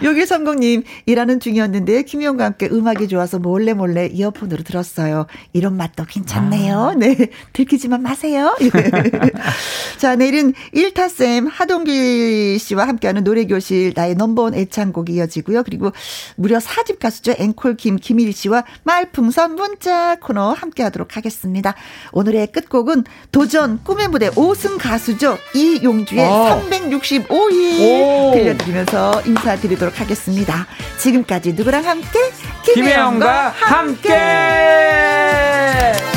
[SPEAKER 1] 요기 성공님 일하는 중이었는데 김희영과 함께 음악이 좋아서 몰래 몰래 이어폰으로 들었어요. 이런 맛도 괜찮네요. 네, 들키지만 마세요. 예. 자, 내일은 일타 쌤 하동기 씨와 함께하는 노래 교실 나의 넘버원 애창곡이 이어지고요. 그리고 무려 4집 가수죠 앵콜 김 김일 씨와 말풍선 문자 코너 함께하도록 하겠습니다. 오늘의 끝곡은 도전 꿈의 무대 5승 가수죠 이용주의
[SPEAKER 4] 어.
[SPEAKER 1] 365일
[SPEAKER 4] 오.
[SPEAKER 1] 들려드리면서 인사드리도록 하겠습니다. 지금까지 누구랑 함께
[SPEAKER 4] 김혜영과 함께!